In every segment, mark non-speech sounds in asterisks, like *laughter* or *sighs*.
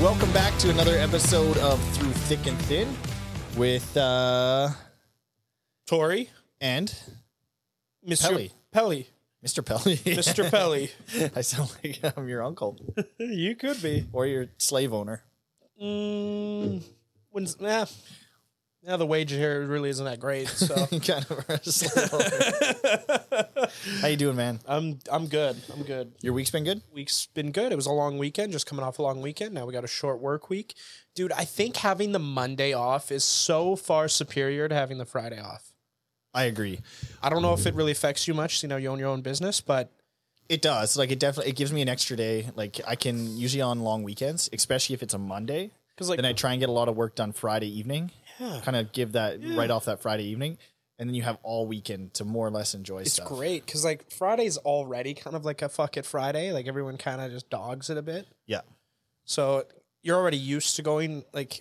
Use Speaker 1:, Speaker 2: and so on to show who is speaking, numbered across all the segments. Speaker 1: Welcome back to another episode of Through Thick and Thin with uh
Speaker 2: Tori,
Speaker 1: and
Speaker 2: Mr.
Speaker 1: Pelly.
Speaker 2: Pelly,
Speaker 1: Mr. *laughs* Pelly.
Speaker 2: *laughs* Mr. Pelly.
Speaker 1: I sound like I'm your uncle
Speaker 2: you could be.
Speaker 1: or your slave owner. *laughs*
Speaker 2: Mm, when's nah, now the wage here really isn't that great. So *laughs*
Speaker 1: kind of a slave owner. How you doing, man?
Speaker 2: I'm I'm good. I'm good.
Speaker 1: Your week's been good?
Speaker 2: Week's been good. It was a long weekend, just coming off a long weekend. Now we got a short work week, dude. I think having the Monday off is so far superior to having the Friday off.
Speaker 1: I agree.
Speaker 2: I don't know if it really affects you much. You know, you own your own business, but
Speaker 1: It does. Like it definitely it gives me an extra day. Like I can usually on long weekends, especially if it's a Monday.
Speaker 2: because like
Speaker 1: then I try and get a lot of work done Friday evening. Kind of give that right off that Friday evening. And then you have all weekend to more or less enjoy
Speaker 2: It's
Speaker 1: stuff.
Speaker 2: great because like Friday's already kind of like a fuck it Friday. Like everyone kind of just dogs it a bit.
Speaker 1: Yeah.
Speaker 2: So you're already used to going like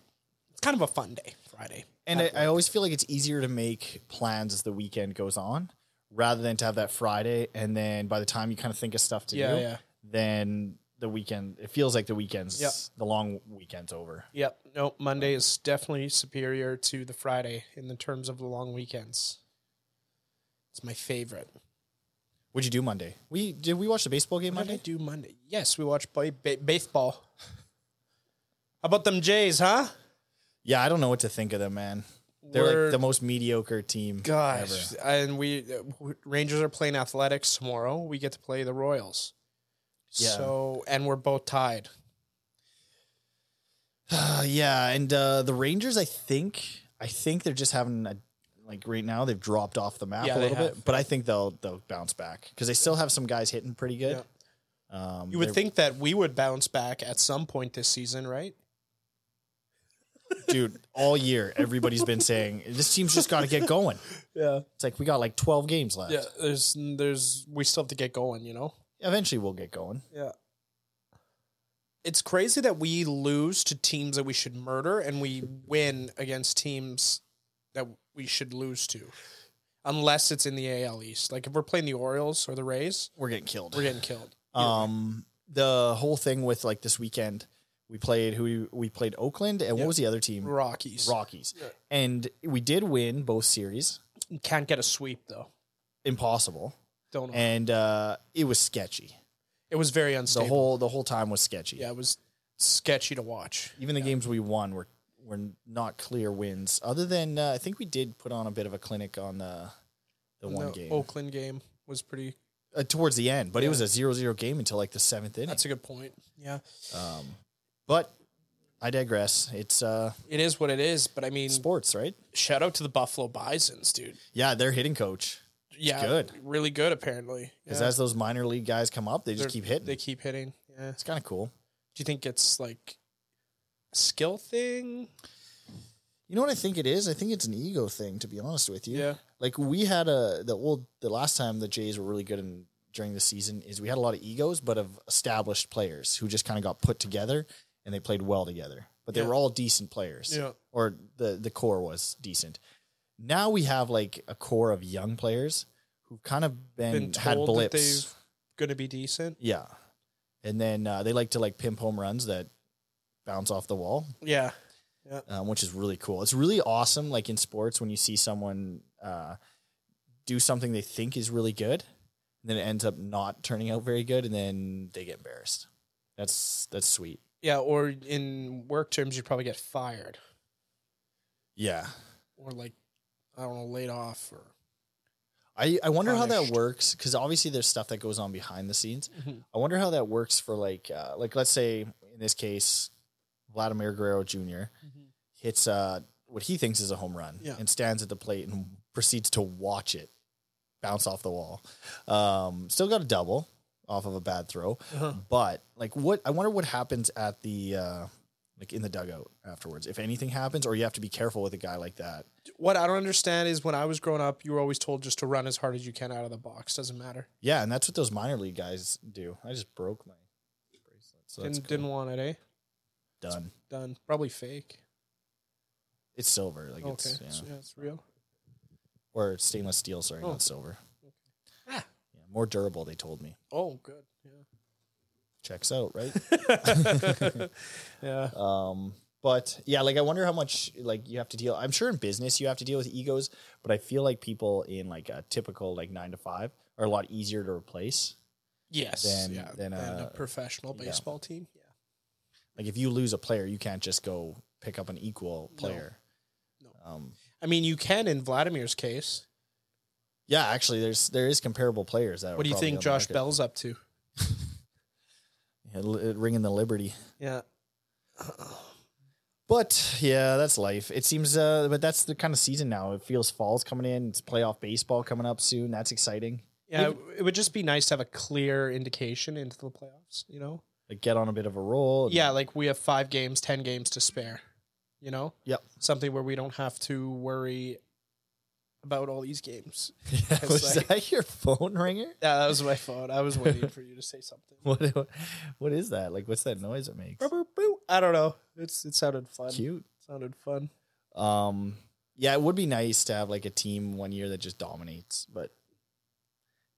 Speaker 2: it's kind of a fun day Friday.
Speaker 1: And I, I always feel like it's easier to make plans as the weekend goes on rather than to have that Friday. And then by the time you kind of think of stuff to
Speaker 2: Yeah,
Speaker 1: do,
Speaker 2: yeah.
Speaker 1: then the weekend, it feels like the weekend's,
Speaker 2: Yep.
Speaker 1: the long weekend's over.
Speaker 2: Yep. No, Monday is definitely superior to the Friday in the terms of the long weekends. It's my favorite.
Speaker 1: What'd you do Monday? We Did we watch the baseball game
Speaker 2: What did I
Speaker 1: Monday?
Speaker 2: do Monday? Yes, we watch ba- ba- baseball. How about them Jays, huh?
Speaker 1: Yeah, I don't know what to think of them, man. They're
Speaker 2: We're-
Speaker 1: like the most mediocre team.
Speaker 2: Gosh, and we uh, Rangers are playing Athletics tomorrow. We get to play the Royals.
Speaker 1: Yeah.
Speaker 2: So and we're both tied.
Speaker 1: Uh, yeah, and uh, the Rangers, I think, I think they're just having a like right now they've dropped off the map
Speaker 2: Yeah,
Speaker 1: a
Speaker 2: they
Speaker 1: little bit,
Speaker 2: have.
Speaker 1: but I think they'll they'll bounce back because they still have some guys hitting pretty good. Um,
Speaker 2: You would
Speaker 1: they're-
Speaker 2: think that we would bounce back at some point this season, right? *laughs*
Speaker 1: dude, all year everybody's been saying this team's just got to get going.
Speaker 2: Yeah.
Speaker 1: It's like we got like twelve games left.
Speaker 2: Yeah. There's there's we still have to get going, you know?
Speaker 1: Eventually, we'll get going.
Speaker 2: Yeah. It's crazy that we lose to teams that we should murder and we win against teams that we should lose to. Unless it's in the AL East. Like if we're playing the Orioles or the Rays,
Speaker 1: We're getting killed.
Speaker 2: we're getting killed.
Speaker 1: um, the whole thing with like this weekend, we played who we, we played Oakland and
Speaker 2: Yeah.
Speaker 1: what was the other team?
Speaker 2: Rockies.
Speaker 1: Rockies, and we did win both series.
Speaker 2: Can't get a sweep though.
Speaker 1: Impossible.
Speaker 2: Don't know.
Speaker 1: and uh, it was sketchy.
Speaker 2: It was very
Speaker 1: The
Speaker 2: unstable.
Speaker 1: whole the whole time was sketchy.
Speaker 2: yeah, it was sketchy to watch.
Speaker 1: Even the games we won were were not clear wins. Other than uh, I think we did put on a bit of a clinic on the the one
Speaker 2: The
Speaker 1: game
Speaker 2: Oakland game was pretty
Speaker 1: uh, towards the end, but it
Speaker 2: Oh. Yeah.
Speaker 1: was a zero zero game until like the seventh inning.
Speaker 2: That's a good point. Yeah.
Speaker 1: um, but I digress. It's uh,
Speaker 2: It is what it is, but I mean,
Speaker 1: sports, right?
Speaker 2: shout out to the Buffalo Bisons, dude.
Speaker 1: Yeah, their hitting coach
Speaker 2: Yeah.
Speaker 1: good.
Speaker 2: Really good, apparently.
Speaker 1: because
Speaker 2: Yeah.
Speaker 1: as those minor league guys come up, they just
Speaker 2: They're-
Speaker 1: keep hitting.
Speaker 2: They keep hitting. Yeah.
Speaker 1: it's kind of cool.
Speaker 2: Do you think it's like a skill thing?
Speaker 1: You know what I think it is? I think it's an ego thing, to be honest with you.
Speaker 2: Yeah.
Speaker 1: Like we had a the old the last time the Jays were really good in during the season is we had a lot of egos, but of established players who just kind of got put together and they played well together. But they
Speaker 2: Yeah.
Speaker 1: were all decent players.
Speaker 2: Yeah.
Speaker 1: Or the the core was decent. Now we have like a core of young players who've kind of been,
Speaker 2: Been
Speaker 1: had
Speaker 2: told that
Speaker 1: blips.
Speaker 2: they've- Going to be decent?
Speaker 1: Yeah. And then uh, they like to like pimp home runs that bounce off the wall
Speaker 2: Yeah.
Speaker 1: um, which is really cool. It's really awesome, like in sports, when you see someone uh, do something they think is really good, and then it ends up not turning out very good, and then they get embarrassed. That's that's sweet.
Speaker 2: Yeah. Or in work terms, you'd probably get fired
Speaker 1: Yeah,
Speaker 2: or like, I don't know, laid off or.
Speaker 1: I I wonder how that
Speaker 2: Punished.
Speaker 1: works because obviously there's stuff that goes on behind the scenes. I wonder how that works for like uh, like let's say in this case, Vladimir Guerrero junior hits uh, what he thinks is a home run
Speaker 2: Yeah.
Speaker 1: and stands at the plate and proceeds to watch it bounce off the wall. Um, still got a double off of a bad throw,
Speaker 2: Uh-huh.
Speaker 1: but like what I wonder what happens at the uh, like in the dugout afterwards if anything happens or you have to be careful with a guy like that.
Speaker 2: What I don't understand is when I was growing up, you were always told just to run as hard as you can out of the box. Doesn't matter.
Speaker 1: Yeah, and that's what those minor league guys do. I just broke my bracelet, so that's
Speaker 2: didn't didn't want it, eh?
Speaker 1: cool. done.
Speaker 2: Done. Probably fake.
Speaker 1: It's silver, like
Speaker 2: Okay.
Speaker 1: it's
Speaker 2: It's,
Speaker 1: yeah.
Speaker 2: yeah, it's real.
Speaker 1: or stainless steel. Sorry,
Speaker 2: Oh.
Speaker 1: not silver.
Speaker 2: Ah.
Speaker 1: Yeah, more durable. They told me.
Speaker 2: Oh, good. Yeah.
Speaker 1: checks out, right? *laughs*
Speaker 2: yeah.
Speaker 1: Um, but yeah, like I wonder how much like you have to deal. I'm sure in business you have to deal with egos, but I feel like people in like a typical like nine to five are a lot easier to replace.
Speaker 2: Yes.
Speaker 1: Than-
Speaker 2: yeah.
Speaker 1: than
Speaker 2: a,
Speaker 1: a-
Speaker 2: professional
Speaker 1: yeah.
Speaker 2: baseball team. Yeah.
Speaker 1: Like if you lose a player, you can't just go pick up an equal player.
Speaker 2: No.
Speaker 1: Um,
Speaker 2: I mean, you can in Vladimir's case.
Speaker 1: yeah, actually, there's there is comparable players that. are
Speaker 2: What do you
Speaker 1: probably
Speaker 2: think
Speaker 1: on the
Speaker 2: Josh
Speaker 1: market.
Speaker 2: Bell's up to?
Speaker 1: Yeah, li- ringing the Liberty?
Speaker 2: Yeah.
Speaker 1: But yeah, that's life. It seems, uh, but that's the kind of season now. It feels fall's coming in. It's playoff baseball coming up soon. That's exciting.
Speaker 2: Yeah, it, it would just be nice to have a clear indication into the playoffs, you know?
Speaker 1: Like get on a bit of a roll. and-
Speaker 2: Yeah, like we have five games, 10 games to spare, you know?
Speaker 1: Yep.
Speaker 2: Something where we don't have to worry about all these games.
Speaker 1: Yeah,
Speaker 2: It's
Speaker 1: was
Speaker 2: like-
Speaker 1: that your phone ringer? *laughs*
Speaker 2: Yeah, that was my phone. I was waiting for you to say something.
Speaker 1: What what is that? Like what's that noise it makes?
Speaker 2: Boop, boop, boop. I don't know. It's It sounded fun.
Speaker 1: Cute.
Speaker 2: sounded fun.
Speaker 1: Um yeah, it would be nice to have like a team one year that just dominates, but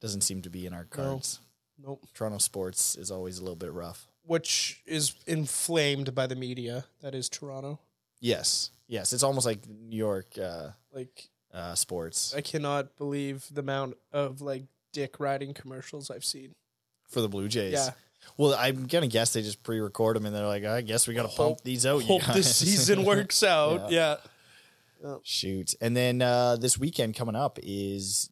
Speaker 1: doesn't seem to be in our cards.
Speaker 2: Nope.
Speaker 1: Toronto sports is always a little bit rough.
Speaker 2: Which is inflamed by the media. That is Toronto.
Speaker 1: Yes. Yes, it's almost like New York uh
Speaker 2: Like,
Speaker 1: uh sports
Speaker 2: I cannot believe the amount of, like, dick riding commercials I've seen.
Speaker 1: for the Blue Jays.
Speaker 2: Yeah.
Speaker 1: Well, I'm going to guess they just pre-record them and they're like, "I guess we got to pump
Speaker 2: Hope-
Speaker 1: these out." you
Speaker 2: hope this
Speaker 1: guys." *laughs*
Speaker 2: season works out. Yeah.
Speaker 1: Shoot. And then uh this weekend coming up is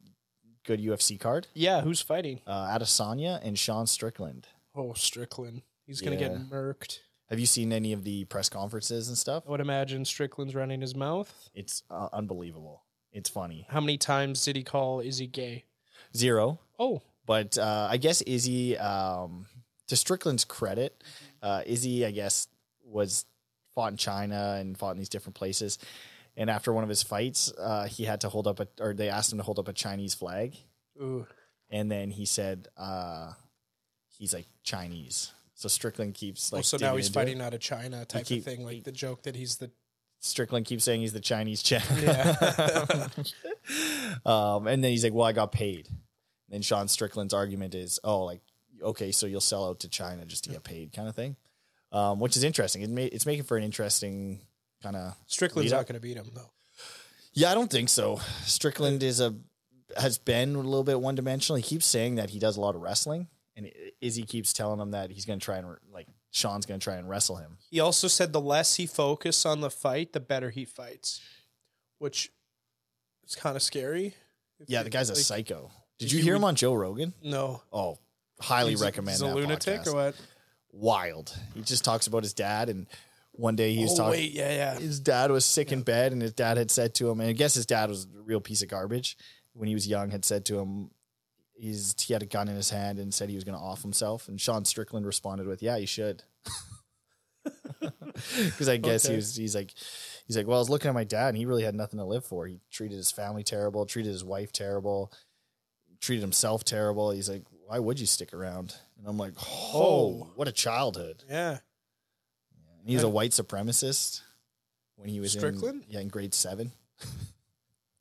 Speaker 1: good UFC card.
Speaker 2: Yeah, who's fighting?
Speaker 1: uh, Adesanya and Sean Strickland.
Speaker 2: Oh, Strickland. He's going to
Speaker 1: Yeah.
Speaker 2: get murked.
Speaker 1: Have you seen any of the press conferences and stuff?
Speaker 2: I would imagine Strickland's running his mouth.
Speaker 1: It's uh, unbelievable. It's funny.
Speaker 2: How many times did he call is he gay?
Speaker 1: Zero,
Speaker 2: Oh,
Speaker 1: but uh, I guess Izzy, um, to Strickland's credit, uh, Izzy, I guess, was fought in China and fought in these different places. And after one of his fights, uh, he had to hold up a, or they asked him to hold up a Chinese flag.
Speaker 2: ooh.
Speaker 1: And then he said, uh, he's like Chinese. So Strickland keeps like.
Speaker 2: oh, so now
Speaker 1: digging
Speaker 2: he's
Speaker 1: into it.
Speaker 2: fighting out of China type
Speaker 1: keep-
Speaker 2: of thing. Like the joke that he's the.
Speaker 1: Strickland keeps saying he's the Chinese *laughs* champ.
Speaker 2: Yeah.
Speaker 1: *laughs* um, and then he's like, "Well, I got paid." And then Sean Strickland's argument is, "Oh, like okay, so you'll sell out to China just to get paid, kind of thing," um, which is interesting. It ma- it's making for an interesting kind of.
Speaker 2: Strickland's
Speaker 1: Lead
Speaker 2: not
Speaker 1: up.
Speaker 2: going to beat him, though.
Speaker 1: Yeah, I don't think so. Strickland is a has been a little bit one dimensional. He keeps saying that he does a lot of wrestling, and I- Izzy keeps telling him that he's going to try and like Sean's going to try and wrestle him.
Speaker 2: He also said the less he focuses on the fight, the better he fights, which is kind of scary. If
Speaker 1: Yeah,
Speaker 2: you-
Speaker 1: the guy's a
Speaker 2: like,
Speaker 1: psycho. Did
Speaker 2: if
Speaker 1: you
Speaker 2: you
Speaker 1: hear
Speaker 2: would-
Speaker 1: him on Joe Rogan?
Speaker 2: No.
Speaker 1: Oh, highly
Speaker 2: He's a-
Speaker 1: recommend.
Speaker 2: He's a
Speaker 1: that
Speaker 2: lunatic
Speaker 1: podcast.
Speaker 2: or what?
Speaker 1: Wild. He just talks about his dad, and one day he was
Speaker 2: oh,
Speaker 1: talking.
Speaker 2: wait. Yeah, yeah.
Speaker 1: His dad was sick in bed, and his dad had said to him, and I guess his dad was a real piece of garbage when he was young. Had said to him, he's he had a gun in his hand and said he was going to off himself. And Sean Strickland responded with, "Yeah, you should." *laughs* Because I guess he
Speaker 2: Okay.
Speaker 1: was, he's like, he's like, well, I was looking at my dad, and he really had nothing to live for. He treated his family terrible, treated his wife terrible, treated himself terrible. He's like, why would you stick around? And I'm like, oh,
Speaker 2: Oh.
Speaker 1: what a childhood.
Speaker 2: Yeah.
Speaker 1: And he was a white supremacist when he was
Speaker 2: Strickland?
Speaker 1: In, yeah, in grade seven.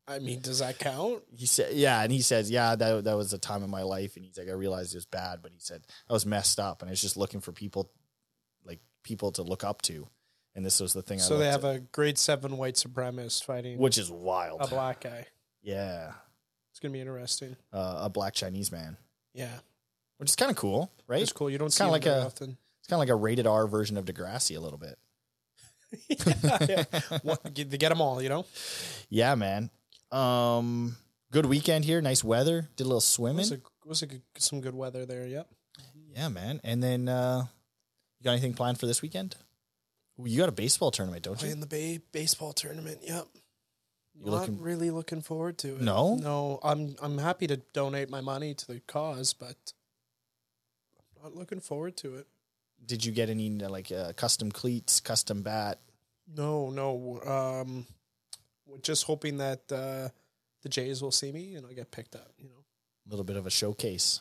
Speaker 2: I mean, does that count?
Speaker 1: He said, yeah, and he says, yeah, that that was a time in my life, and he's like, I realized it was bad, but he said I was messed up, and I was just looking for people, like people to look up to, and this was the thing. I
Speaker 2: So they
Speaker 1: looked
Speaker 2: have a grade seven white supremacist
Speaker 1: at,
Speaker 2: fighting
Speaker 1: which is wild.
Speaker 2: a black guy.
Speaker 1: yeah,
Speaker 2: It's gonna be interesting.
Speaker 1: uh, a black Chinese man,
Speaker 2: Yeah,
Speaker 1: which is kind of cool, right?
Speaker 2: it's
Speaker 1: It's
Speaker 2: cool. You don't
Speaker 1: It's
Speaker 2: see
Speaker 1: kinda
Speaker 2: him
Speaker 1: like
Speaker 2: very
Speaker 1: a-
Speaker 2: often. *laughs*
Speaker 1: kind of like a rated R version of Degrassi a little bit. *laughs*
Speaker 2: yeah, What- get- they get them all. You know,
Speaker 1: Yeah, man. Um, good weekend here. Nice weather. Did a little
Speaker 2: it
Speaker 1: swimming.
Speaker 2: was, a, was a good, some good weather there. Yep.
Speaker 1: Yeah, man. And then uh you got anything planned for this weekend? Ooh, You got a baseball tournament, don't you?
Speaker 2: Playing the Bay baseball tournament. Yep.
Speaker 1: You
Speaker 2: Not
Speaker 1: looking-
Speaker 2: really looking forward to it.
Speaker 1: No?
Speaker 2: no. I'm I'm happy to donate my money to the cause, but I'm not looking forward to it.
Speaker 1: Did you get any uh, like uh, custom cleats, custom bat?
Speaker 2: No, no. Um, we're just hoping that uh, the Jays will see me and I'll get picked up. You know.
Speaker 1: A little bit of a showcase.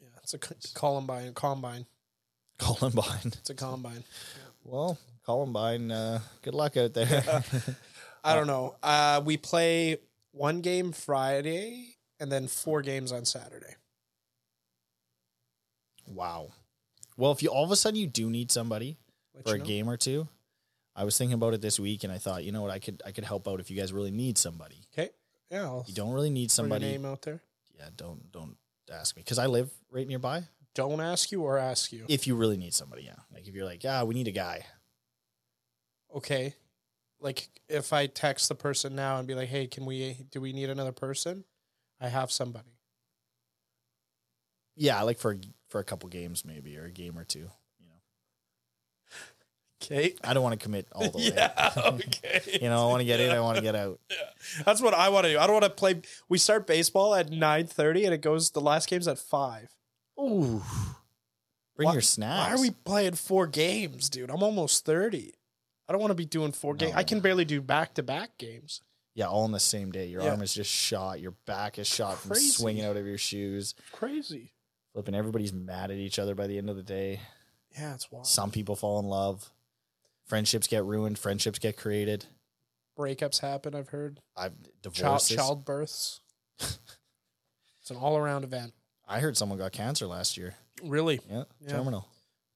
Speaker 2: Yeah, it's a c- Columbine. Combine.
Speaker 1: Columbine. *laughs*
Speaker 2: It's a combine.
Speaker 1: Well, Columbine. Uh, good luck out there.
Speaker 2: I don't know. Uh, we play one game Friday and then four games on Saturday.
Speaker 1: *laughs* wow, Well, if you all of a sudden you do need somebody
Speaker 2: Let
Speaker 1: for
Speaker 2: you
Speaker 1: a
Speaker 2: know.
Speaker 1: game or two, I was thinking about it this week, and I thought, you know what, I could I could help out if you guys really need somebody.
Speaker 2: Okay. Yeah. I'll
Speaker 1: You don't really need
Speaker 2: throw your
Speaker 1: somebody.
Speaker 2: name out there.
Speaker 1: Yeah, don't don't ask me because I live right nearby.
Speaker 2: Don't ask you or ask you.
Speaker 1: If you really need somebody, yeah. Like if you're like, ah, we need a guy.
Speaker 2: Okay. Like if I text the person now and be like, "Hey, can we? Do we need another person? I have somebody."
Speaker 1: Yeah, like for for a couple games maybe or a game or two. You know,
Speaker 2: Okay.
Speaker 1: I don't want to commit all
Speaker 2: *laughs*
Speaker 1: the way.
Speaker 2: Yeah. Okay.
Speaker 1: *laughs* You know, I want to get in. I want to get out.
Speaker 2: That's what I want to do. I don't want to play. We start baseball at nine thirty, and it goes. The last game's at five.
Speaker 1: Ooh. Bring
Speaker 2: Why-
Speaker 1: your snacks.
Speaker 2: Why are we playing four games, dude? I'm almost thirty. I don't want to be doing four games. I
Speaker 1: No.
Speaker 2: can barely do back to back games.
Speaker 1: Yeah, all on the same day. Your
Speaker 2: Yeah.
Speaker 1: arm is just shot. Your back is shot from
Speaker 2: Crazy.
Speaker 1: swinging out of your shoes.
Speaker 2: Crazy.
Speaker 1: Flipping. Everybody's mad at each other by the end of the day.
Speaker 2: Yeah, it's wild.
Speaker 1: Some people fall in love. Friendships get ruined. Friendships get created.
Speaker 2: Breakups happen. I've heard.
Speaker 1: I've
Speaker 2: Child
Speaker 1: divorces.
Speaker 2: childbirths. it's an all around event.
Speaker 1: I heard someone got cancer last year.
Speaker 2: Really,
Speaker 1: Yeah,
Speaker 2: Yeah.
Speaker 1: terminal.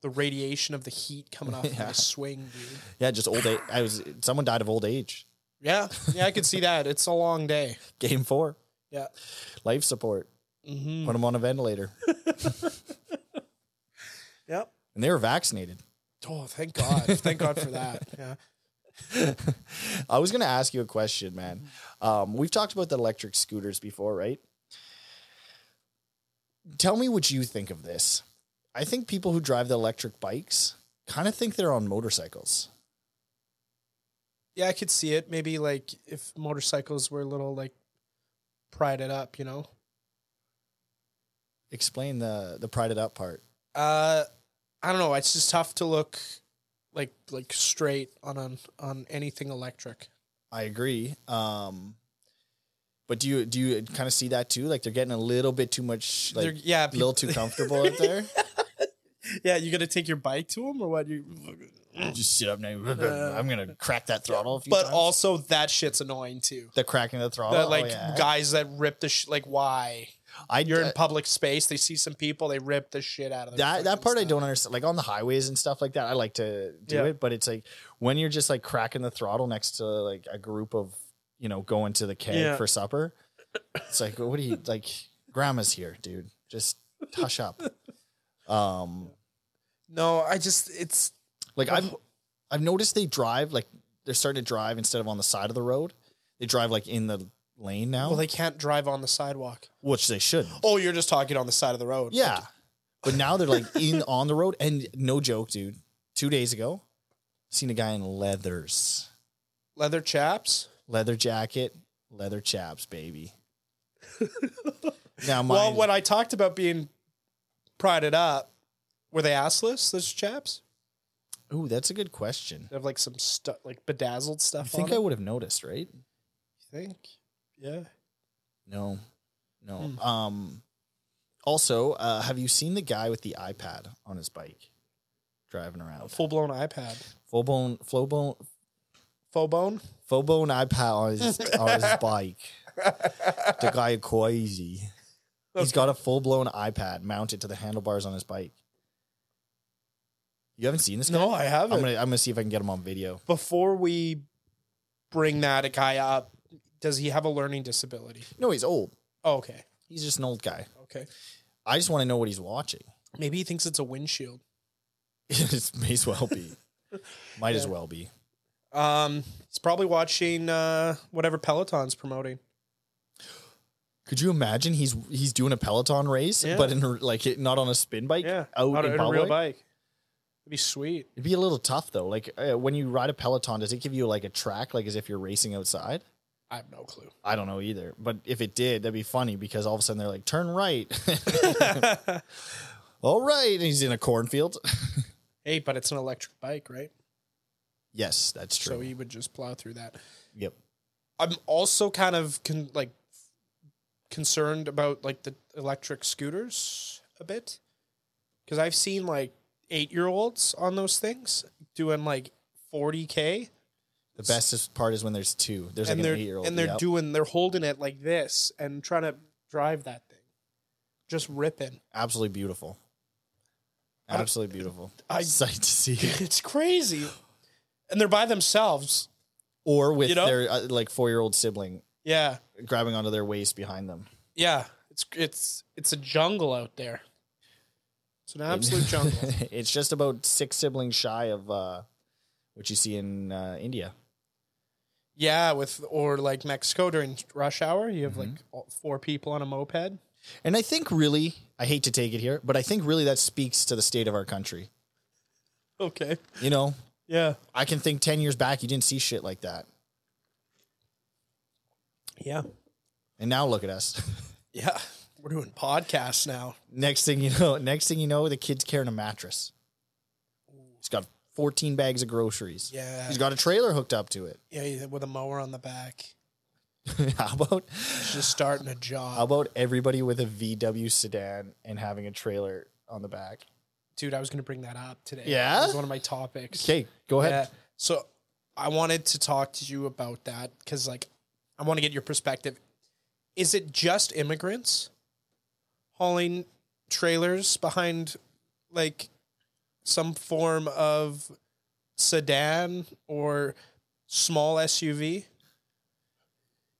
Speaker 2: the radiation of the heat coming *laughs* off of
Speaker 1: Yeah.
Speaker 2: the swing, dude.
Speaker 1: Yeah, just old age. I was someone died of old age.
Speaker 2: Yeah, yeah, I could see that. It's a long day.
Speaker 1: Game four,
Speaker 2: Yeah.
Speaker 1: life support.
Speaker 2: Mm-hmm.
Speaker 1: Put them on a ventilator,
Speaker 2: Yep.
Speaker 1: and they were vaccinated.
Speaker 2: Oh, thank God. Thank God for that. *laughs* Yeah.
Speaker 1: I was going to ask you a question, man. Um, we've talked about the electric scooters before, right? Tell me what you think of this. I think people who drive the electric bikes kind of think they're on motorcycles.
Speaker 2: Yeah, I could see it. Maybe like if motorcycles were a little like pried it up, you know?
Speaker 1: Explain the the pride it up part.
Speaker 2: Uh I don't know. It's just tough to look like like straight on on, on anything electric.
Speaker 1: I agree. Um, but do you do you kind of see that too? Like they're getting a little bit too much,
Speaker 2: They're-
Speaker 1: like
Speaker 2: yeah,
Speaker 1: a little
Speaker 2: peop-
Speaker 1: too comfortable out there.
Speaker 2: *laughs* yeah, you gonna take your bike to them or what? You
Speaker 1: Just sit up now. *laughs* I'm gonna crack that throttle. A few
Speaker 2: But
Speaker 1: times.
Speaker 2: also that shit's annoying too.
Speaker 1: the cracking of the
Speaker 2: The,
Speaker 1: throttle, oh,
Speaker 2: like
Speaker 1: yeah.
Speaker 2: guys that rip the sh- like why
Speaker 1: I
Speaker 2: you're in public space they see some people they rip the shit out of their
Speaker 1: that that
Speaker 2: fucking
Speaker 1: part I
Speaker 2: stuff.
Speaker 1: don't understand. Like on the highways and stuff like that, I like to do
Speaker 2: Yeah.
Speaker 1: it, but it's like when you're just like cracking the throttle next to like a group of you know going to the keg
Speaker 2: Yeah.
Speaker 1: for supper. It's like what do you like? Grandma's here, dude. Just hush up. Um,
Speaker 2: no I just it's
Speaker 1: like I've I've noticed they drive like they're starting to drive instead of on the side of the road. They drive like in the lane now,
Speaker 2: well they can't drive on the sidewalk
Speaker 1: which they should.
Speaker 2: Oh, you're just talking on the side of the road.
Speaker 1: Yeah. But now they're like
Speaker 2: *laughs*
Speaker 1: in on the road. And no joke, dude. Two days ago, seen a guy in leathers.
Speaker 2: Leather chaps.
Speaker 1: Leather jacket, leather chaps,
Speaker 2: *laughs*
Speaker 1: baby. now mine,
Speaker 2: Well, when I talked about being prided up, were they assless, those chaps?
Speaker 1: Ooh, that's a good question.
Speaker 2: They have like some stuff, like bedazzled
Speaker 1: I
Speaker 2: stuff
Speaker 1: think
Speaker 2: on
Speaker 1: I
Speaker 2: them.
Speaker 1: would have noticed, right?
Speaker 2: think. Yeah.
Speaker 1: No. No.
Speaker 2: Hmm.
Speaker 1: Um also, uh, have you seen the guy with the iPad on his bike driving
Speaker 2: A
Speaker 1: around?
Speaker 2: full blown iPad.
Speaker 1: Full bone full bone
Speaker 2: Full bone?
Speaker 1: full bone iPad on his
Speaker 2: *laughs*
Speaker 1: on his bike. the guy crazy. He's got a full blown iPad mounted to the handlebars on his bike. You haven't seen this guy?
Speaker 2: No, I haven't.
Speaker 1: I'm gonna I'm gonna see if I can get him on video.
Speaker 2: Before we bring that guy up, does he have a learning disability?
Speaker 1: No, he's old.
Speaker 2: Oh, okay.
Speaker 1: He's just an old guy.
Speaker 2: Okay.
Speaker 1: I just want to know what he's watching. *laughs*
Speaker 2: Maybe he thinks it's a windshield.
Speaker 1: it may as well
Speaker 2: *laughs*
Speaker 1: be. Might as
Speaker 2: Yeah.
Speaker 1: well be.
Speaker 2: Um, he's probably watching uh, whatever Peloton's promoting.
Speaker 1: Could you imagine he's he's doing a Peloton race,
Speaker 2: Yeah.
Speaker 1: but in a- like it- not on a spin bike,
Speaker 2: Yeah.
Speaker 1: out
Speaker 2: Not
Speaker 1: in
Speaker 2: a, a real
Speaker 1: public?
Speaker 2: bike. It'd be sweet.
Speaker 1: It'd be a little tough though. Like uh, when you ride a Peloton, does it give you like a track, like as if you're racing outside?
Speaker 2: I have no
Speaker 1: *laughs*
Speaker 2: clue.
Speaker 1: I don't know either. But if it did, that'd be funny because all of a sudden they're like, "Turn right." *laughs* all right, and he's in a cornfield. *laughs*
Speaker 2: hey, but it's an electric bike, right?
Speaker 1: yes, that's true.
Speaker 2: So he would just plow through that.
Speaker 1: yep.
Speaker 2: I'm also kind of con- like concerned about like the electric scooters a bit because I've seen like eight year olds on those things doing like 40k
Speaker 1: The bestest part is when there's two. There's
Speaker 2: and
Speaker 1: like
Speaker 2: they're
Speaker 1: an eight year old,
Speaker 2: and they're doing they're holding it like this and trying to drive that thing, just ripping. *laughs*
Speaker 1: absolutely beautiful. Absolutely beautiful. *laughs*
Speaker 2: I-
Speaker 1: sight to see.
Speaker 2: It's crazy. And they're by themselves.
Speaker 1: Or with
Speaker 2: You know?
Speaker 1: their uh, like four year old sibling
Speaker 2: Yeah.
Speaker 1: grabbing onto their waist behind them.
Speaker 2: Yeah. It's it's it's a jungle out there. It's an absolute jungle.
Speaker 1: *laughs* it's just about six siblings shy of uh, what you see in uh, India.
Speaker 2: Yeah, with or like Mexico during rush hour, you have like
Speaker 1: Mm-hmm.
Speaker 2: all, four people on a moped.
Speaker 1: And I think really, I hate to take it here, but I think really that speaks to the state of our country.
Speaker 2: Okay.
Speaker 1: You know,
Speaker 2: Yeah.
Speaker 1: I can think 10 years back, you didn't see shit like that.
Speaker 2: Yeah.
Speaker 1: And now look at us. *laughs*
Speaker 2: Yeah. We're doing podcasts now.
Speaker 1: next thing you know, next thing you know, the kid's carrying a mattress. He's got 14 bags of groceries.
Speaker 2: Yeah.
Speaker 1: He's got a trailer hooked up to it. *laughs*
Speaker 2: Yeah, yeah, with a mower on the back.
Speaker 1: how about
Speaker 2: Just starting a
Speaker 1: how
Speaker 2: job.
Speaker 1: about everybody with a VW sedan and having a trailer on the back?
Speaker 2: Dude, I was going to bring that up today.
Speaker 1: Yeah?
Speaker 2: It was one of my topics.
Speaker 1: Okay, go ahead.
Speaker 2: Yeah. So I wanted to talk to you about that because, like, I want to get your perspective. Is it just immigrants hauling trailers behind, like, some form of sedan or small SUV?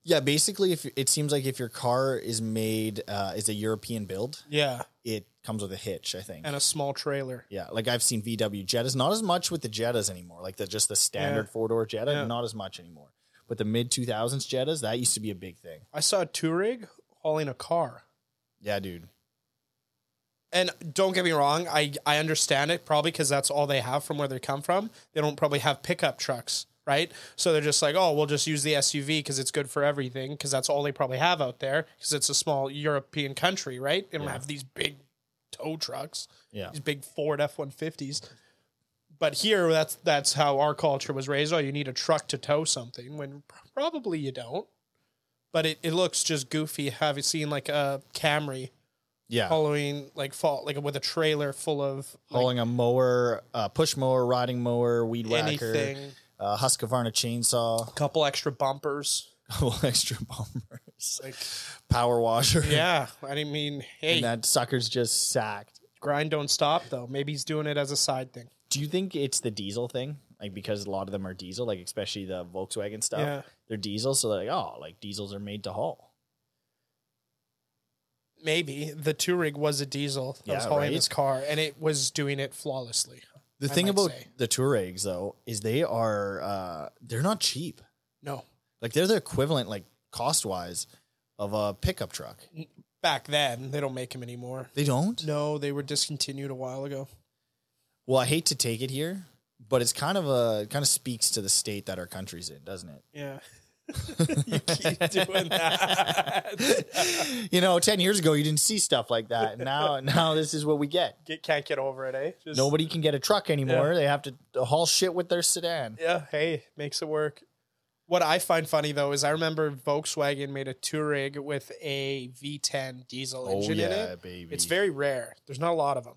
Speaker 1: Yeah, basically, if it seems like if your car is made uh, is a European build,
Speaker 2: Yeah.
Speaker 1: it comes with a hitch. I think.
Speaker 2: And a small trailer.
Speaker 1: Yeah, like I've seen VW Jettas, not as much with the Jettas anymore. Like the just the standard four door Jetta,
Speaker 2: Yeah.
Speaker 1: not as much anymore. But the mid two thousands Jettas, that used to be a big thing.
Speaker 2: I saw a Touareg hauling a car.
Speaker 1: Yeah, dude.
Speaker 2: and don't get me wrong, I, I understand it probably because that's all they have from where they come from. They don't probably have pickup trucks, right? So they're just like, oh, we'll just use the SUV because it's good for everything because that's all they probably have out there because it's a small European country, right? They don't have these big tow trucks,
Speaker 1: Yeah,
Speaker 2: these big Ford F one fifties. But here, that's that's how our culture was raised. Oh, you need a truck to tow something when pr- probably you don't. But it, it looks just goofy having seen like a Camry
Speaker 1: yeah.
Speaker 2: Halloween like fall like with a trailer full of like,
Speaker 1: Hauling a mower, uh, push mower, riding mower, weed
Speaker 2: anything,
Speaker 1: whacker, uh, Husqvarna chainsaw, *laughs*
Speaker 2: a couple extra bumpers.
Speaker 1: couple extra bumpers,
Speaker 2: Like
Speaker 1: power washer.
Speaker 2: yeah, I mean,
Speaker 1: *laughs*
Speaker 2: hey,
Speaker 1: and that sucker's just sacked.
Speaker 2: grind don't stop though. Maybe he's doing it as a side thing.
Speaker 1: Do you think it's the diesel thing? Like because a lot of them are diesel, like especially the Volkswagen stuff.
Speaker 2: Yeah.
Speaker 1: They're diesel, so they're like, oh, like diesels are made to haul.
Speaker 2: Maybe the Touareg was a diesel that was
Speaker 1: Yeah,
Speaker 2: hauling
Speaker 1: right?
Speaker 2: this car, and it was doing it flawlessly.
Speaker 1: The
Speaker 2: I
Speaker 1: thing
Speaker 2: might
Speaker 1: about
Speaker 2: say.
Speaker 1: the Touaregs though is they are uh, they're not cheap.
Speaker 2: No,
Speaker 1: Like they're the equivalent, like cost wise, of a pickup truck.
Speaker 2: back then they don't make them anymore.
Speaker 1: They don't.
Speaker 2: No, they were discontinued a while ago.
Speaker 1: Well, I hate to take it here, but it's kind of a kind of speaks to the state that our country's in, doesn't it? *laughs*
Speaker 2: Yeah, *laughs* you keep doing *laughs* that.
Speaker 1: you know, ten years ago you didn't see stuff like that. and Now, *laughs* now this is what we get.
Speaker 2: Get, can't get over it, eh? Just,
Speaker 1: Nobody can get a truck anymore. They have to haul shit with their sedan.
Speaker 2: Yeah, hey, makes it work. What I find funny though is I remember Volkswagen made a Touareg with a V10 diesel engine in it.
Speaker 1: Oh, baby.
Speaker 2: It's very rare. There's not a lot of them.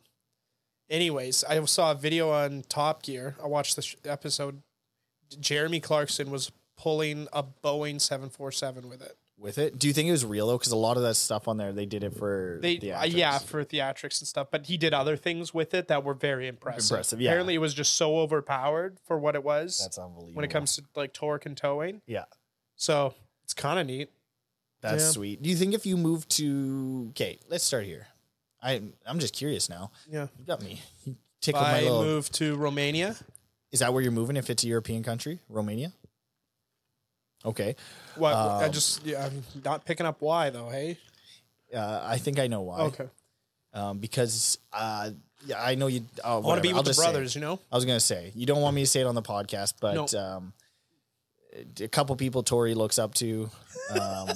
Speaker 2: Anyways, I saw a video on Top Gear. I watched this episode. Jeremy Clarkson was pulling a Boeing 747 with it.
Speaker 1: with it. Do you think it was real though? Because a lot of that stuff on there, they did it for
Speaker 2: They
Speaker 1: the
Speaker 2: uh, yeah for theatrics and stuff, but he did other things with it that were very impressive.
Speaker 1: Impressive, yeah.
Speaker 2: Apparently, it was just so overpowered for what it was
Speaker 1: that's unbelievable.
Speaker 2: when it comes to like torque and towing.
Speaker 1: yeah,
Speaker 2: So it's kind of neat.
Speaker 1: that's
Speaker 2: Yeah.
Speaker 1: sweet. Do you think if you move to okay, let's start here. I I'm just curious now.
Speaker 2: Yeah.
Speaker 1: You got me. You tickled my
Speaker 2: I
Speaker 1: little.
Speaker 2: moved to Romania.
Speaker 1: Is that where you're moving? If it's a European country, Romania. Okay,
Speaker 2: What I
Speaker 1: Um,
Speaker 2: just yeah, I'm not picking up why though. Hey,
Speaker 1: uh, I think I know why.
Speaker 2: okay.
Speaker 1: um, because uh, yeah, I know you. Oh,
Speaker 2: I want to be
Speaker 1: I'll
Speaker 2: with the
Speaker 1: just say it.
Speaker 2: brothers. You know,
Speaker 1: I was gonna say you don't want me to say it on the podcast, but
Speaker 2: Nope.
Speaker 1: um, a couple people Tori looks up to. Um,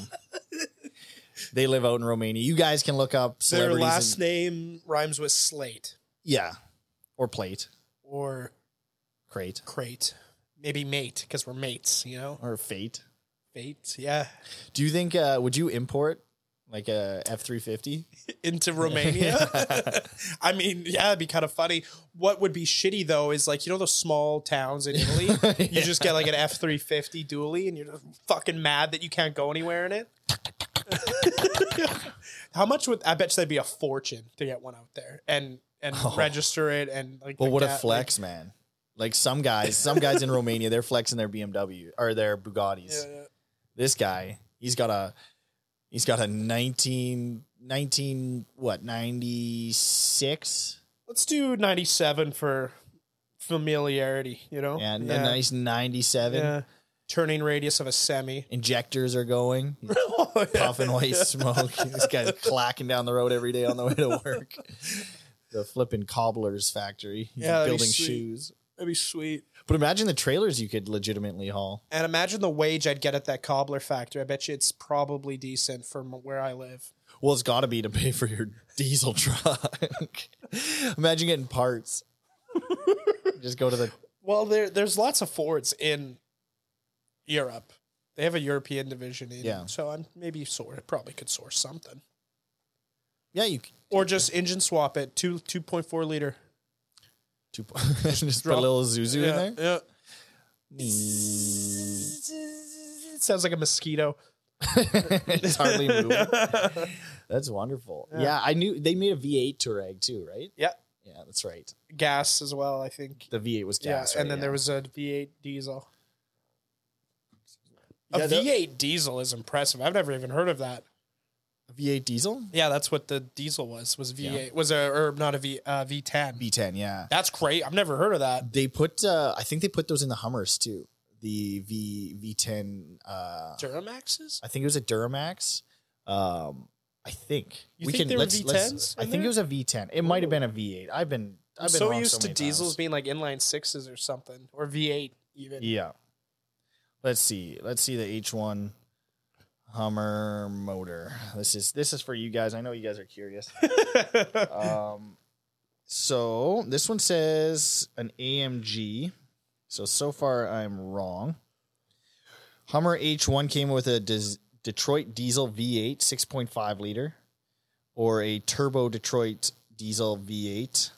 Speaker 2: *laughs*
Speaker 1: they live out in Romania. You guys can look up
Speaker 2: their
Speaker 1: celebrities.
Speaker 2: last
Speaker 1: and-
Speaker 2: name rhymes with slate
Speaker 1: yeah, or plate,
Speaker 2: or
Speaker 1: crate,
Speaker 2: crate, maybe mate because we're mates. You know,
Speaker 1: or fate.
Speaker 2: fate. Yeah,
Speaker 1: Do you think? Uh, would you import like a F three fifty? *laughs*
Speaker 2: into Romania. *laughs* I mean, yeah, it'd be kind of funny. What would be shitty though is like you know those small towns
Speaker 1: *laughs*
Speaker 2: in Italy. You just get like an F three fifty dually, and you're just fucking mad that you can't go anywhere in it. *laughs* How much would I bet you that'd be a fortune to get one out there, and and
Speaker 1: Oh.
Speaker 2: register it and like.
Speaker 1: But
Speaker 2: the
Speaker 1: what a
Speaker 2: ga- like,
Speaker 1: flex, man. Like some guys, some guys in Romania, they're flexing their BMW or their Bugattis.
Speaker 2: yeah, yeah.
Speaker 1: This guy, he's got a he's got a 19 19 what 96
Speaker 2: Let's do ninety seven for familiarity. You know,
Speaker 1: and a nice 97
Speaker 2: Yeah. turning radius of a semi.
Speaker 1: injectors are going
Speaker 2: *laughs*
Speaker 1: he's puffing away smoke this guy's clacking down the road every day on the way to work the flipping cobblers factory he's
Speaker 2: Yeah, that'd be
Speaker 1: building
Speaker 2: sweet.
Speaker 1: shoes
Speaker 2: That'd be sweet.
Speaker 1: but imagine the trailers you could legitimately haul
Speaker 2: And imagine the wage I'd get at that cobbler factory. I bet you it's probably decent from where I live.
Speaker 1: Well, it's got to be to pay for your *laughs* diesel truck. Imagine getting parts. Just go to the.
Speaker 2: Well, there there's lots of Fords in Europe. They have a European division in,
Speaker 1: Yeah.
Speaker 2: so I'm maybe sort probably could source something,
Speaker 1: Yeah, you. c-
Speaker 2: or just engine swap it two two point four liter.
Speaker 1: Two, *laughs* just put
Speaker 2: Drop-
Speaker 1: a little Zuzu in there.
Speaker 2: yeah. It sounds like a mosquito. *laughs*
Speaker 1: it's hardly moving. That's wonderful. Yeah. I knew they made a V8 Touareg too, right?
Speaker 2: Yeah,
Speaker 1: Yeah, that's right.
Speaker 2: gas as well. I think.
Speaker 1: The V8 was gas.
Speaker 2: yeah, and then there was a V8 diesel. A
Speaker 1: Yeah, that-
Speaker 2: V8 diesel is impressive. I've never even heard of that.
Speaker 1: V8 diesel,
Speaker 2: Yeah, that's what the diesel was. Was V8 was a or not a V uh, V10.
Speaker 1: V10. Yeah,
Speaker 2: That's great. I've never heard of that.
Speaker 1: they put. Uh, I think they put those in the Hummers too. The V V10. Uh,
Speaker 2: Duramaxes?
Speaker 1: I think it was a Duramax. Um, I think
Speaker 2: You think they were V10s
Speaker 1: I
Speaker 2: in
Speaker 1: think it
Speaker 2: there?
Speaker 1: was a V10. It might have been a V8. I've been I've
Speaker 2: I'm
Speaker 1: been
Speaker 2: so
Speaker 1: wrong
Speaker 2: used to
Speaker 1: many
Speaker 2: diesels
Speaker 1: times.
Speaker 2: being like inline sixes or something or V8
Speaker 1: *laughs*
Speaker 2: even.
Speaker 1: Yeah. Let's see. Let's see the H1 Hummer motor. This is this is for you guys. I know you guys are curious. um, so this one says an AMG. So so far I'm wrong. Hummer H1 came with a Des- Detroit diesel V8 6.5 liter, or a turbo Detroit diesel V8,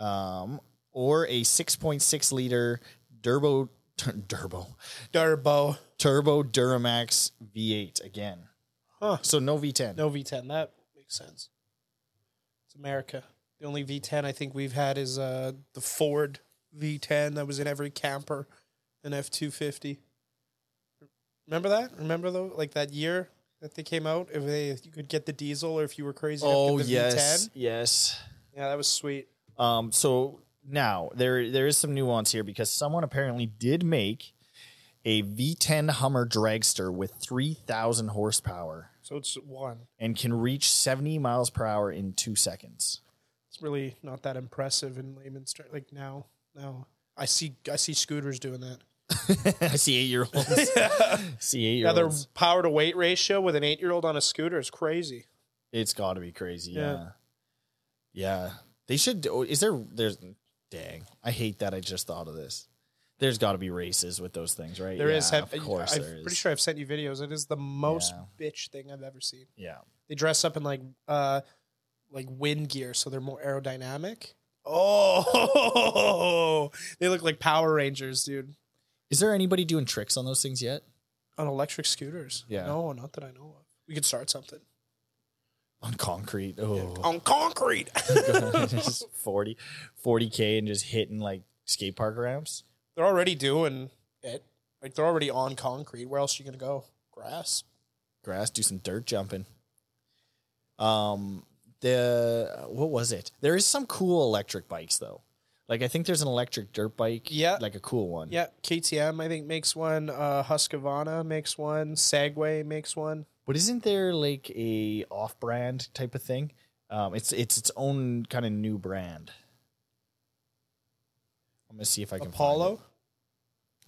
Speaker 1: um, or a 6.6 liter turbo tur- turbo
Speaker 2: *laughs* Turbo.
Speaker 1: turbo Duramax V8 again.
Speaker 2: Huh.
Speaker 1: So no V10.
Speaker 2: No V10. That makes sense. It's America. The only V10 I think we've had is uh, the Ford V10 that was in every camper and F250. Remember that? Remember though, like that year that they came out. If they if you could get the diesel, or if you were crazy, enough to
Speaker 1: Oh
Speaker 2: get the
Speaker 1: yes,
Speaker 2: V10.
Speaker 1: yes.
Speaker 2: Yeah, that was sweet.
Speaker 1: Um, so now there there is some nuance here because someone apparently did make a V10 Hummer dragster with 3,000 horsepower
Speaker 2: So it's one.
Speaker 1: and can reach 70 miles per hour in two
Speaker 2: *laughs*
Speaker 1: seconds.
Speaker 2: It's really not that impressive in layman's terms. Like now, now I see I see scooters doing that.
Speaker 1: I see eight year olds. *laughs* See eight
Speaker 2: Yeah,
Speaker 1: year
Speaker 2: their
Speaker 1: olds.
Speaker 2: power to weight ratio with an eight year old on a scooter is crazy.
Speaker 1: It's got to be crazy. Yeah. yeah.
Speaker 2: Yeah.
Speaker 1: They should. oh, Is there? There's. Dang. I hate that I just thought of this. There's got to be races with those things, right?
Speaker 2: There is,
Speaker 1: Yeah,
Speaker 2: have-
Speaker 1: Of course,
Speaker 2: I'm
Speaker 1: there is.
Speaker 2: pretty sure I've sent you videos. It is the most
Speaker 1: Yeah.
Speaker 2: bitch thing I've ever seen.
Speaker 1: Yeah.
Speaker 2: They dress up in like uh like wind gear, so they're more aerodynamic. Oh, *laughs* they look like Power Rangers, dude,
Speaker 1: Is there anybody doing tricks on those things yet?
Speaker 2: on electric scooters.
Speaker 1: Yeah.
Speaker 2: no, not that I know of. We could start something
Speaker 1: On concrete. Oh. *laughs*
Speaker 2: on concrete. *laughs*
Speaker 1: just 40 40k and just hitting like skate park ramps
Speaker 2: they're already doing it. Like they're already on concrete. Where else are you gonna go? Grass.
Speaker 1: grass do some dirt jumping um the what was it there is some cool electric bikes though like i think there's an electric dirt bike
Speaker 2: Yeah.
Speaker 1: like a cool one
Speaker 2: Yeah, KTM I think makes one. Uh, Husqvarna makes one. Segway makes one.
Speaker 1: but isn't there like a off-brand type of thing um it's it's its own kind of new brand i'm gonna see if i can find
Speaker 2: Apollo.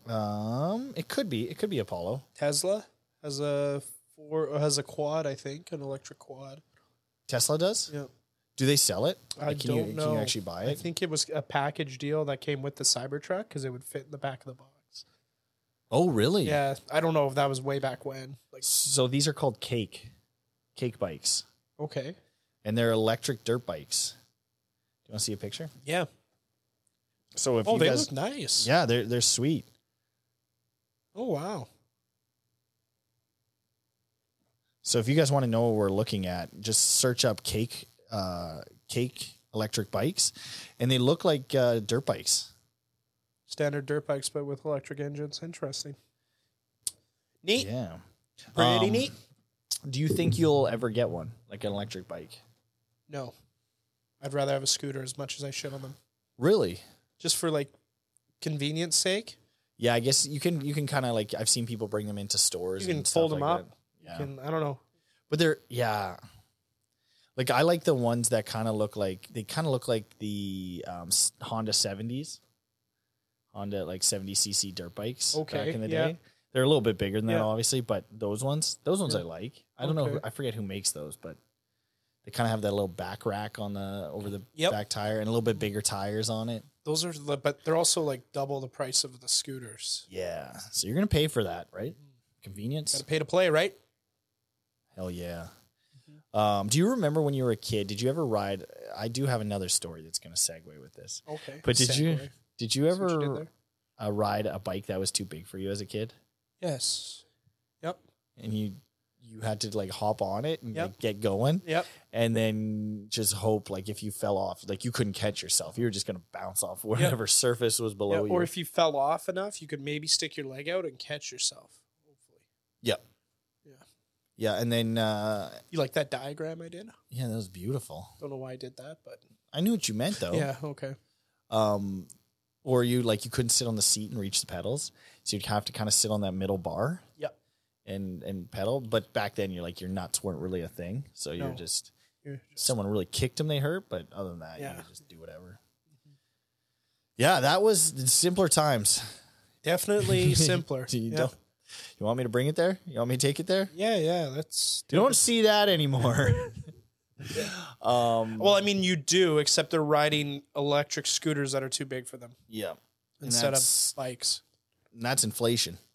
Speaker 1: it. um it could be it could be apollo
Speaker 2: Tesla has a four or has a quad, I think, an electric quad.
Speaker 1: tesla does
Speaker 2: Yeah,
Speaker 1: Do they sell it?
Speaker 2: I
Speaker 1: Like, can
Speaker 2: don't
Speaker 1: you, Can
Speaker 2: know.
Speaker 1: you actually buy
Speaker 2: I
Speaker 1: it?
Speaker 2: think it was a package deal that came with the Cybertruck because it would fit in the back of the box.
Speaker 1: oh, really?
Speaker 2: Yeah, I don't know if that was way back when. Like,
Speaker 1: So these are called cake, cake bikes,
Speaker 2: okay,
Speaker 1: and they're electric dirt bikes. Do you want to see a picture?
Speaker 2: yeah.
Speaker 1: So if
Speaker 2: Oh,
Speaker 1: you
Speaker 2: they
Speaker 1: guys,
Speaker 2: look nice.
Speaker 1: yeah, they're they're sweet.
Speaker 2: Oh wow.
Speaker 1: So if you guys want to know what we're looking at, just search up cake, uh, cake electric bikes, and they look like uh, dirt bikes.
Speaker 2: Standard dirt bikes, but with electric engines. Interesting. Neat.
Speaker 1: Yeah.
Speaker 2: Pretty
Speaker 1: Um,
Speaker 2: neat.
Speaker 1: Do you think you'll ever get one, like an electric bike?
Speaker 2: No. I'd rather have a scooter as much as I should on them.
Speaker 1: Really?
Speaker 2: Just for like convenience sake.
Speaker 1: Yeah, I guess you can. You can kind of like I've seen people bring them into stores.
Speaker 2: You can
Speaker 1: and stuff
Speaker 2: fold 'em
Speaker 1: like
Speaker 2: up.
Speaker 1: that. Yeah,
Speaker 2: Can- I don't know.
Speaker 1: but they're yeah. Like I like the ones that kind of look like they kind of look like the um, s- Honda seventies, Honda like seventy cc dirt bikes.
Speaker 2: Okay,
Speaker 1: back in the
Speaker 2: yeah.
Speaker 1: day, they're a little bit bigger than that,
Speaker 2: Yeah.
Speaker 1: obviously. But those ones, those ones
Speaker 2: Yeah.
Speaker 1: I like. I don't know. Who,
Speaker 2: Okay.
Speaker 1: I forget who makes those, but they kind of have that little back rack on the over the
Speaker 2: Yep.
Speaker 1: back tire and a little bit bigger tires on it.
Speaker 2: Those are, the, but they're also like double the price of the scooters.
Speaker 1: Yeah. So you're gonna pay for that, right? Convenience.
Speaker 2: Gotta pay to play, right?
Speaker 1: Hell yeah.
Speaker 2: Mm-hmm.
Speaker 1: Um, do you remember when you were a kid? Did you ever ride? I do have another story that's going to segue with this.
Speaker 2: Okay.
Speaker 1: But did you
Speaker 2: Segway.
Speaker 1: did you
Speaker 2: See
Speaker 1: ever
Speaker 2: what you did there?
Speaker 1: uh, ride a bike that was too big for you as a kid,
Speaker 2: Yes. Yep.
Speaker 1: and you you had to like hop on it and
Speaker 2: Yep.
Speaker 1: like, get going,
Speaker 2: Yep.
Speaker 1: and then just hope like if you fell off, like you couldn't catch yourself, you were just going to bounce off whatever surface was
Speaker 2: Yeah,
Speaker 1: below you.
Speaker 2: or if you fell off enough, you could maybe stick your leg out and catch yourself. Hopefully,
Speaker 1: yeah, and then uh,
Speaker 2: you like that diagram I did.
Speaker 1: yeah, that was beautiful.
Speaker 2: Don't know why I did that, but
Speaker 1: I knew what you meant though.
Speaker 2: yeah, okay.
Speaker 1: um, or you like you couldn't sit on the seat and reach the pedals, so you'd have to kind of sit on that middle bar.
Speaker 2: Yep.
Speaker 1: And and pedal, but back then you're like your nuts weren't really a thing, so you're
Speaker 2: No.
Speaker 1: just
Speaker 2: You're just-
Speaker 1: someone really kicked them, they hurt, but other than that,
Speaker 2: Yeah.
Speaker 1: you could just do whatever. Yeah, that was simpler times. *laughs*
Speaker 2: Definitely simpler.
Speaker 1: Do you
Speaker 2: yeah.
Speaker 1: don't- you want me to bring it there? You want me to take it there?
Speaker 2: yeah, yeah. That's
Speaker 1: You don't see that anymore.
Speaker 2: *laughs*
Speaker 1: *laughs* um,
Speaker 2: well. I mean, you do, except they're riding electric scooters that are too big for them
Speaker 1: yeah, And
Speaker 2: instead of
Speaker 1: that's-
Speaker 2: bikes.
Speaker 1: and that's inflation.
Speaker 2: *laughs*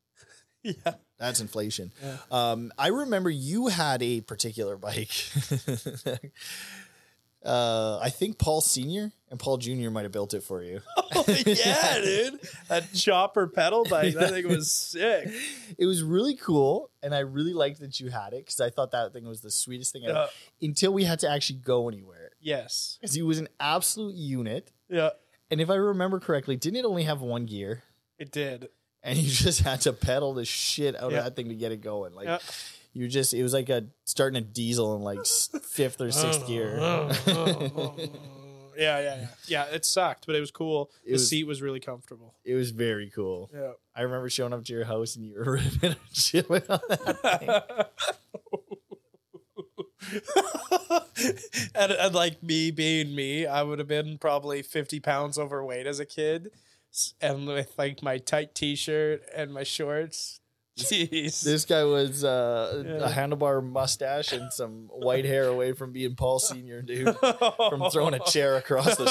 Speaker 2: Yeah.
Speaker 1: That's inflation.
Speaker 2: Yeah.
Speaker 1: Um, I remember you had a particular bike. *laughs* uh, I think Paul Senior and Paul Junior might have built it for you.
Speaker 2: Oh, *laughs* yeah, dude. A chopper pedal bike. That
Speaker 1: *laughs*
Speaker 2: thing was sick.
Speaker 1: It was really cool, and I really liked that you had it because I thought that thing was the sweetest thing ever.
Speaker 2: Yeah.
Speaker 1: Until we had to actually go anywhere,
Speaker 2: Yes.
Speaker 1: because he was an absolute unit.
Speaker 2: Yeah.
Speaker 1: And if I remember correctly, didn't it only have one gear?
Speaker 2: It did.
Speaker 1: And you *laughs* just had to pedal the shit out
Speaker 2: Yeah.
Speaker 1: of that thing to get it going. Like
Speaker 2: Yeah.
Speaker 1: you just, it was like a starting a diesel in like s- fifth
Speaker 2: *laughs*
Speaker 1: or sixth gear. oh,
Speaker 2: yeah, yeah, yeah. Yeah, it sucked, but it was cool.
Speaker 1: It
Speaker 2: the
Speaker 1: was-
Speaker 2: seat was really comfortable.
Speaker 1: *laughs* It was very cool.
Speaker 2: Yeah. *laughs*
Speaker 1: I remember showing up to your house and you were *laughs* ripping and chilling on that.
Speaker 2: and, and like me being me, I would have been probably 50 pounds overweight as a kid. S- And with like my tight t shirt and my shorts. Jeez.
Speaker 1: This guy was uh,
Speaker 2: Yeah.
Speaker 1: a handlebar mustache and some white hair away from being Paul Senior, dude, from throwing a chair across the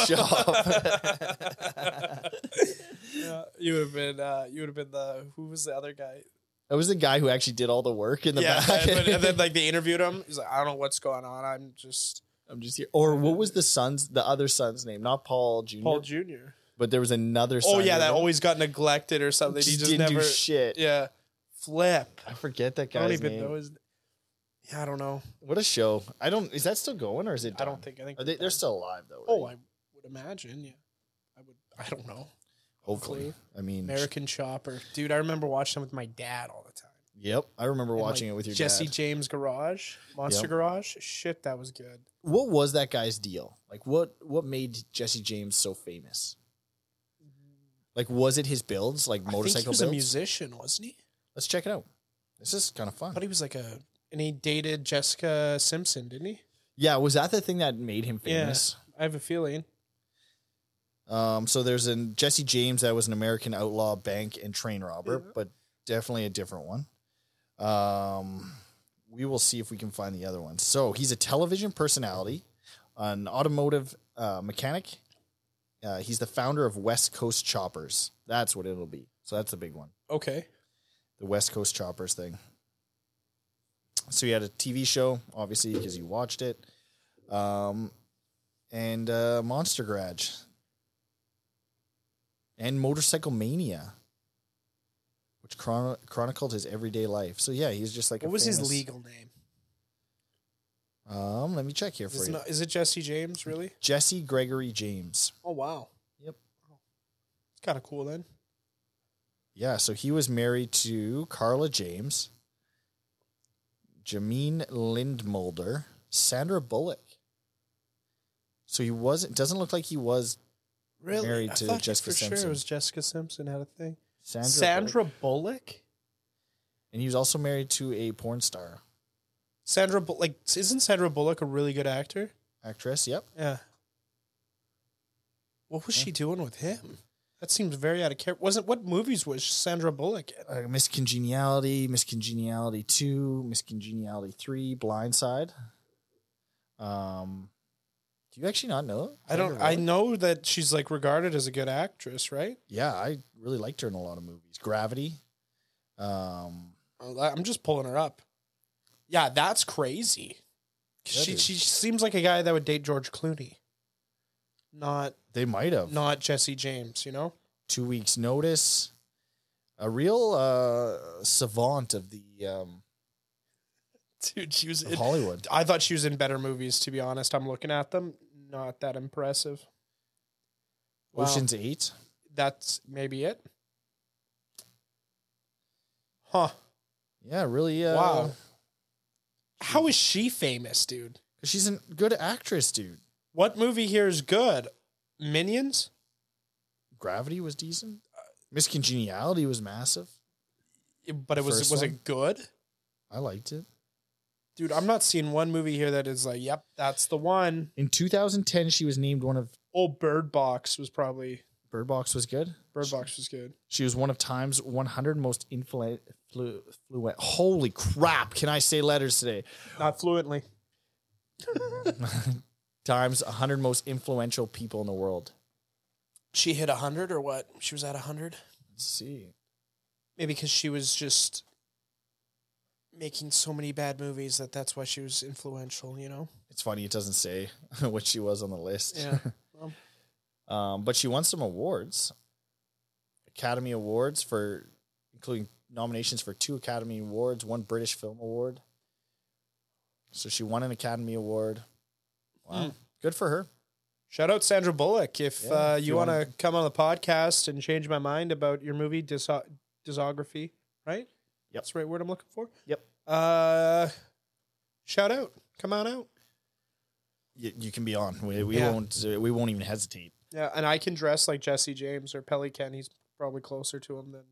Speaker 1: shop.
Speaker 2: *laughs* Yeah, you would have been uh, you would have been the who was the other guy?
Speaker 1: *laughs* that was the guy who actually did all the work in the
Speaker 2: yeah,
Speaker 1: back.
Speaker 2: and, but- and then like *laughs* they interviewed him. He's like, I don't know what's going on. I'm just
Speaker 1: I'm just here. Or what was the son's, the other son's name? Not Paul Junior,
Speaker 2: Paul Junior.
Speaker 1: but there was another. Son
Speaker 2: Oh yeah, that
Speaker 1: who
Speaker 2: always got neglected or something.
Speaker 1: just
Speaker 2: he just
Speaker 1: didn't
Speaker 2: never.
Speaker 1: do shit.
Speaker 2: Yeah, flip.
Speaker 1: I forget that
Speaker 2: I don't
Speaker 1: guy's
Speaker 2: even
Speaker 1: name.
Speaker 2: know his. Yeah, I don't know.
Speaker 1: What a show! I don't. Is that still going or is it?
Speaker 2: I
Speaker 1: done?
Speaker 2: don't think. I think
Speaker 1: Are they, they're still alive though.
Speaker 2: Oh,
Speaker 1: right?
Speaker 2: I would imagine. Yeah, I would. I don't know.
Speaker 1: hopefully. I mean,
Speaker 2: American Chopper, dude. I remember watching them with my dad all the time.
Speaker 1: yep. I remember
Speaker 2: And,
Speaker 1: watching
Speaker 2: like,
Speaker 1: it with your
Speaker 2: Jesse
Speaker 1: dad.
Speaker 2: James Garage, Monster
Speaker 1: Yep.
Speaker 2: Garage. Shit, that was good.
Speaker 1: What was that guy's deal? Like, what what made Jesse James so famous? Like, was it his builds, like
Speaker 2: I think he
Speaker 1: motorcycle
Speaker 2: was a
Speaker 1: builds?
Speaker 2: musician, wasn't he?
Speaker 1: Let's check it out. This is kind of
Speaker 2: I
Speaker 1: fun.
Speaker 2: thought he was like a. And he dated Jessica Simpson, didn't he?
Speaker 1: Yeah, was that the thing that made him
Speaker 2: Yeah.
Speaker 1: famous?
Speaker 2: I have a feeling.
Speaker 1: Um, so there's an Jesse James that was an American outlaw bank and train robber,
Speaker 2: Yeah.
Speaker 1: but definitely a different one. Um, we will see if we can find the other one. So he's a television personality, an automotive uh, mechanic. Uh, he's the founder of West Coast Choppers. That's what it'll be. So that's the big one,
Speaker 2: Okay.
Speaker 1: the West Coast Choppers thing. So he had a TV show, obviously, because you watched it, um, and uh, Monster Garage, and Motorcycle Mania, which chron- chronicled his everyday life. So yeah, he's just like
Speaker 2: What
Speaker 1: a
Speaker 2: was his
Speaker 1: famous-
Speaker 2: legal name?
Speaker 1: Um, let me check here for
Speaker 2: Is,
Speaker 1: you.
Speaker 2: not, is it Jesse James, really?
Speaker 1: Jesse Gregory James.
Speaker 2: Oh, wow.
Speaker 1: Yep.
Speaker 2: It's kind of cool then.
Speaker 1: Yeah, so he was married to Carla James, Jameen Lindmulder, Sandra Bullock. So he wasn't. Doesn't look like he was
Speaker 2: Really?
Speaker 1: Married
Speaker 2: I
Speaker 1: to
Speaker 2: thought
Speaker 1: Jessica
Speaker 2: for sure
Speaker 1: Simpson.
Speaker 2: it was Jessica Simpson had a thing.
Speaker 1: Sandra.
Speaker 2: Sandra,
Speaker 1: Bullock.
Speaker 2: Bullock?
Speaker 1: and he was also married to a porn star
Speaker 2: Sandra Bullock. Like, isn't Sandra Bullock a really good actor?
Speaker 1: actress. Yep.
Speaker 2: Yeah. What was she doing with him? That seems very out of character. Wasn't what movies was Sandra Bullock in?
Speaker 1: Uh, Miss Congeniality, Miss Congeniality Two, Miss Congeniality Three, Blindside. Um, do you actually not know?
Speaker 2: I don't.
Speaker 1: Sandra
Speaker 2: I
Speaker 1: Bullock?
Speaker 2: know that she's like regarded as a good actress, right?
Speaker 1: yeah, I really liked her in a lot of movies. Gravity. Um,
Speaker 2: I'll- I'm just pulling her up. Yeah, that's crazy.
Speaker 1: That
Speaker 2: She
Speaker 1: is-
Speaker 2: she seems like a guy that would date George Clooney, not
Speaker 1: they might have.
Speaker 2: not Jesse James. You know,
Speaker 1: two weeks notice a real uh savant of the um
Speaker 2: dude, she was.
Speaker 1: of
Speaker 2: in-
Speaker 1: hollywood
Speaker 2: I thought she was in better movies. To be honest, I'm looking at them. Not that impressive. Wow.
Speaker 1: oceans 8
Speaker 2: that's maybe it. Huh.
Speaker 1: yeah really uh
Speaker 2: Wow. How is she famous, dude?
Speaker 1: she's a good actress dude
Speaker 2: What movie here is good? Minions?
Speaker 1: gravity was decent miss congeniality was massive
Speaker 2: But it was
Speaker 1: First
Speaker 2: was
Speaker 1: one?
Speaker 2: it good?
Speaker 1: i liked it
Speaker 2: Dude, I'm not seeing one movie here that is like, yep, that's the one.
Speaker 1: in 2010 she was named one of
Speaker 2: Old Bird Box was probably
Speaker 1: bird box was good
Speaker 2: Bird Box was good.
Speaker 1: she was one of time's 100 most influential flu- fluent holy crap can i say letters today
Speaker 2: Not fluently.
Speaker 1: times 100 most influential people in the world
Speaker 2: She hit 100 or what? She was at 100?
Speaker 1: let's see
Speaker 2: Maybe because she was just making so many bad movies that that's why she was influential, you know?
Speaker 1: It's funny it doesn't say *laughs* what she was on the list.
Speaker 2: Yeah.
Speaker 1: *laughs* um, but she won some awards, Academy Awards for including nominations for two Academy Awards, one British Film Award. So she won an Academy Award.
Speaker 2: Hmm.
Speaker 1: Wow, good for her.
Speaker 2: Shout out Sandra Bullock. If
Speaker 1: Yeah,
Speaker 2: uh,
Speaker 1: if
Speaker 2: you,
Speaker 1: you
Speaker 2: want to
Speaker 1: wanna-
Speaker 2: come on the podcast and change my mind about your movie diso- discography, right?
Speaker 1: Yep.
Speaker 2: That's the right word I'm looking for.
Speaker 1: Yep.
Speaker 2: Uh, shout out. Come on out.
Speaker 1: You, you can be on. We, we
Speaker 2: Yeah.
Speaker 1: won't. uh, We won't even hesitate. *laughs*
Speaker 2: Yeah, and I can dress like Jesse James or Pelly Ken. He's probably closer to him than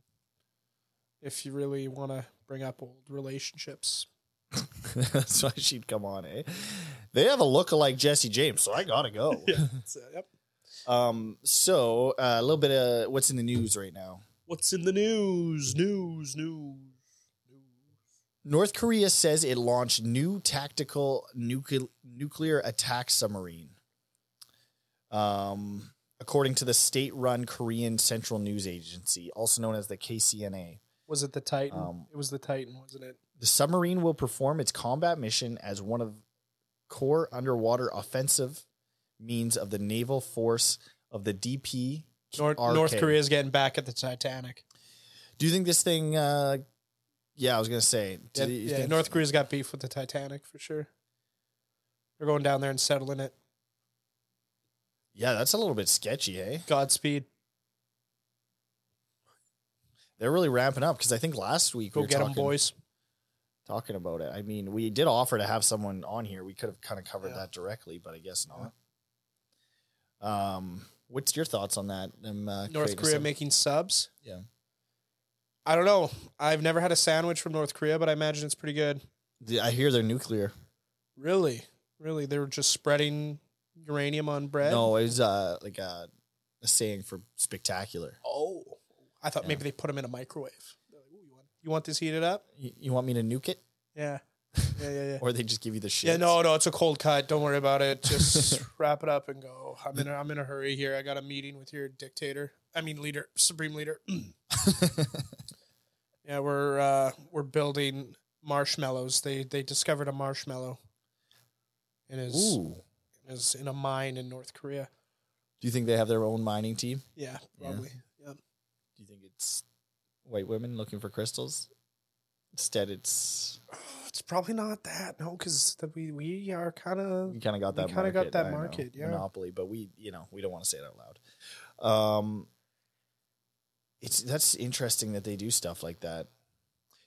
Speaker 2: if you really want to bring up old relationships.
Speaker 1: That's why she'd come on. Eh? They have a look-alike Jesse James, so I gotta
Speaker 2: *laughs*
Speaker 1: go.
Speaker 2: So, yep.
Speaker 1: Um. So uh, a little bit of what's in the news right now.
Speaker 2: What's in the news? News, news.
Speaker 1: North Korea says it launched new tactical nucle- nuclear attack submarine. Um, according to the state-run Korean Central News Agency, also known as the KCNA,
Speaker 2: Was it the Titan?
Speaker 1: Um,
Speaker 2: it was the Titan, wasn't it?
Speaker 1: the submarine will perform its combat mission as one of core underwater offensive means of the naval force of the DP.
Speaker 2: North, North Korea's getting back at the Titanic.
Speaker 1: Do you think this thing? Uh, yeah, I was gonna say. Do
Speaker 2: Yeah,
Speaker 1: you
Speaker 2: yeah,
Speaker 1: think-
Speaker 2: North Korea's got beef with the Titanic for sure. They're going down there and settling it.
Speaker 1: Yeah, that's a little bit sketchy, hey.
Speaker 2: Godspeed.
Speaker 1: they're really ramping up because I think last week
Speaker 2: Go
Speaker 1: we were
Speaker 2: get
Speaker 1: talking,
Speaker 2: them, boys.
Speaker 1: talking about it. I mean, we did offer to have someone on here. We could have kind of covered
Speaker 2: Yeah.
Speaker 1: that directly, but I guess not. Um, what's your thoughts on that? Um, uh,
Speaker 2: North
Speaker 1: creating
Speaker 2: Korea
Speaker 1: some-
Speaker 2: making subs.
Speaker 1: Yeah.
Speaker 2: I don't know. I've never had a sandwich from North Korea, but I imagine it's pretty good.
Speaker 1: The- I hear they're nuclear.
Speaker 2: Really, really, they were just spreading uranium on bread.
Speaker 1: No, it's uh like a, a saying for spectacular.
Speaker 2: Oh, I thought maybe they put them in a microwave. They're like, "Ooh, you, want, you want this heated up?
Speaker 1: You, you want me to nuke it,
Speaker 2: *laughs* Yeah. Yeah, yeah, yeah.
Speaker 1: or they just give you the shit?
Speaker 2: Yeah, no, no, it's a cold cut. Don't worry about it. Just *laughs* wrap it up and go. I'm in. A, I'm in a hurry here. I got a meeting with your dictator. I mean, leader, supreme leader. *clears throat* yeah, we're uh, we're building marshmallows. They they discovered a marshmallow. It is
Speaker 1: Ooh,
Speaker 2: it is in a mine in North Korea.
Speaker 1: do you think they have their own mining team?
Speaker 2: Yeah, probably. Yeah.
Speaker 1: Do you think it's white women looking for crystals? Instead, it's
Speaker 2: *sighs* It's probably not that. No, because we we are kind of
Speaker 1: We kind of got that.
Speaker 2: kinda got
Speaker 1: market,
Speaker 2: that
Speaker 1: I know,
Speaker 2: market, yeah.
Speaker 1: monopoly, but we, you know, we don't want to say it out loud. Um, it's that's interesting that they do stuff like that.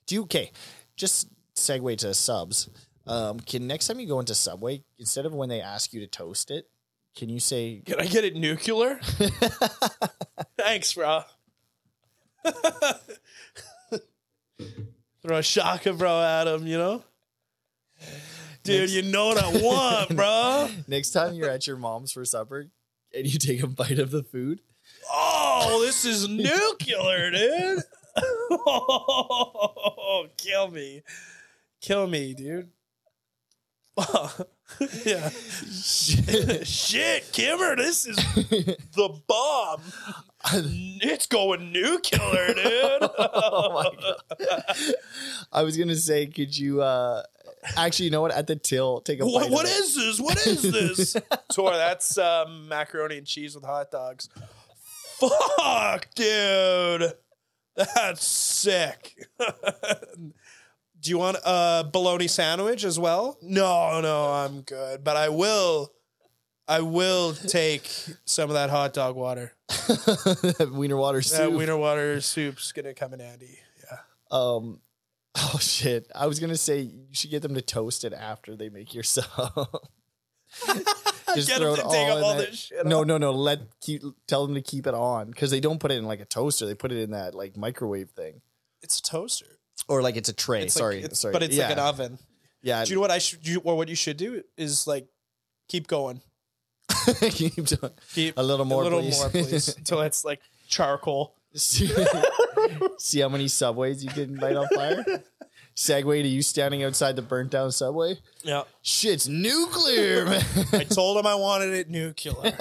Speaker 1: Do you okay? Just segue to subs. Um, can next time you go into Subway, instead of when they ask you to toast it, can you say
Speaker 2: Can I get it nuclear? Thanks, bro. *laughs* Throw a shocker, bro, at him, you know? Dude,
Speaker 1: Next-
Speaker 2: you know what I want, bro.
Speaker 1: next time you're at your mom's for supper and you take a bite of the food?
Speaker 2: Oh, this is nuclear, dude. Oh, kill me. Kill me, dude. *laughs* yeah. Shit, Kimmer, this is the
Speaker 1: *laughs*
Speaker 2: bomb. It's going nuclear, dude.
Speaker 1: *laughs* oh my god! I was gonna say, could you? uh Actually, you know what? At the till, take a
Speaker 2: What,
Speaker 1: bite
Speaker 2: what
Speaker 1: of it.
Speaker 2: is this? What
Speaker 1: *laughs*
Speaker 2: is this? Tor, that's um, macaroni and cheese with hot dogs. Fuck, dude. That's sick. *laughs* Do you want a bologna sandwich as well? No, no, I'm good. But I will, I will take some of that hot dog water.
Speaker 1: that *laughs* wiener water
Speaker 2: That
Speaker 1: soup.
Speaker 2: wiener water soup's gonna come in handy. Yeah.
Speaker 1: um, *laughs* oh shit! I was gonna say you should get them to toast it after they make your sub. Just
Speaker 2: *laughs* Get 'em to dig up
Speaker 1: in
Speaker 2: all
Speaker 1: that-
Speaker 2: this shit
Speaker 1: No, no, no. Let keep tell them to keep it on because they don't put it in like a toaster. They put it in that like microwave thing
Speaker 2: It's a toaster.
Speaker 1: or like it's a tray.
Speaker 2: It's like-
Speaker 1: sorry,
Speaker 2: it's-
Speaker 1: sorry.
Speaker 2: But it's
Speaker 1: yeah,
Speaker 2: like an oven.
Speaker 1: yeah. *laughs*
Speaker 2: Do you know what I should? You, or what you should do is like keep going.
Speaker 1: Keep doing-
Speaker 2: Keep
Speaker 1: a little more,
Speaker 2: a little
Speaker 1: please.
Speaker 2: more, please, until it's like charcoal.
Speaker 1: *laughs* See, see how many subways you can light on fire?
Speaker 2: *laughs*
Speaker 1: Segue to you standing outside the burnt down subway.
Speaker 2: Yeah,
Speaker 1: Shit's nuclear, man.
Speaker 2: I told them I wanted
Speaker 1: *laughs*
Speaker 2: it nuclear.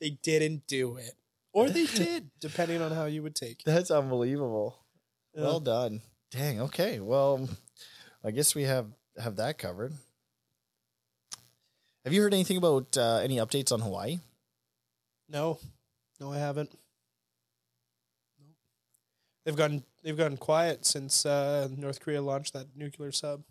Speaker 2: they didn't do it, or they did, depending on how you would take it.
Speaker 1: That's unbelievable.
Speaker 2: Yeah.
Speaker 1: Well done. Dang. Okay. Well, I guess we have have that covered. Have you heard anything about uh, any updates on Hawaii? *laughs*
Speaker 2: No, no, I haven't. No, they've gone they've gone quiet since uh, North Korea launched that nuclear sub.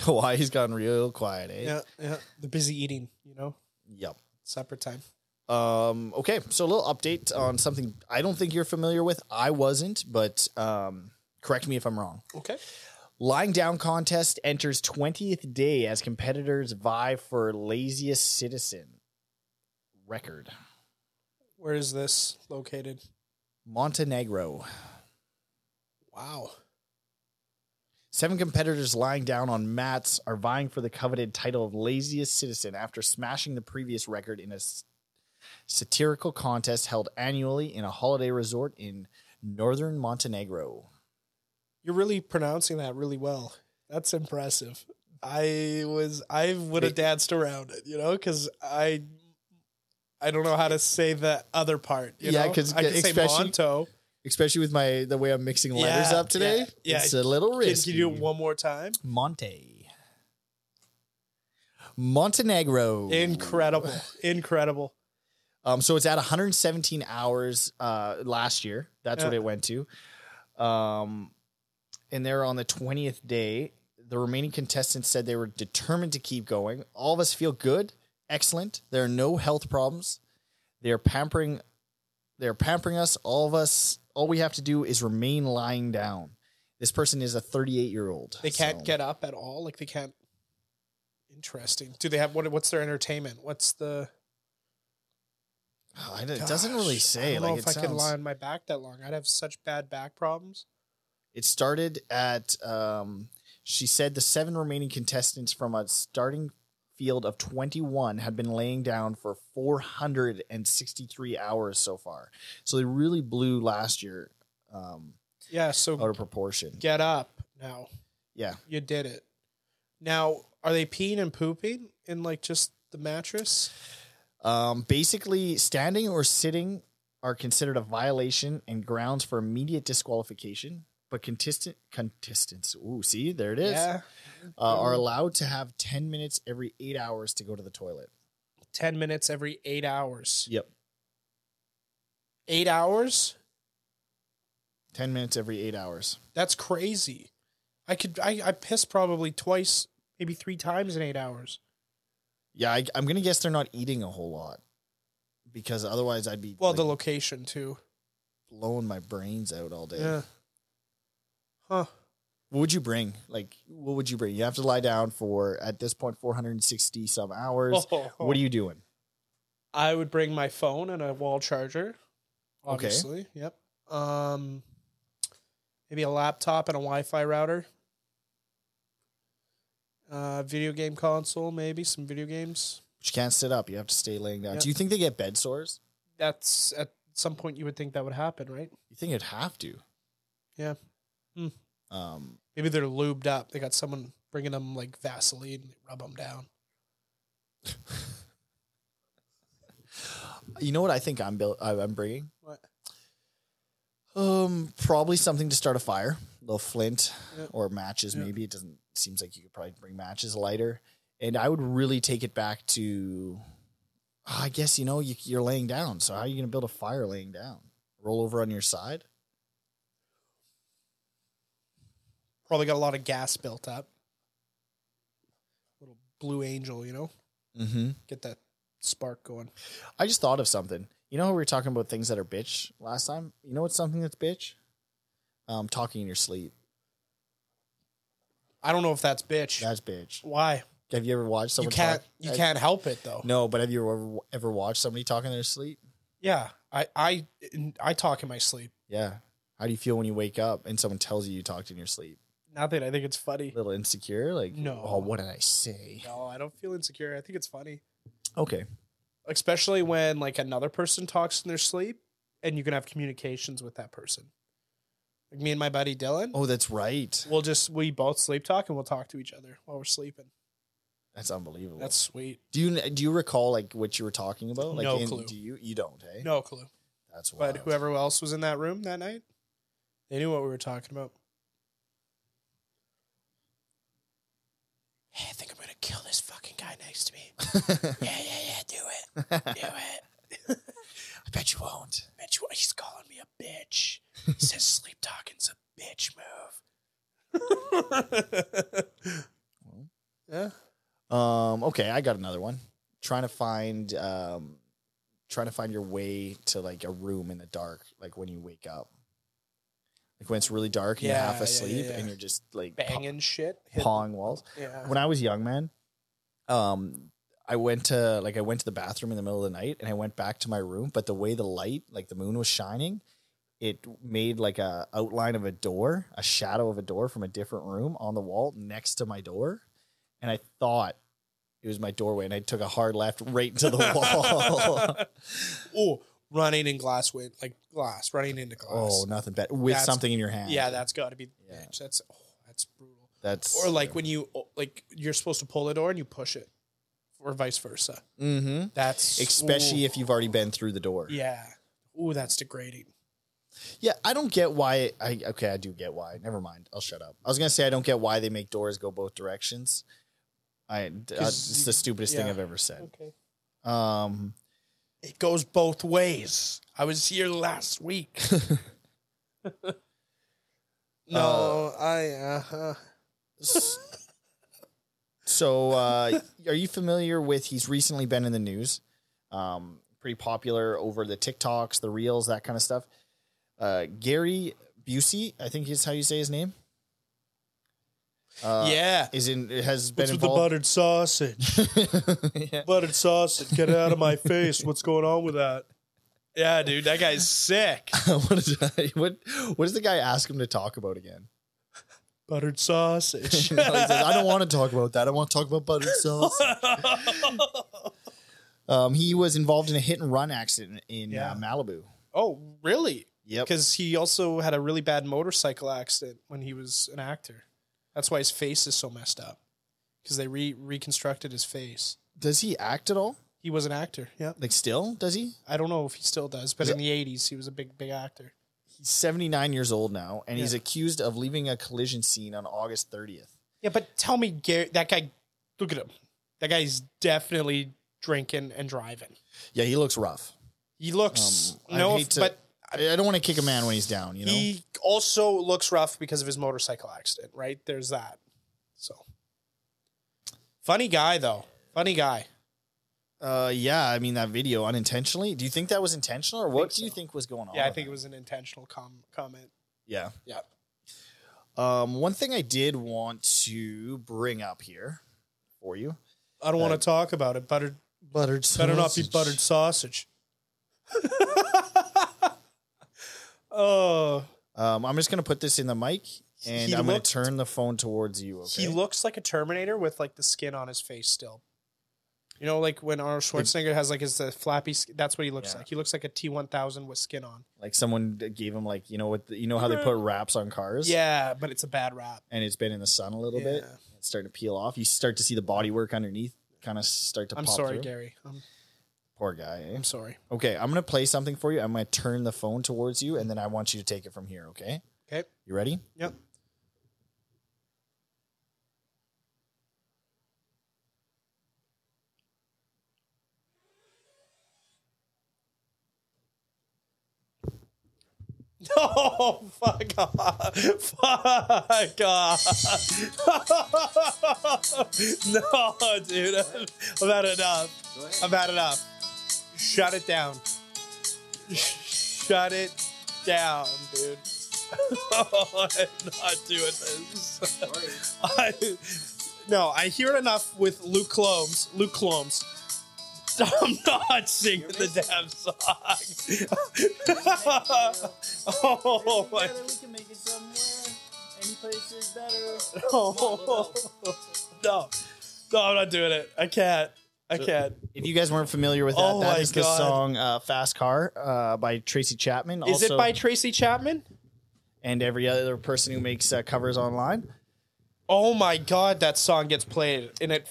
Speaker 1: Hawaii's gone real quiet, eh?
Speaker 2: Yeah, yeah, they're busy eating. You know,
Speaker 1: Yep.
Speaker 2: supper time.
Speaker 1: Um, okay, so a little update on something I don't think you're familiar with. I wasn't, but um, correct me if I'm wrong.
Speaker 2: Okay.
Speaker 1: Lying Down contest enters 20th day as competitors vie for laziest citizen record.
Speaker 2: Where is this located?
Speaker 1: Montenegro.
Speaker 2: Wow.
Speaker 1: Seven competitors lying down on mats are vying for the coveted title of laziest citizen after smashing the previous record in a s- satirical contest held annually in a holiday resort in northern Montenegro.
Speaker 2: You're really pronouncing that really well. That's impressive. I was I would have
Speaker 1: Wait.
Speaker 2: danced around it, you know, because I I don't know how to say the other part. You
Speaker 1: Yeah,
Speaker 2: know?
Speaker 1: 'cause
Speaker 2: I
Speaker 1: g-
Speaker 2: can say
Speaker 1: especially-
Speaker 2: Monto.
Speaker 1: especially with my the way I'm mixing
Speaker 2: Yeah,
Speaker 1: letters up today.
Speaker 2: yeah, yeah.
Speaker 1: it's a little
Speaker 2: Can,
Speaker 1: risky.
Speaker 2: can you do it one more time?
Speaker 1: Monte, Montenegro.
Speaker 2: Incredible, incredible.
Speaker 1: Um, so it's at 117 hours uh, last year. That's what
Speaker 2: Yeah.
Speaker 1: it went to. Um, and they're on the 20th day. The remaining contestants said they were determined to keep going. All of us feel good, excellent. There are no health problems. They are pampering. They are pampering us. All of us. All we have to do is remain lying down. This person is a 38 year old.
Speaker 2: They
Speaker 1: *sighs*
Speaker 2: can't get up at all. Like they can't. Interesting. Do they have what? What's their entertainment? What's the?
Speaker 1: It doesn't really
Speaker 2: Gosh,
Speaker 1: say.
Speaker 2: I don't
Speaker 1: like
Speaker 2: know
Speaker 1: it
Speaker 2: if I could
Speaker 1: sounds-
Speaker 2: lie on my back that long. I'd have such bad back problems.
Speaker 1: It started at, um, she said the seven remaining contestants from a starting field of 21 had been laying down for 463 hours so far. So they really blew last year um,
Speaker 2: Yeah. So
Speaker 1: out of proportion.
Speaker 2: get up now.
Speaker 1: Yeah.
Speaker 2: you did it. Now, are they peeing and pooping in like just the mattress?
Speaker 1: Um, basically, standing or sitting are considered a violation and grounds for immediate disqualification. But contestant contestants, ooh, see, there it is,
Speaker 2: Yeah.
Speaker 1: uh, are allowed to have 10 minutes every eight hours to go to the toilet.
Speaker 2: 10 minutes every eight hours.
Speaker 1: Yep.
Speaker 2: Eight hours?
Speaker 1: Ten minutes every eight hours.
Speaker 2: That's crazy. I could I, I piss probably twice, maybe three times in eight hours.
Speaker 1: Yeah, I, I'm gonna guess they're not eating a whole lot because otherwise I'd be
Speaker 2: Well,
Speaker 1: like,
Speaker 2: the location too.
Speaker 1: blowing my brains out all day.
Speaker 2: Yeah. Huh.
Speaker 1: What would you bring? Like, what would you bring? You have to lie down for at this point 460 some hours. What are you doing?
Speaker 2: I would bring my phone and a wall charger. Obviously. Yep. Um maybe a laptop and a Wi-Fi router. Uh video game console, maybe some video games.
Speaker 1: You can't sit up. You have to stay laying down.
Speaker 2: Yeah.
Speaker 1: Do you think they get bed sores?
Speaker 2: That's at some point you would think that would happen, right?
Speaker 1: You think it'd have to?
Speaker 2: Yeah. Hmm.
Speaker 1: Um,
Speaker 2: Maybe they're lubed up. They got someone bringing them like Vaseline, they rub them down.
Speaker 1: you know what I think I'm built. I'm bringing.
Speaker 2: What?
Speaker 1: Um, probably something to start a fire, a little flint
Speaker 2: Yeah.
Speaker 1: or matches.
Speaker 2: Yeah.
Speaker 1: Maybe it doesn't. Seems like you could probably bring matches, a lighter, and I would really take it back to. ah, I guess you know you, you're laying down. So how are you going to build a fire laying down? Roll over on your side.
Speaker 2: Probably got a lot of gas built up. Little blue angel, you know?
Speaker 1: Mm-hmm.
Speaker 2: Get that spark going.
Speaker 1: I just thought of something. You know how we were talking about things that are bitch last time? You know what's something that's bitch? Um, talking in your sleep.
Speaker 2: I don't know if that's bitch.
Speaker 1: That's bitch.
Speaker 2: Why?
Speaker 1: Have you ever watched
Speaker 2: You
Speaker 1: someone?
Speaker 2: can't
Speaker 1: talk-
Speaker 2: you
Speaker 1: I-
Speaker 2: can't help it though.
Speaker 1: No, but have you ever ever watched somebody talking in their sleep?
Speaker 2: Yeah. I I I talk in my sleep.
Speaker 1: Yeah. How do you feel when you wake up and someone tells you you talked in your sleep?
Speaker 2: Nothing. I think it's funny.
Speaker 1: A little insecure, like
Speaker 2: No.
Speaker 1: Oh, what did I say?
Speaker 2: No, I don't feel insecure. I think it's funny.
Speaker 1: Okay.
Speaker 2: Especially when like another person talks in their sleep and you can have communications with that person. Like me and my buddy Dylan.
Speaker 1: Oh, that's right.
Speaker 2: We'll just we both sleep talk and we'll talk to each other while we're sleeping.
Speaker 1: That's unbelievable.
Speaker 2: That's sweet.
Speaker 1: do you do you recall like what you were talking about? Like
Speaker 2: No
Speaker 1: in,
Speaker 2: clue.
Speaker 1: Do you you don't? Hey,
Speaker 2: No clue.
Speaker 1: That's wild.
Speaker 2: But whoever else was in that room that night, they knew what we were talking about. Hey, I think I'm gonna kill this fucking guy next to
Speaker 1: *laughs*
Speaker 2: me. yeah, yeah, yeah. Do it. Do it.
Speaker 1: *laughs* I bet you won't.
Speaker 2: Bitch, what- he's calling me a bitch. He says sleep talking's a bitch *laughs* move.
Speaker 1: Well.
Speaker 2: yeah.
Speaker 1: Um, okay, I got another one. Trying to find um trying to find your way to like a room in the dark, like when you wake up. Like when it's really dark and
Speaker 2: Yeah,
Speaker 1: you're
Speaker 2: yeah,
Speaker 1: half
Speaker 2: yeah,
Speaker 1: asleep
Speaker 2: yeah.
Speaker 1: and you're just like pa-
Speaker 2: Banging shit. hitting-
Speaker 1: pawing walls.
Speaker 2: Yeah.
Speaker 1: When I was young, man, um I went to like I went to the bathroom in the middle of the night and I went back to my room, but the way the light, like the moon was shining, it made like a outline of a door, a shadow of a door from a different room on the wall next to my door, and I thought it was my doorway, and I took a hard left right into
Speaker 2: *laughs*
Speaker 1: the wall. *laughs*
Speaker 2: oh, running in glass wind, like glass, running into glass.
Speaker 1: oh, nothing bad with
Speaker 2: That's-
Speaker 1: something in your hand.
Speaker 2: Yeah, that's got to be the
Speaker 1: Yeah.
Speaker 2: bitch. That's oh, that's brutal.
Speaker 1: that's
Speaker 2: Or like when you oh, like you're supposed to pull a door and you push it, or vice versa.
Speaker 1: mm-hmm.
Speaker 2: That's
Speaker 1: especially
Speaker 2: ooh.
Speaker 1: if you've already been through the door.
Speaker 2: yeah. Ooh, that's degrading.
Speaker 1: Yeah, I don't get why. I okay, I do get why. Never mind. I'll shut up. I was gonna say I don't get why they make doors go both directions. I uh, it's the stupidest thing
Speaker 2: yeah.
Speaker 1: I've ever said.
Speaker 2: Okay.
Speaker 1: Um,
Speaker 2: It goes both ways. I was here
Speaker 1: *laughs*
Speaker 2: last week. no, I. Uh,
Speaker 1: s- so uh, are you familiar with? He's recently been in the news. Um, pretty popular over the TikToks, the reels, that kind of stuff. Uh, Gary Busey, I think is how you say his name. Uh,
Speaker 2: yeah.
Speaker 1: is in has been
Speaker 2: What's with the
Speaker 1: involved.
Speaker 2: buttered sausage?
Speaker 1: *laughs*
Speaker 2: *laughs*
Speaker 1: Yeah.
Speaker 2: buttered sausage. Get it out of my face. What's going on with that? Yeah, dude, that guy's sick.
Speaker 1: *laughs* what, is, what what does the guy ask him to talk about again? *laughs*
Speaker 2: Buttered sausage.
Speaker 1: You know, he says, I don't want to talk about that. I want to talk about butter
Speaker 2: *laughs*
Speaker 1: sauce. um, he was involved in a hit and run accident in
Speaker 2: Yeah.
Speaker 1: uh, Malibu.
Speaker 2: *laughs* oh, really?
Speaker 1: Yep.
Speaker 2: Because he also had a really bad motorcycle accident when he was an actor. That's why his face is so messed up. Because they re- reconstructed his face.
Speaker 1: Does he act at all?
Speaker 2: He was an actor. Yeah.
Speaker 1: Like still? Does he?
Speaker 2: I don't know if he still does, but
Speaker 1: Is
Speaker 2: in the '80s, he was a big, big actor.
Speaker 1: He's 79 years old now, and he's accused of leaving a collision scene on August 30th.
Speaker 2: Yeah, but tell me, Gary, that guy. Look at him. That guy's definitely drinking and driving.
Speaker 1: Yeah, he looks rough.
Speaker 2: He looks
Speaker 1: Um, I'd
Speaker 2: no,
Speaker 1: hate to-
Speaker 2: but
Speaker 1: I, I don't want to kick a man when he's down. You know,
Speaker 2: He also looks rough because of his motorcycle accident, right? There's that. So funny guy though. Funny guy.
Speaker 1: uh, yeah. I mean, that video unintentionally. Do you think that was intentional, or what do you
Speaker 2: so.
Speaker 1: think was going on?
Speaker 2: Yeah, I
Speaker 1: with
Speaker 2: think
Speaker 1: that?
Speaker 2: it was an intentional com- comment.
Speaker 1: Yeah.
Speaker 2: Yeah.
Speaker 1: Um, one thing I did want to bring up here for you.
Speaker 2: I don't want to talk about it. Buttered
Speaker 1: Buttered
Speaker 2: better not be buttered sausage. *laughs* oh,
Speaker 1: Um, I'm just gonna put this in the mic, and
Speaker 2: He
Speaker 1: I'm
Speaker 2: looked-
Speaker 1: gonna turn the phone towards you. Okay.
Speaker 2: he looks like a Terminator with like the skin on his face still. You know, like when Arnold Schwarzenegger has like his uh, flappy. sk- That's what he looks
Speaker 1: Yeah.
Speaker 2: like. He looks like a T one thousand with skin on.
Speaker 1: like someone d- gave him like you know what the, you know how they put wraps on cars.
Speaker 2: Yeah, but it's a bad rap.
Speaker 1: And it's been in the sun a little bit.
Speaker 2: Yeah.
Speaker 1: It's starting to peel off. You start to see the body work underneath kind of start to
Speaker 2: I'm
Speaker 1: pop
Speaker 2: sorry,
Speaker 1: through.
Speaker 2: Gary. I'm,
Speaker 1: Poor guy. eh?
Speaker 2: I'm sorry.
Speaker 1: Okay, I'm gonna play something for you. I'm gonna turn the phone towards you, and then I want you to take it from here. Okay.
Speaker 2: Okay.
Speaker 1: You ready?
Speaker 2: Yep. *laughs* No, fuck off. Fuck off. *laughs* no, dude. I've had enough. I've had enough. Shut it down. Shut it down, dude. *laughs* I'm not doing this. I, no, I hear it enough with Luke Combs. Luke Combs. I'm not singing the damn song. *laughs* oh my
Speaker 1: we can make it somewhere. Any place is better.
Speaker 2: no. no, no, I'm not doing it. I can't. I can't.
Speaker 1: If you guys weren't familiar with that,
Speaker 2: Oh
Speaker 1: that
Speaker 2: my
Speaker 1: is the
Speaker 2: God.
Speaker 1: song uh, "Fast Car" uh, by Tracy Chapman.
Speaker 2: Is
Speaker 1: also,
Speaker 2: it by Tracy Chapman?
Speaker 1: and every other person who makes uh, covers online.
Speaker 2: Oh my god, that song gets played and it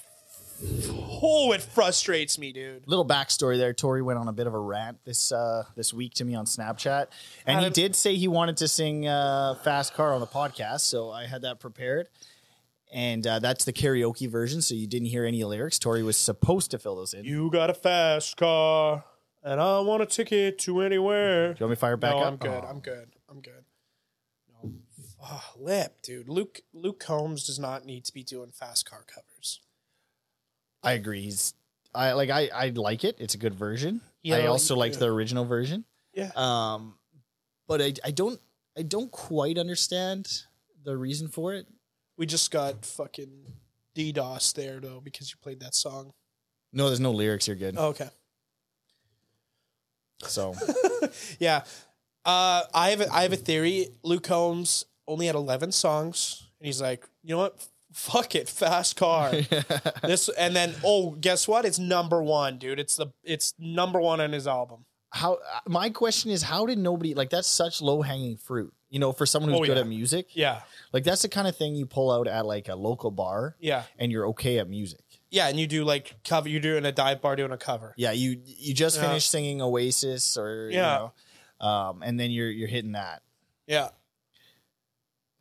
Speaker 2: oh it frustrates me, dude.
Speaker 1: Little backstory there: Tori went on a bit of a rant this uh, this week to me on Snapchat, and he
Speaker 2: Adam-
Speaker 1: did say he wanted to sing uh, "Fast Car" on the podcast, so I had that prepared. And uh, that's the karaoke version, so you didn't hear any lyrics. Tori was supposed to fill those in. Do
Speaker 2: You got a fast car and I want a ticket to anywhere.
Speaker 1: you want me to fire it back
Speaker 2: no,
Speaker 1: up?
Speaker 2: I'm good.
Speaker 1: Oh.
Speaker 2: I'm good. I'm good. No. Oh, lip, dude. Luke Luke Combs does not need to be doing fast car covers.
Speaker 1: I agree. He's, I like. I, I like it. It's a good version.
Speaker 2: Yeah,
Speaker 1: I also
Speaker 2: yeah.
Speaker 1: liked the original version.
Speaker 2: Yeah.
Speaker 1: Um, but I, I don't I don't quite understand the reason for it.
Speaker 2: We just got fucking DDoS there though because you played that song.
Speaker 1: No, there's no lyrics. You're good.
Speaker 2: Oh, okay.
Speaker 1: *laughs* So
Speaker 2: Yeah. Uh, I have a, I have a theory. Luke Combs only had 11 songs, and he's like, you know what? Fuck it,
Speaker 1: *laughs*
Speaker 2: fast car. this and then oh, guess what? It's number one, dude. It's the it's number one on his album.
Speaker 1: how uh, my question is, how did nobody like that's such low hanging fruit? You know, for someone who's
Speaker 2: Oh,
Speaker 1: good
Speaker 2: yeah.
Speaker 1: at music,
Speaker 2: Yeah,
Speaker 1: like that's the kind of thing you pull out at like a local bar,
Speaker 2: yeah,
Speaker 1: and you're okay at music.
Speaker 2: yeah. And you do like cover. You're doing a dive bar doing a cover.
Speaker 1: Yeah, you you just
Speaker 2: Yeah.
Speaker 1: finished singing Oasis or
Speaker 2: Yeah.
Speaker 1: you know, um, and then you're you're hitting that,
Speaker 2: Yeah.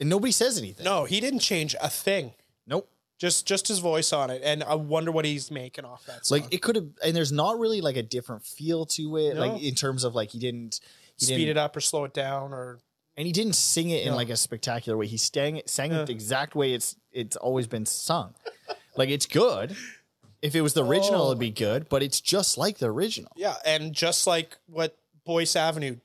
Speaker 1: and nobody says anything.
Speaker 2: No, he didn't change a thing.
Speaker 1: Nope.
Speaker 2: Just just his voice on it, and I wonder what he's making off that song.
Speaker 1: like it could have, and there's not really like a different feel to it,
Speaker 2: No.
Speaker 1: like in terms of like he didn't he
Speaker 2: speed
Speaker 1: didn't
Speaker 2: it up or slow it down or
Speaker 1: and he didn't sing it in
Speaker 2: No.
Speaker 1: like a spectacular way. He sang it, sang
Speaker 2: Yeah.
Speaker 1: it the exact way it's it's always been sung. like it's good. If it was the original,
Speaker 2: Oh.
Speaker 1: it'd be good, but it's just like the original.
Speaker 2: yeah. And just like what Boyce Avenue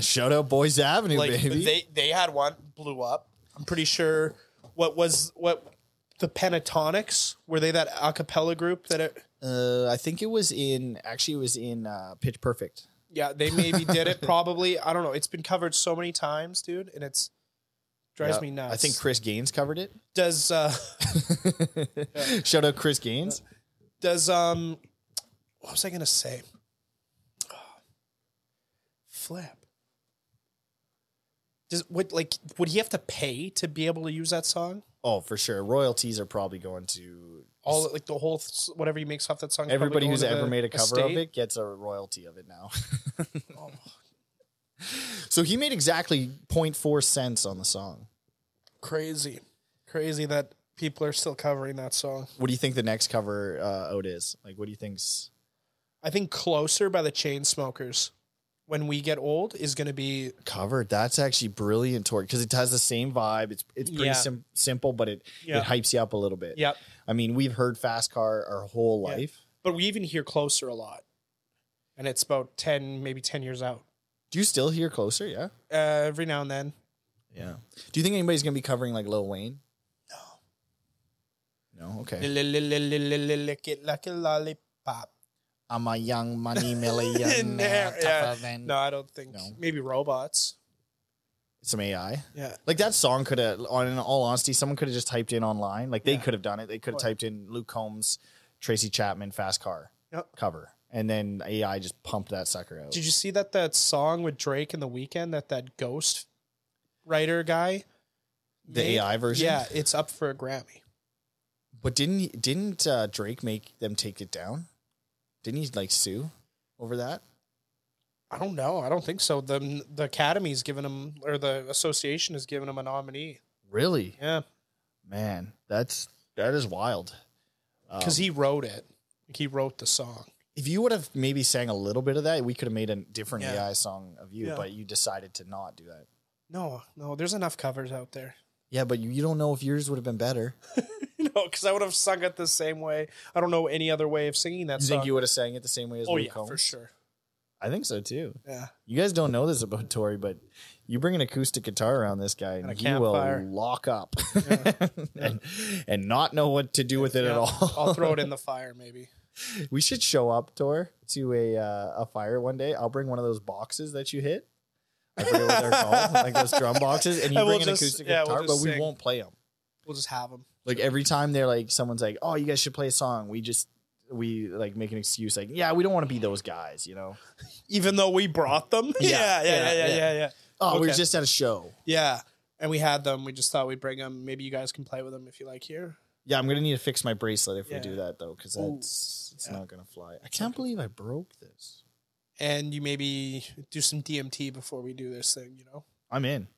Speaker 1: Shout out Boys Avenue,
Speaker 2: *laughs* like
Speaker 1: baby.
Speaker 2: they they had one blew up. I'm pretty sure what was what the Pentatonics were they that a cappella group that it,
Speaker 1: uh, I think it was in actually it was in uh, Pitch Perfect.
Speaker 2: yeah they maybe did
Speaker 1: *laughs*
Speaker 2: it probably I don't know it's been covered so many times dude and it's drives
Speaker 1: Yeah.
Speaker 2: me nuts
Speaker 1: I think Chris Gaines covered it.
Speaker 2: does uh *laughs*
Speaker 1: *laughs* Shout out Chris Gaines.
Speaker 2: does um what was I gonna say *sighs* flip does would like would he have to pay to be able to use that song
Speaker 1: Oh, for sure. Royalties are probably going to
Speaker 2: all like the whole th- whatever he makes off that song is probably
Speaker 1: Everybody
Speaker 2: going
Speaker 1: who's
Speaker 2: to the
Speaker 1: ever made a cover
Speaker 2: estate.
Speaker 1: of it gets a royalty of it
Speaker 2: *laughs*
Speaker 1: now. Oh. so he made exactly 0.4 cents on the song.
Speaker 2: crazy crazy that people are still covering that song
Speaker 1: What do you think the next cover uh, out is? Like, what do you think's
Speaker 2: i think closer by the chain smokers when we get old is going to be
Speaker 1: Covered. That's actually brilliant, Tori, because it has the same vibe. It's it's pretty
Speaker 2: Yeah.
Speaker 1: sim- simple, but it
Speaker 2: Yeah.
Speaker 1: it hypes you up a little bit.
Speaker 2: Yep.
Speaker 1: I mean, we've heard fast car our whole
Speaker 2: Yeah.
Speaker 1: life.
Speaker 2: But we even hear closer a lot, and it's about ten, maybe ten years out.
Speaker 1: Do you still hear closer? Yeah.
Speaker 2: Uh, every now and then,
Speaker 1: Yeah. Do you think anybody's gonna be covering like Lil Wayne? No. No. Okay.
Speaker 2: lick it like a *laughs* lollipop.
Speaker 1: I'm a young
Speaker 2: *laughs*
Speaker 1: money
Speaker 2: millionaire, tougher
Speaker 1: than
Speaker 2: No, I don't think.
Speaker 1: No.
Speaker 2: Maybe robots.
Speaker 1: some AI.
Speaker 2: Yeah.
Speaker 1: Like that song could have, on in all honesty, someone could have just typed in online. Like they
Speaker 2: Yeah.
Speaker 1: could have done it. They could have
Speaker 2: Right.
Speaker 1: typed in Luke Combs, Tracy Chapman, Fast Car
Speaker 2: Yep.
Speaker 1: cover, and then AI just pumped that sucker out.
Speaker 2: Did you see that that song with Drake and The Weeknd that that ghost writer guy?
Speaker 1: the AI version.
Speaker 2: Yeah, it's up for a Grammy.
Speaker 1: but didn't he- didn't uh, Drake make them take it down? Didn't he like sue over that?
Speaker 2: I don't know. I don't think so. The the academy's given him or the association has given him a nominee.
Speaker 1: Really,
Speaker 2: Yeah,
Speaker 1: man, that's that is wild. Um,
Speaker 2: because he wrote it. Like, He wrote the song.
Speaker 1: If you would have maybe sang a little bit of that, we could have made a different
Speaker 2: Yeah.
Speaker 1: AI song of you,
Speaker 2: Yeah.
Speaker 1: but you decided to not do that.
Speaker 2: No, no, there's enough covers out there. *laughs*
Speaker 1: Yeah, but you, you don't know if yours would have been better.
Speaker 2: no, because I would have sung it the same way. I don't know any other way of singing that
Speaker 1: You
Speaker 2: song.
Speaker 1: think you would have sang it the same way as
Speaker 2: oh
Speaker 1: Luke
Speaker 2: yeah,
Speaker 1: Combs?
Speaker 2: for sure.
Speaker 1: I think so too.
Speaker 2: Yeah,
Speaker 1: You guys don't know this about Tori, but you bring an acoustic guitar around this guy and,
Speaker 2: And a
Speaker 1: he will
Speaker 2: campfire.
Speaker 1: lock up *laughs* and, and not know what to do with it at
Speaker 2: Yeah.
Speaker 1: all.
Speaker 2: I'll throw it in the fire maybe.
Speaker 1: *laughs* we should show up, Tor, to a uh, a fire one day. I'll bring one of those boxes that you hit. I forget what they're called, like those drum boxes, *laughs* and you
Speaker 2: And
Speaker 1: bring
Speaker 2: we'll
Speaker 1: an
Speaker 2: just-
Speaker 1: acoustic
Speaker 2: yeah, we'll
Speaker 1: guitar,
Speaker 2: just
Speaker 1: but we
Speaker 2: sing.
Speaker 1: won't play them.
Speaker 2: We'll just have them.
Speaker 1: Like every time they're like, someone's like, "Oh, you guys should play a song." We just we like make an excuse, like, "Yeah, we don't want to be those guys," you know.
Speaker 2: Even though we brought them. *laughs*
Speaker 1: Yeah,
Speaker 2: yeah, yeah, yeah,
Speaker 1: yeah,
Speaker 2: yeah, yeah, yeah, yeah.
Speaker 1: Oh, we were
Speaker 2: Okay.
Speaker 1: just at a show.
Speaker 2: And we had them. We just thought we'd bring them. Maybe you guys can play with them if you like here.
Speaker 1: Yeah, I'm gonna need to fix my bracelet if
Speaker 2: Yeah.
Speaker 1: we do that though, because
Speaker 2: Ooh,
Speaker 1: that's it's
Speaker 2: yeah.
Speaker 1: not gonna fly. I can't believe I broke this.
Speaker 2: And you maybe do some DMT before we do this thing. You know,
Speaker 1: I'm in.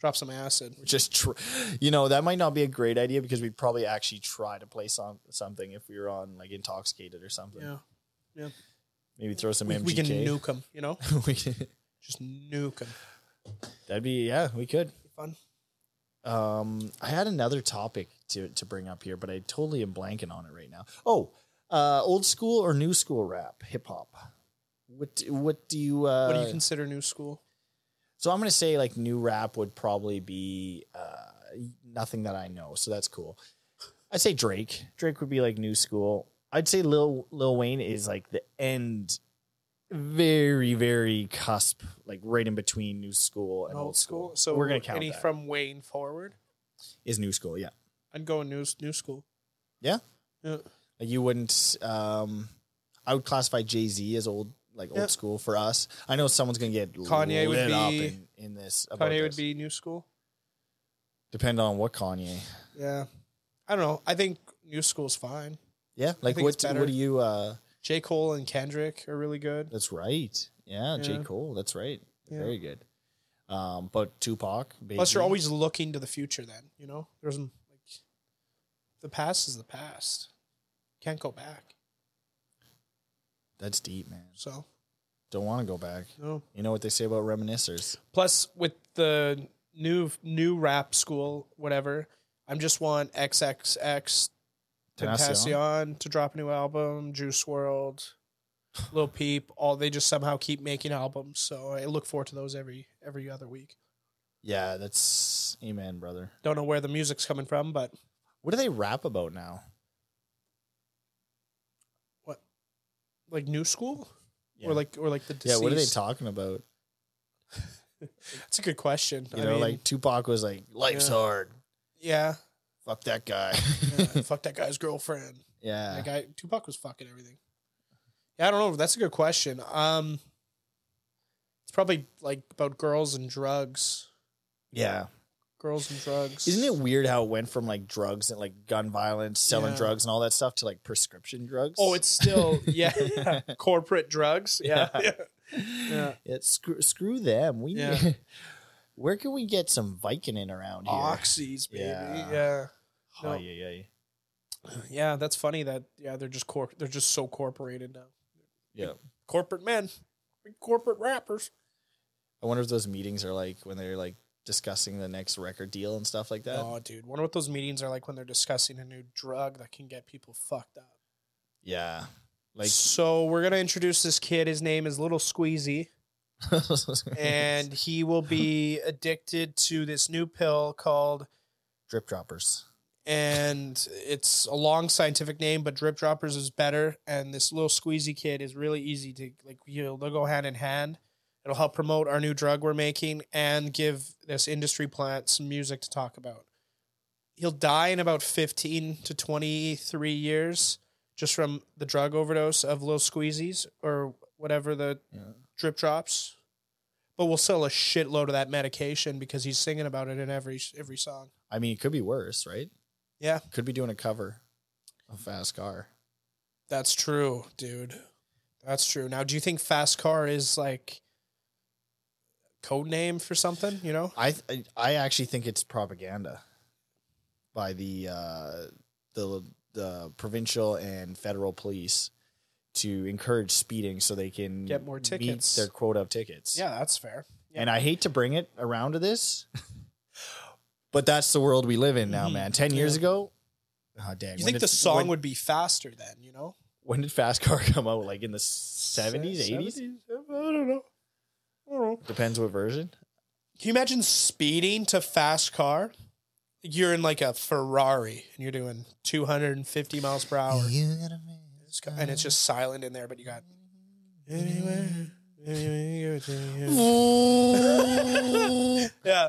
Speaker 2: drop some acid.
Speaker 1: Just, tr- you know, that might not be a great idea because we'd probably actually try to play some something if we were on like intoxicated or something.
Speaker 2: Yeah,
Speaker 1: Maybe throw some
Speaker 2: we,
Speaker 1: MGK.
Speaker 2: we can nuke them. You know,
Speaker 1: *laughs* We can-
Speaker 2: just nuke them.
Speaker 1: That'd be yeah, we could.
Speaker 2: Fun.
Speaker 1: Um, I had another topic to to bring up here, but I totally am blanking on it right now. Oh, uh, old school or new school rap, hip hop. What do- what do you uh,
Speaker 2: what do you consider new school?
Speaker 1: So I'm gonna say like new rap would probably be uh, nothing that I know. So that's cool. I'd say Drake. Drake would be like new school. I'd say Lil Lil Wayne is like the end, very very cusp, like right in between new school and old, school.
Speaker 2: So
Speaker 1: we're gonna count
Speaker 2: any
Speaker 1: that.
Speaker 2: from Wayne forward.
Speaker 1: is new school. Yeah,
Speaker 2: I'd go new new school.
Speaker 1: Yeah?
Speaker 2: Yeah.
Speaker 1: Like, you wouldn't. Um, I would classify Jay Z as old, like old
Speaker 2: Yeah.
Speaker 1: school for us. I know someone's gonna get
Speaker 2: Kanye would
Speaker 1: lit up
Speaker 2: be-
Speaker 1: in, in this. About
Speaker 2: Kanye would
Speaker 1: this.
Speaker 2: be new school.
Speaker 1: depend on what Kanye.
Speaker 2: Yeah, I don't know. I think new school's fine.
Speaker 1: Yeah, like
Speaker 2: think
Speaker 1: what?
Speaker 2: it's better.
Speaker 1: What do you? uh
Speaker 2: J. Cole and Kendrick are really good.
Speaker 1: That's right. Yeah, J.
Speaker 2: Yeah.
Speaker 1: Cole. That's right.
Speaker 2: Yeah.
Speaker 1: Very good. Um, but Tupac. Baby,
Speaker 2: Plus, you're always looking to the future. Then you know, there's like the past is the past. Can't go back.
Speaker 1: That's deep, man.
Speaker 2: So
Speaker 1: Don't want to go back.
Speaker 2: no.
Speaker 1: You know what they say about reminiscers?
Speaker 2: Plus, with the new new rap school, whatever, I'm just want XXX Tentacion to drop a new album. Juice
Speaker 1: *sighs*
Speaker 2: World, Lil Peep, all they just somehow keep making albums. So I look forward to those every every other week.
Speaker 1: Yeah, that's amen, brother.
Speaker 2: Don't know where the music's coming from, but
Speaker 1: What do they rap about now?
Speaker 2: like new school
Speaker 1: Yeah.
Speaker 2: or like or like the
Speaker 1: yeah, what are they
Speaker 2: deceased.
Speaker 1: talking about?
Speaker 2: That's a good question.
Speaker 1: You
Speaker 2: I
Speaker 1: know,
Speaker 2: mean,
Speaker 1: like Tupac was like, "Life's
Speaker 2: Yeah.
Speaker 1: hard. *laughs*
Speaker 2: yeah,
Speaker 1: Fuck that guy."
Speaker 2: yeah, fuck that guy's girlfriend.
Speaker 1: *laughs* yeah,
Speaker 2: That guy Tupac was fucking everything. Yeah, I don't know. That's a good question. Um, it's probably like about girls and drugs.
Speaker 1: yeah.
Speaker 2: Girls and drugs.
Speaker 1: Isn't it weird how it went from like drugs and like gun violence, selling
Speaker 2: Yeah.
Speaker 1: drugs and all that stuff to like prescription drugs? *laughs*
Speaker 2: Oh, it's still yeah. yeah. Corporate drugs. Yeah. yeah. Yeah.
Speaker 1: Yeah, screw, screw them. We
Speaker 2: Yeah.
Speaker 1: *laughs* where can we get some Vicodin around here?
Speaker 2: *laughs* Oxys, baby.
Speaker 1: Yeah.
Speaker 2: Yeah. yeah.
Speaker 1: Oh,
Speaker 2: no.
Speaker 1: yeah, yeah, yeah.
Speaker 2: that's funny that yeah, they're just cor- they're just so corporated now.
Speaker 1: Yeah.
Speaker 2: Corporate men. Big corporate rappers.
Speaker 1: I wonder if those meetings are like when they're like discussing the next record deal and stuff like that.
Speaker 2: oh, dude. Wonder what those meetings are like when they're discussing a new drug that can get people fucked up.
Speaker 1: Yeah. Like *laughs*
Speaker 2: Like, so we're gonna introduce this kid. His name is Little Squeezy, and he will be addicted to this new pill called.
Speaker 1: *laughs* drip droppers.
Speaker 2: And it's a long scientific name, but drip droppers is better. And this little squeezy kid is really easy to like. You know, they'll go hand in hand. It'll help promote our new drug we're making and give this industry plant some music to talk about. He'll die in about 15 to 23 years just from the drug overdose of little squeezies or whatever the
Speaker 1: Yeah.
Speaker 2: drip drops. But we'll sell a shitload of that medication because he's singing about it in every every song.
Speaker 1: I mean, it could be worse, right?
Speaker 2: Yeah.
Speaker 1: Could be doing a cover of Fast Car.
Speaker 2: That's true, dude. That's true. Now, do you think Fast Car is like code name for something? You know,
Speaker 1: I th- I actually think it's propaganda by the uh, the the provincial and federal police to encourage speeding so they can
Speaker 2: Get more tickets.
Speaker 1: meet their quota of tickets.
Speaker 2: yeah, that's fair. Yeah.
Speaker 1: And I hate to bring it around to this, *laughs* but that's the world we live in now,
Speaker 2: Mhm.
Speaker 1: man. Ten years
Speaker 2: Yeah.
Speaker 1: ago, oh dang!
Speaker 2: You
Speaker 1: when
Speaker 2: think
Speaker 1: did-
Speaker 2: the song
Speaker 1: when,
Speaker 2: would be faster then? You know,
Speaker 1: when did Fast Car *laughs* come out? Like in the seventies, eighties?
Speaker 2: I don't know. I don't know.
Speaker 1: Depends what version.
Speaker 2: Can you imagine speeding to Fast Car? You're in like a Ferrari and you're doing 250 miles per hour. It's got- and it's just silent in there, but you got anywhere. yeah.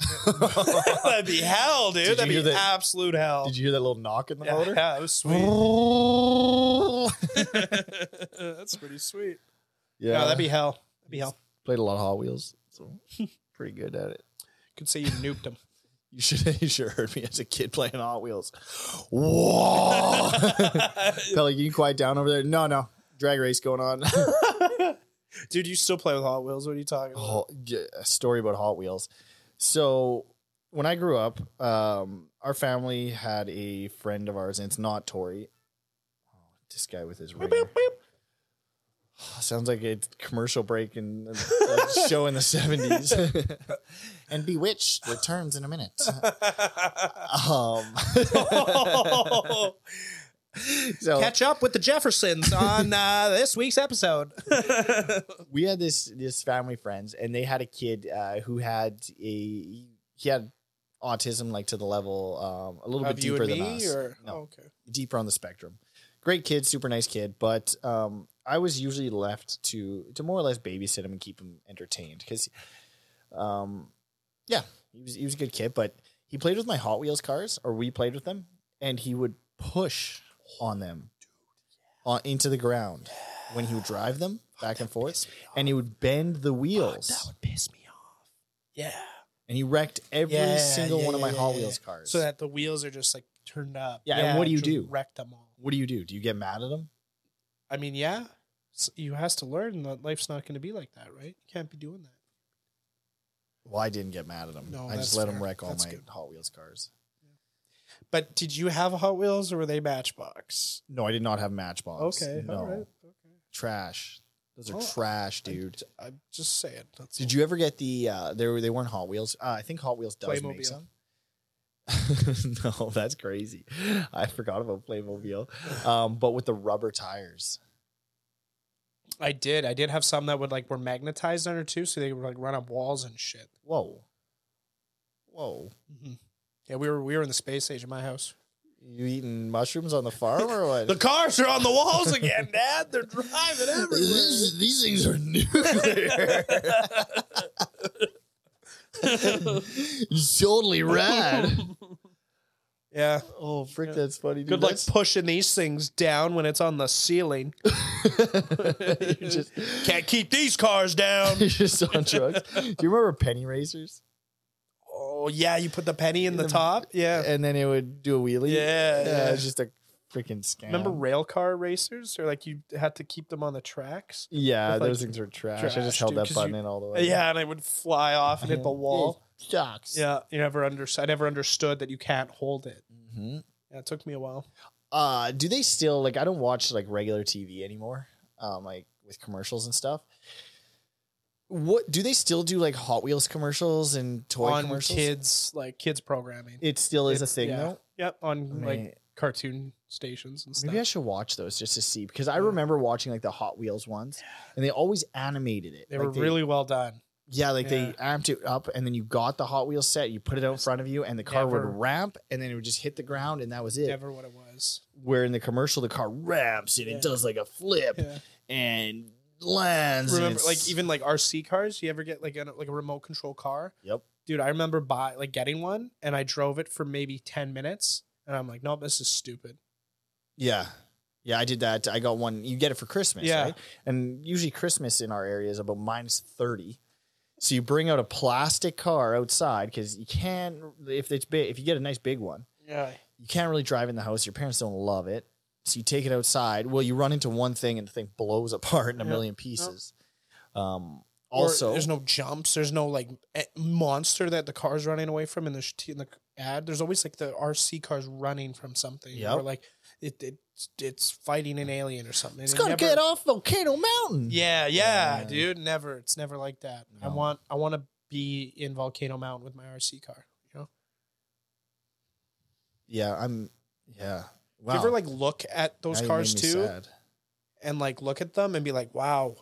Speaker 2: *laughs* That'd be hell, dude.
Speaker 1: Did you
Speaker 2: That'd be
Speaker 1: hear that-
Speaker 2: absolute hell.
Speaker 1: Did you hear that little knock in the
Speaker 2: yeah, *laughs*
Speaker 1: motor? *laughs*
Speaker 2: yeah, it was sweet. That's pretty sweet. Yeah, that'd be hell. That'd be hell.
Speaker 1: played a lot of Hot Wheels, so pretty good at it.
Speaker 2: Could say you nuked him.
Speaker 1: You should *laughs* you should have heard me as a kid playing Hot Wheels. Whoa! *laughs* Pelican, you quiet down over there. No, no, drag race going on.
Speaker 2: *laughs*
Speaker 1: *laughs*
Speaker 2: Dude, you still play with Hot Wheels. What are you
Speaker 1: *laughs*
Speaker 2: talking about?
Speaker 1: Hot- g- a story about Hot Wheels. So when I grew up, um, our family had a friend of ours, and it's not Tori. Oh, this guy with his ring. Sounds like a commercial break in a a show in the seventies. *laughs* and Bewitched returns in a minute. Um,
Speaker 2: *laughs*
Speaker 1: so
Speaker 2: Catch up with the Jeffersons on uh, this week's episode.
Speaker 1: we had this this family friends, and they had a kid uh, who had a he had autism like to the level um, a little
Speaker 2: Of
Speaker 1: bit
Speaker 2: you
Speaker 1: deeper
Speaker 2: and
Speaker 1: than
Speaker 2: me,
Speaker 1: us.
Speaker 2: or-
Speaker 1: No.
Speaker 2: oh, okay.
Speaker 1: deeper on the spectrum. Great kid, super nice kid, but um, I was usually left to to more or less babysit him and keep him entertained because, um, yeah, he was he was a good kid, but he played with my Hot Wheels cars, or we played with them, and he would push on them, on into the ground when he would drive them back and forth, and he would bend the wheels,
Speaker 2: piss me off. Yeah.
Speaker 1: and he wrecked every
Speaker 2: Yeah,
Speaker 1: single
Speaker 2: yeah,
Speaker 1: one of
Speaker 2: yeah,
Speaker 1: my
Speaker 2: yeah,
Speaker 1: Hot
Speaker 2: yeah.
Speaker 1: Wheels cars.
Speaker 2: So that the wheels are just like turned up.
Speaker 1: Yeah, and what do you
Speaker 2: just
Speaker 1: do?
Speaker 2: Wreck them all.
Speaker 1: what do you do? Do you get mad at him?
Speaker 2: I mean, yeah, s- you has to learn that life's not going to be like that, right? You can't be doing that.
Speaker 1: Well, I didn't get mad at him.
Speaker 2: No,
Speaker 1: I just
Speaker 2: that's
Speaker 1: let him
Speaker 2: fair.
Speaker 1: wreck all
Speaker 2: That's
Speaker 1: my
Speaker 2: good.
Speaker 1: Hot Wheels cars.
Speaker 2: But did you have Hot Wheels or were they Matchbox?
Speaker 1: No, I did not have Matchbox.
Speaker 2: Okay,
Speaker 1: no.
Speaker 2: all right, okay.
Speaker 1: Trash. Those are
Speaker 2: Oh,
Speaker 1: trash, dude.
Speaker 2: I'm just saying. That's
Speaker 1: did you ever get the? Uh, they were they weren't Hot Wheels. Uh, I think Hot Wheels does make
Speaker 2: Playmobil.
Speaker 1: some. *laughs* no, that's crazy. I forgot about Playmobil, um, but with the rubber tires.
Speaker 2: I did. I did have some that would like were magnetized under too, so they would like run up walls and shit. Mm-hmm.
Speaker 1: Whoa, whoa!
Speaker 2: Yeah, we were we were in the space age in my house.
Speaker 1: You eating mushrooms on the farm or
Speaker 2: *laughs*
Speaker 1: what?
Speaker 2: The cars are on the walls again, *laughs* Dad. They're driving everywhere.
Speaker 1: These- these things are nuclear. *laughs* it's totally rad.
Speaker 2: Yeah.
Speaker 1: Oh, frick, that's funny. Dude.
Speaker 2: Good luck pushing these things down when it's on the ceiling.
Speaker 1: That's- *laughs* you're, just,
Speaker 2: Can't keep these cars
Speaker 1: *laughs*
Speaker 2: down.
Speaker 1: you're just
Speaker 2: *laughs*
Speaker 1: on drugs. Do you remember penny racers?
Speaker 2: Oh yeah, you put the penny in the top. Yeah.
Speaker 1: And then it would do a wheelie.
Speaker 2: Yeah,
Speaker 1: yeah
Speaker 2: yeah.
Speaker 1: it's just a freaking scam.
Speaker 2: Remember rail car racers, or like you had to keep them on the tracks.
Speaker 1: Yeah,
Speaker 2: with, like,
Speaker 1: those things were trash. I
Speaker 2: trash,
Speaker 1: just held
Speaker 2: dude,
Speaker 1: that
Speaker 2: 'cause
Speaker 1: button
Speaker 2: you-
Speaker 1: in all the way.
Speaker 2: Yeah, and it would fly off
Speaker 1: *laughs*
Speaker 2: and hit the wall.
Speaker 1: Shucks.
Speaker 2: Yeah, you never under I never understood that you can't hold it.
Speaker 1: hmm
Speaker 2: Yeah, it took me a while.
Speaker 1: Uh, do they still like? I don't watch like regular TV anymore. Um, like with commercials and stuff. What do they still do like Hot Wheels commercials and toy
Speaker 2: on
Speaker 1: commercials?
Speaker 2: kids like kids programming.
Speaker 1: It still is a
Speaker 2: It's-
Speaker 1: thing
Speaker 2: yeah.
Speaker 1: though.
Speaker 2: Yep, on
Speaker 1: Man.
Speaker 2: like cartoon stations and stuff.
Speaker 1: Maybe I should watch those just to see because I remember watching like the Hot Wheels ones, and they always animated it.
Speaker 2: they
Speaker 1: Like,
Speaker 2: were really well done.
Speaker 1: yeah, like
Speaker 2: yeah.
Speaker 1: they amped it up, and then you got the Hot Wheels set, you put it out in front of you, and the car
Speaker 2: Never-
Speaker 1: would ramp, and then it would just hit the ground, and that was it.
Speaker 2: Never what it was.
Speaker 1: Where in the commercial, the car ramps and
Speaker 2: Yeah.
Speaker 1: it does like a flip
Speaker 2: Yeah.
Speaker 1: and lands. and
Speaker 2: Remember,
Speaker 1: it's-
Speaker 2: like even like RC cars. You ever get like a, like a remote control car?
Speaker 1: Yep.
Speaker 2: Dude, I remember buy like getting one, and I drove it for maybe ten minutes, and I'm like, no, this is stupid.
Speaker 1: Yeah. Yeah, I did that. I got one. You get it for Christmas,
Speaker 2: Yeah.
Speaker 1: right? And usually Christmas in our area is about minus 30. So you bring out a plastic car outside because you can't if it's big if you get a nice big one,
Speaker 2: Yeah,
Speaker 1: you can't really drive in the house. Your parents don't love it. So you take it outside. Well, you run into one thing and the thing blows *laughs* apart in a
Speaker 2: Yeah.
Speaker 1: million pieces. Um
Speaker 2: Or
Speaker 1: also
Speaker 2: there's no jumps. There's no like eh, monster that the car's running away from in the, sh- in the ad. There's always like the RC cars running from something.
Speaker 1: Yep.
Speaker 2: Or like it, it it's fighting an alien or something.
Speaker 1: it's
Speaker 2: It
Speaker 1: gonna
Speaker 2: never-
Speaker 1: get off Volcano Mountain.
Speaker 2: Yeah, yeah,
Speaker 1: Yeah.
Speaker 2: dude. Never. It's never like that. I
Speaker 1: No.
Speaker 2: want I want to be in Volcano Mountain with my RC car. You know.
Speaker 1: Yeah, I'm yeah. Wow.
Speaker 2: Do you ever like look at
Speaker 1: Now
Speaker 2: those
Speaker 1: you made
Speaker 2: cars
Speaker 1: me
Speaker 2: too
Speaker 1: sad.
Speaker 2: and like look at them and be like, wow,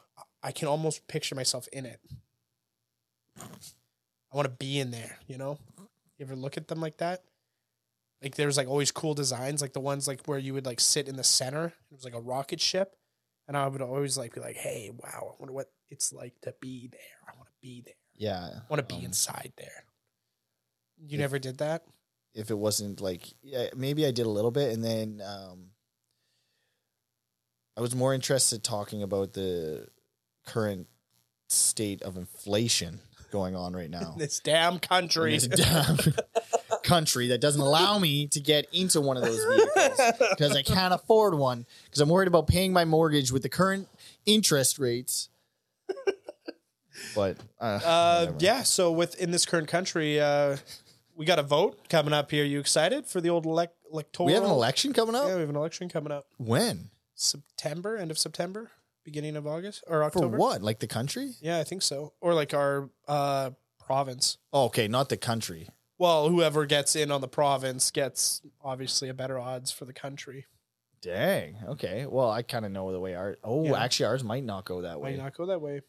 Speaker 2: I can almost picture myself in it. I want to be in there. You know. You ever look at them like that? Like there's like always cool designs, like the ones like where you would like sit in the center. It was like a rocket ship, and I would always like be like, hey, wow, I wonder what it's like to be there. I want to be there.
Speaker 1: Yeah.
Speaker 2: want to be
Speaker 1: Um,
Speaker 2: inside there. You
Speaker 1: if-
Speaker 2: never did that?
Speaker 1: if it wasn't like yeah, maybe I did a little bit, and then um, I was more interested talking about the current state of inflation going on right
Speaker 2: *laughs*
Speaker 1: now
Speaker 2: *laughs* This damn
Speaker 1: in
Speaker 2: country.
Speaker 1: this damn *laughs* country that doesn't allow me to get into one of those vehicles
Speaker 2: *laughs*
Speaker 1: because I can't afford one because I'm worried about paying my mortgage with the current interest rates. But uh,
Speaker 2: *laughs* uh,
Speaker 1: whatever.
Speaker 2: yeah, so within this current country, uh, we got a vote coming up here. You excited for the old elec- electoral?
Speaker 1: we have an election coming up.
Speaker 2: Yeah, we have an election coming up.
Speaker 1: When
Speaker 2: September, end of September, beginning of August or
Speaker 1: for
Speaker 2: October.
Speaker 1: what? Like the country?
Speaker 2: Yeah, I think so. Or like our uh, province.
Speaker 1: Oh, okay, not the country.
Speaker 2: Well, whoever gets in on the province gets obviously a better odds for the country.
Speaker 1: Dang. Okay. Well, I kind of know the way our. Oh,
Speaker 2: Yeah.
Speaker 1: actually, ours might not go that
Speaker 2: Might
Speaker 1: way.
Speaker 2: not go that way.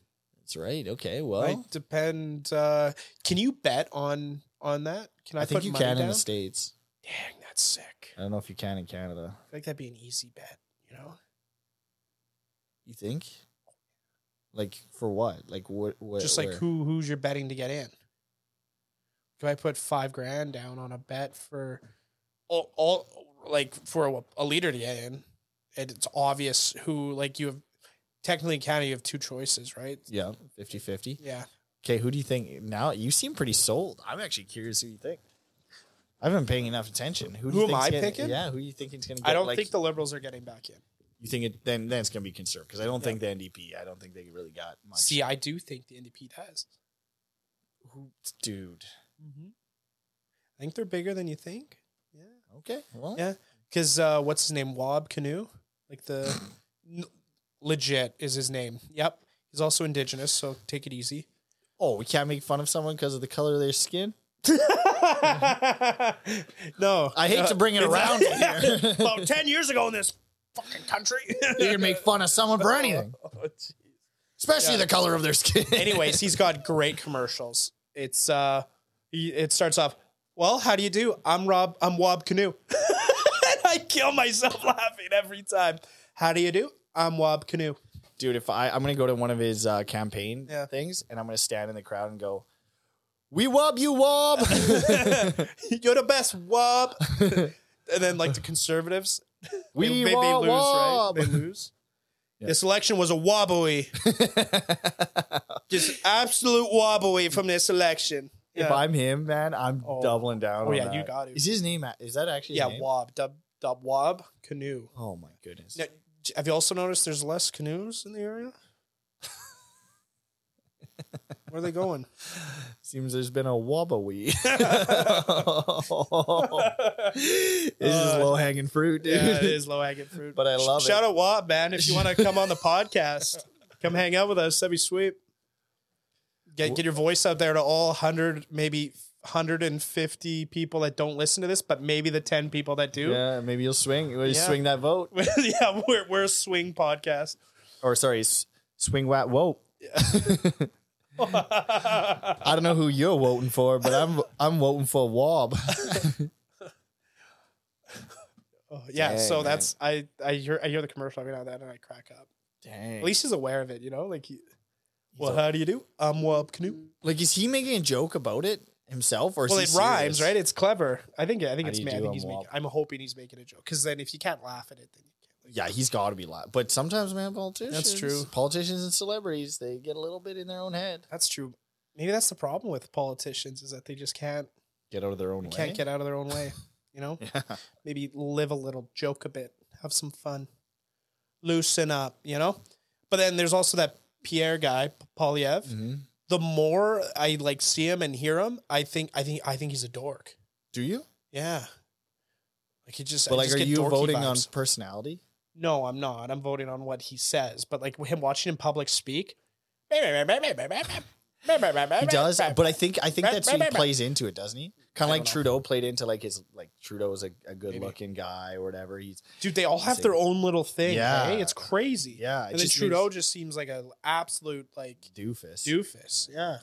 Speaker 1: That's right. Okay. Well,
Speaker 2: Might depend. Uh, can you bet on on that? Can I,
Speaker 1: I, think
Speaker 2: put
Speaker 1: you
Speaker 2: money
Speaker 1: can in
Speaker 2: down?
Speaker 1: the states.
Speaker 2: Dang, that's sick.
Speaker 1: I don't know if you can in Canada.
Speaker 2: I think that'd be an easy bet. You know,
Speaker 1: You think? Like for what? Like what? what
Speaker 2: just like
Speaker 1: where?
Speaker 2: who who's you're betting to get in. If I put five grand down on a bet for all, all like for a, a leader to get in, and it's obvious who like you have technically in Canada you have two choices, right?
Speaker 1: Yeah, 50-50.
Speaker 2: Yeah,
Speaker 1: Okay, who do you think now? You seem pretty sold. I'm actually curious who you think. I haven't been paying enough attention. Who, do
Speaker 2: Who
Speaker 1: you
Speaker 2: am
Speaker 1: think's
Speaker 2: I
Speaker 1: gonna-
Speaker 2: picking?
Speaker 1: Yeah, who you think it's going to get?
Speaker 2: I don't
Speaker 1: like,
Speaker 2: think the Liberals are getting back in.
Speaker 1: you think it then then it's going to be conservative because I don't think the NDP. I don't think they really got much.
Speaker 2: See, I do think the NDP does.
Speaker 1: who, dude.
Speaker 2: I think they're bigger than you think. Yeah.
Speaker 1: Okay. Well,
Speaker 2: Yeah. Because uh, what's his name? Wob Canoe? Like the. n- legit is his name. Yep. He's also indigenous, so take it *laughs* easy.
Speaker 1: Oh, we can't make fun of someone because of the color of their skin.
Speaker 2: no.
Speaker 1: I hate to bring it
Speaker 2: *laughs*
Speaker 1: around to here.
Speaker 2: About 10 years ago in this fucking country.
Speaker 1: You can
Speaker 2: *laughs*
Speaker 1: make fun of someone for anything,
Speaker 2: Oh, jeez.
Speaker 1: especially the color of their skin. *laughs*
Speaker 2: Anyways, he's got great commercials. It's uh, he- it starts off. Well, how do you do? I'm Rob. I'm Wob Canoe. *laughs* and I kill myself laughing every time. How do you do? I'm Wob Canoe.
Speaker 1: dude, if I I'm gonna go to one of his uh, campaign
Speaker 2: Yeah.
Speaker 1: things and I'm gonna stand in the crowd and go, "We wob you wob."
Speaker 2: *laughs*
Speaker 1: *laughs*
Speaker 2: You're the best, Wob. *laughs* and then like the conservatives,
Speaker 1: we
Speaker 2: they,
Speaker 1: they,
Speaker 2: they- they
Speaker 1: wob,
Speaker 2: lose,
Speaker 1: wob.
Speaker 2: right? They lose.
Speaker 1: Yeah.
Speaker 2: This election was a wobbly,
Speaker 1: *laughs*
Speaker 2: just absolute wobbly from this election.
Speaker 1: If
Speaker 2: Yeah,
Speaker 1: I'm him, man, I'm
Speaker 2: Oh.
Speaker 1: doubling down.
Speaker 2: Oh,
Speaker 1: on
Speaker 2: yeah, you
Speaker 1: that.
Speaker 2: got it.
Speaker 1: Is his name? a- Is that actually?
Speaker 2: yeah
Speaker 1: his name?
Speaker 2: Wob, dub, dub, Wob Canoe.
Speaker 1: Oh my goodness.
Speaker 2: Now, j- have you also noticed there's less canoes in the area? Where are they going?
Speaker 1: Seems there's been a *laughs* wobbly. this is
Speaker 2: Uh,
Speaker 1: low hanging fruit, dude. *laughs*
Speaker 2: Yeah, it is low agate fruit.
Speaker 1: But I
Speaker 2: Sh-
Speaker 1: love it. *laughs*
Speaker 2: Shout out Wob, man. If you want to come on the podcast, come hang out with us. That'd be sweet. Get get your voice out there to all hundred, maybe hundred and fifty people that don't listen to this, but maybe the ten people that do. *laughs* Yeah,
Speaker 1: Yeah, maybe you'll swing. You'll
Speaker 2: Yeah.
Speaker 1: swing that vote,
Speaker 2: we're we're a swing podcast. *laughs*
Speaker 1: or sorry, s- swing that vote.
Speaker 2: Oh,
Speaker 1: I don't know who you're voting for, but I'm I'm voting for
Speaker 2: *laughs*
Speaker 1: Wob.
Speaker 2: Oh, yeah,
Speaker 1: Dang,
Speaker 2: so
Speaker 1: man.
Speaker 2: that's I I hear I hear the commercial every now and then, and I crack up.
Speaker 1: Dang.
Speaker 2: At least he's aware of it, you know. Like, he, well,
Speaker 1: a-
Speaker 2: how do you do? I'm Wub Canoe.
Speaker 1: Like, is he making a joke about it himself, or is
Speaker 2: Well,
Speaker 1: he
Speaker 2: it rhymes,
Speaker 1: serious?
Speaker 2: right? It's clever. I think. I think
Speaker 1: How
Speaker 2: it's.
Speaker 1: do you
Speaker 2: me. I
Speaker 1: do
Speaker 2: think
Speaker 1: a
Speaker 2: he's making.
Speaker 1: Wub?
Speaker 2: I'm hoping he's making a joke because then if you can't laugh at it, then you can't.
Speaker 1: Yeah, he's got to be lying. But sometimes, man, politicians.
Speaker 2: true.
Speaker 1: Politicians and celebrities, they get a little bit in their own head.
Speaker 2: That's true. Maybe that's the problem with politicians is that they just can't
Speaker 1: Get out of their own way.
Speaker 2: can't get out of their own way.
Speaker 1: *laughs*
Speaker 2: You know,
Speaker 1: Yeah.
Speaker 2: maybe live a little, joke a bit, have some fun, loosen up. You know, but then there's also that Pierre guy, P- Polyev.
Speaker 1: Mhm.
Speaker 2: The more I like see him and hear him, I think I think I think he's a dork.
Speaker 1: Do you?
Speaker 2: Yeah, like he just.
Speaker 1: But
Speaker 2: I
Speaker 1: like,
Speaker 2: just
Speaker 1: are
Speaker 2: get
Speaker 1: you
Speaker 2: dorky
Speaker 1: voting on
Speaker 2: vibes.
Speaker 1: personality?
Speaker 2: No, I'm not. I'm voting on what he says. But like him watching him public speak, he
Speaker 1: He does,
Speaker 2: does. *laughs*
Speaker 1: but I think I think
Speaker 2: Right,
Speaker 1: that's
Speaker 2: right,
Speaker 1: he
Speaker 2: right, right.
Speaker 1: plays into it, doesn't he? Kind
Speaker 2: I
Speaker 1: of like
Speaker 2: don't know.
Speaker 1: Trudeau played into like his like Trudeau's a, a good
Speaker 2: Maybe.
Speaker 1: looking guy or whatever. He's
Speaker 2: dude, they all have their own little thing. Yeah,
Speaker 1: Yeah.
Speaker 2: it's crazy.
Speaker 1: yeah, it
Speaker 2: and then
Speaker 1: just
Speaker 2: Trudeau just seems like an absolute like
Speaker 1: makes- doofus.
Speaker 2: doofus. Yeah,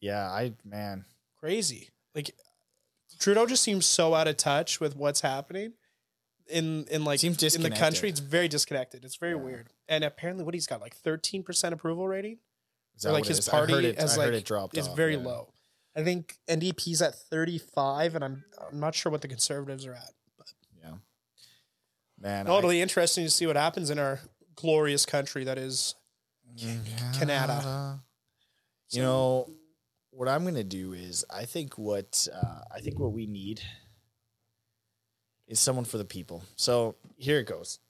Speaker 1: Yeah, I man,
Speaker 2: crazy. Like Trudeau just seems so out of touch with what's happening in in like
Speaker 1: Seems
Speaker 2: in the country.
Speaker 1: disconnected.
Speaker 2: It's very disconnected. It's very
Speaker 1: Yeah.
Speaker 2: weird. And apparently, what he's got like 13% approval rating.
Speaker 1: is that
Speaker 2: or like
Speaker 1: what it
Speaker 2: his
Speaker 1: is? I
Speaker 2: party
Speaker 1: heard it,
Speaker 2: has
Speaker 1: I heard
Speaker 2: like
Speaker 1: it dropped
Speaker 2: is
Speaker 1: off,
Speaker 2: very
Speaker 1: yeah.
Speaker 2: low. I think NDP's at 35, and I'm I'm not sure what the conservatives are at.
Speaker 1: Yeah, man,
Speaker 2: No, it'll be interesting to see what happens in our glorious country
Speaker 1: *laughs*
Speaker 2: that is.
Speaker 1: I,
Speaker 2: Canada.
Speaker 1: Mm-hmm. You know what I'm gonna do is I think what uh, I think what we need is someone for the people. So here it goes. *sighs*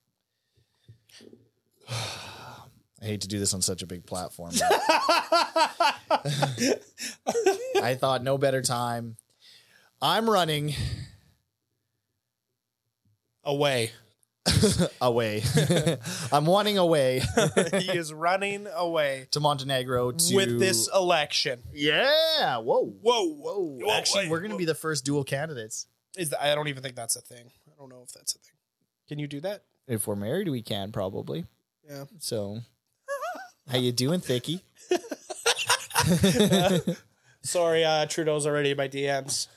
Speaker 1: I hate to do this on such a big platform. but-
Speaker 2: *laughs*
Speaker 1: I thought no better time. I'm running
Speaker 2: away.
Speaker 1: away. *laughs* I'm running
Speaker 2: *laughs*
Speaker 1: away
Speaker 2: *laughs* he is running away
Speaker 1: to Montenegro to
Speaker 2: with this election.
Speaker 1: uh, Yeah. Whoa.
Speaker 2: Whoa,
Speaker 1: Whoa. Actually,
Speaker 2: wait,
Speaker 1: we're gonna
Speaker 2: whoa.
Speaker 1: be the first dual candidates.
Speaker 2: Is the, I don't even think that's a thing. I don't know if that's a thing. Can you do that?
Speaker 1: If we're married, we can probably.
Speaker 2: Yeah.
Speaker 1: So, how you doing, Thicky?
Speaker 2: Sorry, uh, Trudeau's already in my DMs.
Speaker 1: *laughs*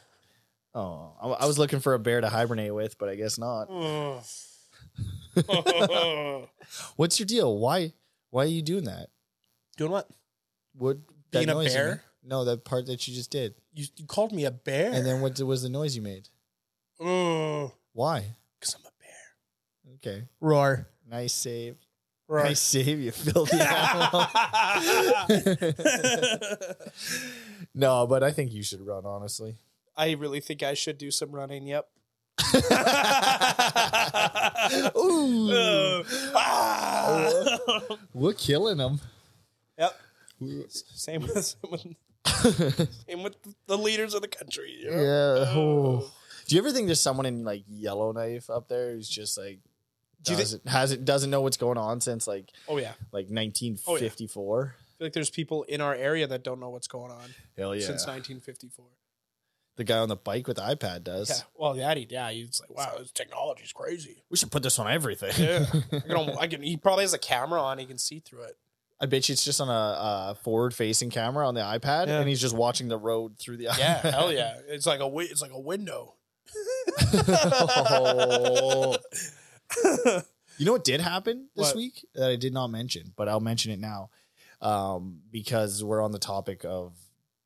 Speaker 1: Oh, I, I was looking for a bear to hibernate with, but I guess not.
Speaker 2: *laughs* Ugh.
Speaker 1: What's your deal? Why? Why are you doing that?
Speaker 2: Doing what?
Speaker 1: What?
Speaker 2: Being
Speaker 1: that
Speaker 2: a
Speaker 1: noise you
Speaker 2: bear?
Speaker 1: made? No, that part that you just did.
Speaker 2: You, you called me a bear.
Speaker 1: And then what was the noise you made? Mm.
Speaker 2: because
Speaker 1: Why?
Speaker 2: I'm a bear.
Speaker 1: Okay.
Speaker 2: Roar.
Speaker 1: Nice save. *laughs*
Speaker 2: Roar.
Speaker 1: Nice save, you
Speaker 2: *laughs*
Speaker 1: filthy animal. *laughs* no, but I think you should run,
Speaker 2: *laughs*
Speaker 1: honestly. *laughs*
Speaker 2: I really think I should do some running. Yep.
Speaker 1: Ooh,
Speaker 2: Ah.
Speaker 1: we're killing them. *laughs*
Speaker 2: yep. Same with, same with same with the leaders of the country. you know?
Speaker 1: Yeah. Oh. Do you ever think there's someone in like Yellowknife up there who's just like
Speaker 2: Do you thi-
Speaker 1: doesn't, hasn't doesn't know what's going on since like
Speaker 2: Oh yeah.
Speaker 1: like 1954?
Speaker 2: I feel like there's people in our area that don't know what's going on
Speaker 1: Hell yeah!
Speaker 2: since 1954.
Speaker 1: the guy on the bike with the iPad does.
Speaker 2: Yeah. Well, that he, yeah, he's like, wow, this technology's crazy.
Speaker 1: We should put this on everything.
Speaker 2: Yeah.
Speaker 1: *laughs*
Speaker 2: I can, almo- I can. He probably has a camera on. He can see through it.
Speaker 1: I bet you it's just on a, a forward-facing camera on the iPad,
Speaker 2: Yeah.
Speaker 1: and he's just watching the road through the.
Speaker 2: Yeah, hell yeah. *laughs* It's like a wi- it's like
Speaker 1: *laughs*
Speaker 2: a window. *laughs*
Speaker 1: Oh. You know what did happen this
Speaker 2: What?
Speaker 1: week that I did not mention, but I'll mention it now um, because we're on the topic of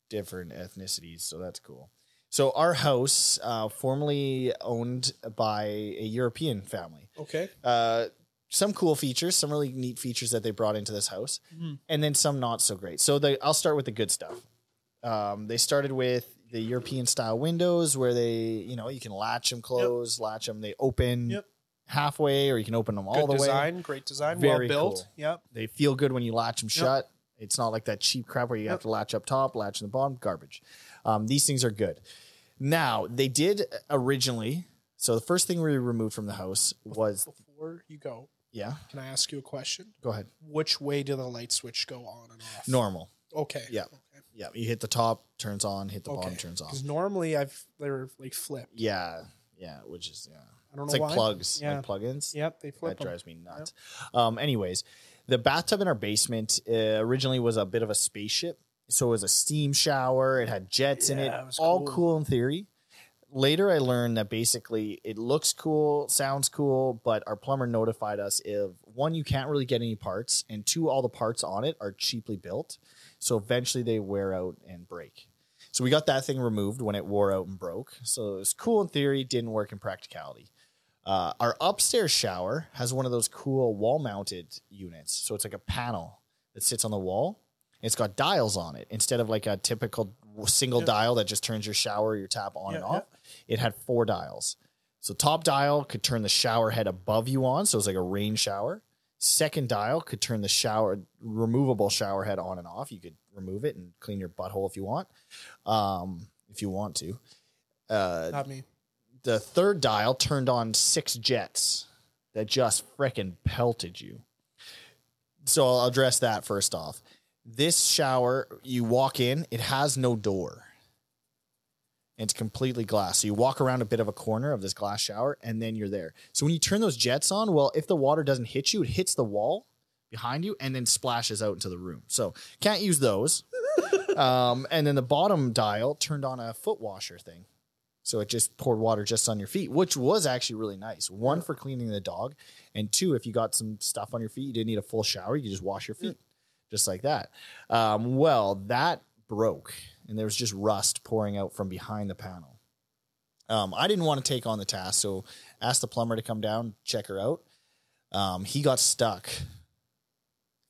Speaker 1: different ethnicities, so that's cool. So our house, uh, formerly owned by a European family,
Speaker 2: okay.
Speaker 1: uh, some cool features, some really neat features that they brought into this house,
Speaker 2: Mhm.
Speaker 1: and then some not so great. So they, I'll start with the good stuff. Um, they started with the European style windows where they, you know, you can latch them close, latch them, they open
Speaker 2: Yep.
Speaker 1: halfway, or you can open them all
Speaker 2: Good
Speaker 1: the way.
Speaker 2: design, great design, well
Speaker 1: Very
Speaker 2: built.
Speaker 1: cool.
Speaker 2: Yep.
Speaker 1: They feel good when you latch them shut. It's not like that cheap crap where you
Speaker 2: Yep.
Speaker 1: have to latch up top, latch in the bottom. Garbage. Um, these things are good. Now they did originally. So the first thing we removed from the house was
Speaker 2: Before you go,
Speaker 1: yeah.
Speaker 2: can I ask you a question?
Speaker 1: Go ahead.
Speaker 2: Which way do the light switch go on and off?
Speaker 1: Normal.
Speaker 2: Okay.
Speaker 1: Yeah. Yeah, you hit the top, turns on. Hit the bottom,
Speaker 2: Okay.
Speaker 1: turns off.
Speaker 2: Because normally I've they're like flipped.
Speaker 1: Yeah, yeah, which is yeah,
Speaker 2: I don't
Speaker 1: it's
Speaker 2: know
Speaker 1: like
Speaker 2: why.
Speaker 1: plugs,
Speaker 2: Yeah.
Speaker 1: like plugins.
Speaker 2: Yep, they flip
Speaker 1: that
Speaker 2: 'em.
Speaker 1: drives me nuts. Um, anyways, the bathtub in our basement uh, originally was a bit of a spaceship, so it was a steam shower. It had jets in it,
Speaker 2: Yeah, it was
Speaker 1: all
Speaker 2: cool.
Speaker 1: cool in theory. Later, I learned that basically it looks cool, sounds cool, but our plumber notified us if one, you can't really get any parts, and two, all the parts on it are cheaply built. So eventually they wear out and break. So we got that thing removed when it wore out and broke. So it was cool in theory, didn't work in practicality. Uh, our upstairs shower has one of those cool wall mounted units. So it's like a panel that sits on the wall. It's got dials on it instead of like a typical single
Speaker 2: Yeah.
Speaker 1: dial that just turns your shower, or your tap on
Speaker 2: Yeah,
Speaker 1: and off. It had four dials. So top dial could turn the shower head above you on. So it was like a rain shower. Second dial could turn the shower removable shower head on and off. You could remove it and clean your butthole if you want, um, if you want to. Uh,
Speaker 2: Not me.
Speaker 1: the third dial turned on six jets that just frickin' pelted you. So I'll address that first off. This shower, you walk in, it has no door. It's completely glass. So you walk around a bit of a corner of this glass shower and then you're there. So when you turn those jets on, well, if the water doesn't hit you, it hits the wall behind you and then splashes out into the room. So can't use those. *laughs* um, and then the bottom dial turned on a foot washer thing. So it just poured water just on your feet, which was actually really nice. One for cleaning the dog, and two, if you got some stuff on your feet, you didn't need a full shower, you could just wash your feet just like that. Um, well, that broke, and there was just rust pouring out from behind the panel. Um, I didn't want to take on the task, so asked the plumber to come down, check her out. Um, he got stuck. If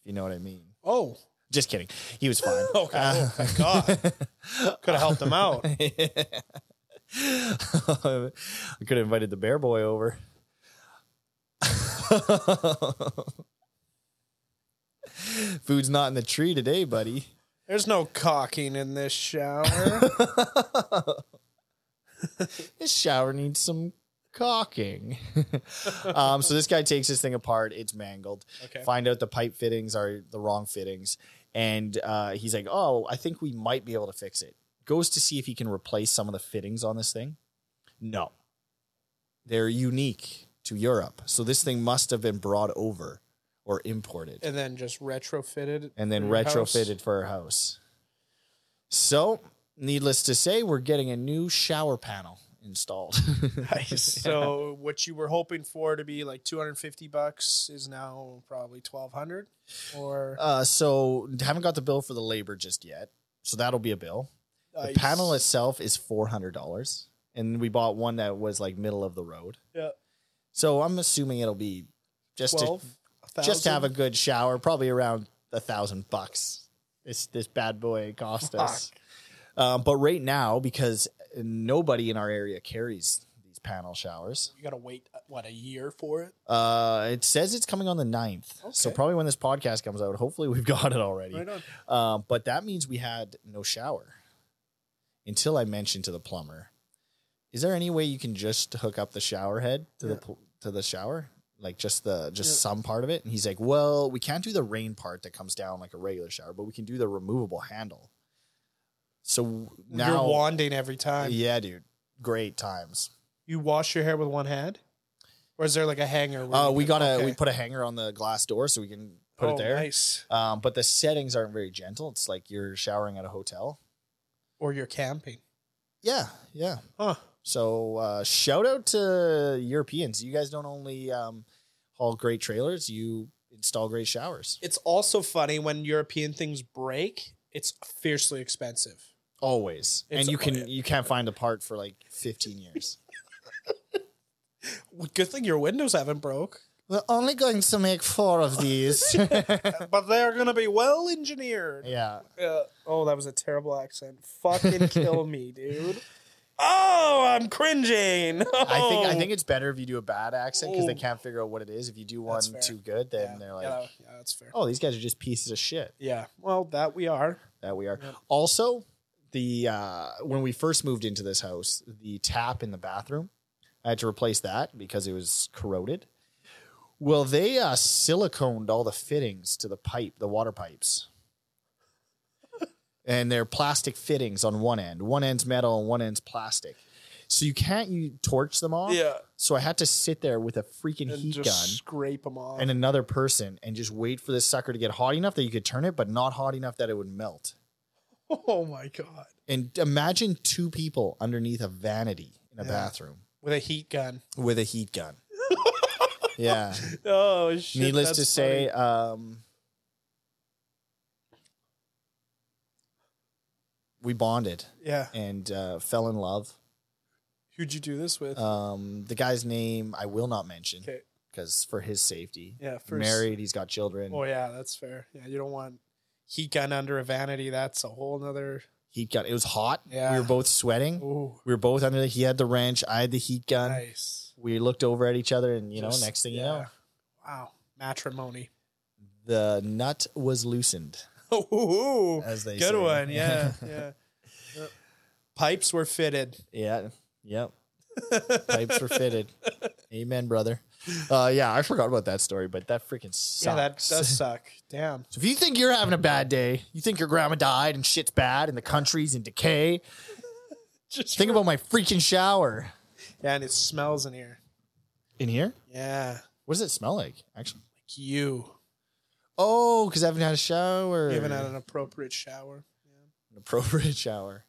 Speaker 1: You know what I mean? *laughs*
Speaker 2: Oh,
Speaker 1: Just kidding. He was fine.
Speaker 2: *laughs* okay.
Speaker 1: Uh,
Speaker 2: oh,
Speaker 1: *laughs*
Speaker 2: thank God. Could have helped them
Speaker 1: *laughs*
Speaker 2: out.
Speaker 1: I could have invited the bear boy over. *laughs* Food's not in the tree today, buddy.
Speaker 2: There's no cocking in this shower.
Speaker 1: This shower needs some caulking. *laughs* um, so this guy takes this thing apart. It's mangled.
Speaker 2: Okay.
Speaker 1: Find out the pipe fittings are the wrong fittings, and uh, he's like, "Oh, I think we might be able to fix it." Goes to see if he can replace some of the fittings on this thing. No, they're unique to Europe, so this thing must have been brought over or imported
Speaker 2: and then just retrofitted.
Speaker 1: and then
Speaker 2: your house.
Speaker 1: retrofitted
Speaker 2: *laughs*
Speaker 1: for her house. So, needless to say, we're getting a new shower panel installed.
Speaker 2: *laughs*
Speaker 1: *laughs*
Speaker 2: So what you were hoping for to be like 250 bucks is now probably 1200 or
Speaker 1: uh, so haven't got the bill for the labor just yet. So that'll be a bill. The
Speaker 2: Nice.
Speaker 1: panel itself is four hundred dollars, and we bought one that was like middle of the road.
Speaker 2: yeah,
Speaker 1: So I'm assuming it'll be just to
Speaker 2: 12
Speaker 1: just to have a good shower, probably around a thousand bucks. This this bad boy cost us. Um, but right now, because nobody in our area carries these panel showers,
Speaker 2: You got to wait uh, what a year for it.
Speaker 1: uh, it says it's coming on the 9th. So
Speaker 2: Okay.
Speaker 1: probably when this podcast comes out, hopefully we've *laughs* got it already.
Speaker 2: Right on.
Speaker 1: Um, but that means we had no shower until I mentioned to the plumber, "Is there any way you can just hook up the shower head to the
Speaker 2: Yeah.
Speaker 1: pl- to the shower, like just the just
Speaker 2: Yeah.
Speaker 1: some part of it?" And he's like, "Well, we can't do the rain part that comes down like a regular shower, but we can do the removable handle." So now,
Speaker 2: You're wanding every time.
Speaker 1: yeah, dude, great times.
Speaker 2: You wash your hair with one hand, or is there like a hanger? where
Speaker 1: Uh,
Speaker 2: you
Speaker 1: we
Speaker 2: can-
Speaker 1: got a
Speaker 2: okay.
Speaker 1: we put a hanger on the glass door so we can put
Speaker 2: Oh,
Speaker 1: it there.
Speaker 2: Nice.
Speaker 1: Um, but the settings aren't very gentle. It's like you're showering at a hotel.
Speaker 2: Or you're camping.
Speaker 1: Yeah, yeah.
Speaker 2: Huh.
Speaker 1: So uh, shout out to Europeans. You guys don't only um, haul great trailers; you install great showers.
Speaker 2: It's also funny when European things break. It's fiercely expensive.
Speaker 1: Always,
Speaker 2: It's-
Speaker 1: and you can
Speaker 2: oh, yeah.
Speaker 1: you can't find a part for like fifteen years.
Speaker 2: Well, Good thing your windows haven't broke.
Speaker 1: We're only going to make four of
Speaker 2: *laughs*
Speaker 1: these.
Speaker 2: but they're gonna be well engineered.
Speaker 1: yeah,
Speaker 2: Uh, oh, that was a terrible
Speaker 1: *laughs*
Speaker 2: accent. Fucking kill me, dude. Oh, I'm cringing.
Speaker 1: I think I
Speaker 2: Oh.
Speaker 1: think it's better if you do a bad accent because they
Speaker 2: Oh.
Speaker 1: can't figure out what it is. If you do one
Speaker 2: That's fair.
Speaker 1: too good, then
Speaker 2: Yeah,
Speaker 1: they're like,
Speaker 2: yeah, yeah, that's fair.
Speaker 1: "Oh, these guys are just pieces of shit."
Speaker 2: Yeah, well, that we are.
Speaker 1: that we are. Also, the uh, when we first moved into this house, the tap in the bathroom, I had to replace that because it was corroded. Well,
Speaker 2: *laughs*
Speaker 1: they uh, siliconed all the fittings to the pipe, the water pipes. and they're plastic fittings on one end. One end's metal and one end's plastic. So you can't you torch them off.
Speaker 2: Yeah.
Speaker 1: So I had to sit there with a freaking
Speaker 2: And
Speaker 1: heat
Speaker 2: just
Speaker 1: gun
Speaker 2: scrape them off.
Speaker 1: and another person and just wait for this sucker to get hot enough that you could turn it, but not hot enough that it would melt.
Speaker 2: *laughs* oh my god.
Speaker 1: And imagine two people underneath a vanity in a
Speaker 2: Yeah.
Speaker 1: bathroom
Speaker 2: With a heat gun.
Speaker 1: with a heat
Speaker 2: *laughs*
Speaker 1: gun. yeah.
Speaker 2: Oh shit.
Speaker 1: Needless
Speaker 2: that's
Speaker 1: to say, um, we bonded
Speaker 2: funny. Yeah.
Speaker 1: and uh, fell in love.
Speaker 2: Who'd you do this with?
Speaker 1: Um, the guy's name I will not mention
Speaker 2: okay.
Speaker 1: because for his safety.
Speaker 2: Yeah. First.
Speaker 1: Married, he's got children.
Speaker 2: Oh yeah, that's fair. Yeah, you don't want heat gun under a vanity. That's a whole nother.
Speaker 1: He got it was hot.
Speaker 2: Yeah.
Speaker 1: We were both sweating.
Speaker 2: Ooh.
Speaker 1: We were both under the he had the wrench, I had the heat gun.
Speaker 2: Nice.
Speaker 1: We looked over at each other and you
Speaker 2: Just-
Speaker 1: know, next thing
Speaker 2: yeah.
Speaker 1: you know,
Speaker 2: Wow. Matrimony. *laughs*
Speaker 1: the nut was loosened,
Speaker 2: Ooh.
Speaker 1: as they
Speaker 2: Good
Speaker 1: say. *laughs*
Speaker 2: one. Yeah. Yeah. Yep. Pipes were fitted.
Speaker 1: Yeah. Yep. *laughs* Pipes were fitted. Amen, brother. Uh, yeah, I forgot about that story, but that freaking sucks.
Speaker 2: Yeah, that does suck. Damn. *laughs*
Speaker 1: so if you think you're having a bad day, you think your grandma died and shit's bad and the country's in decay,
Speaker 2: Just
Speaker 1: think about my freaking shower.
Speaker 2: Yeah, and it smells in here.
Speaker 1: In here?
Speaker 2: Yeah.
Speaker 1: What does it smell like, actually?
Speaker 2: Like you.
Speaker 1: Oh, because I haven't had a shower.
Speaker 2: Giving out an appropriate shower.
Speaker 1: an appropriate shower.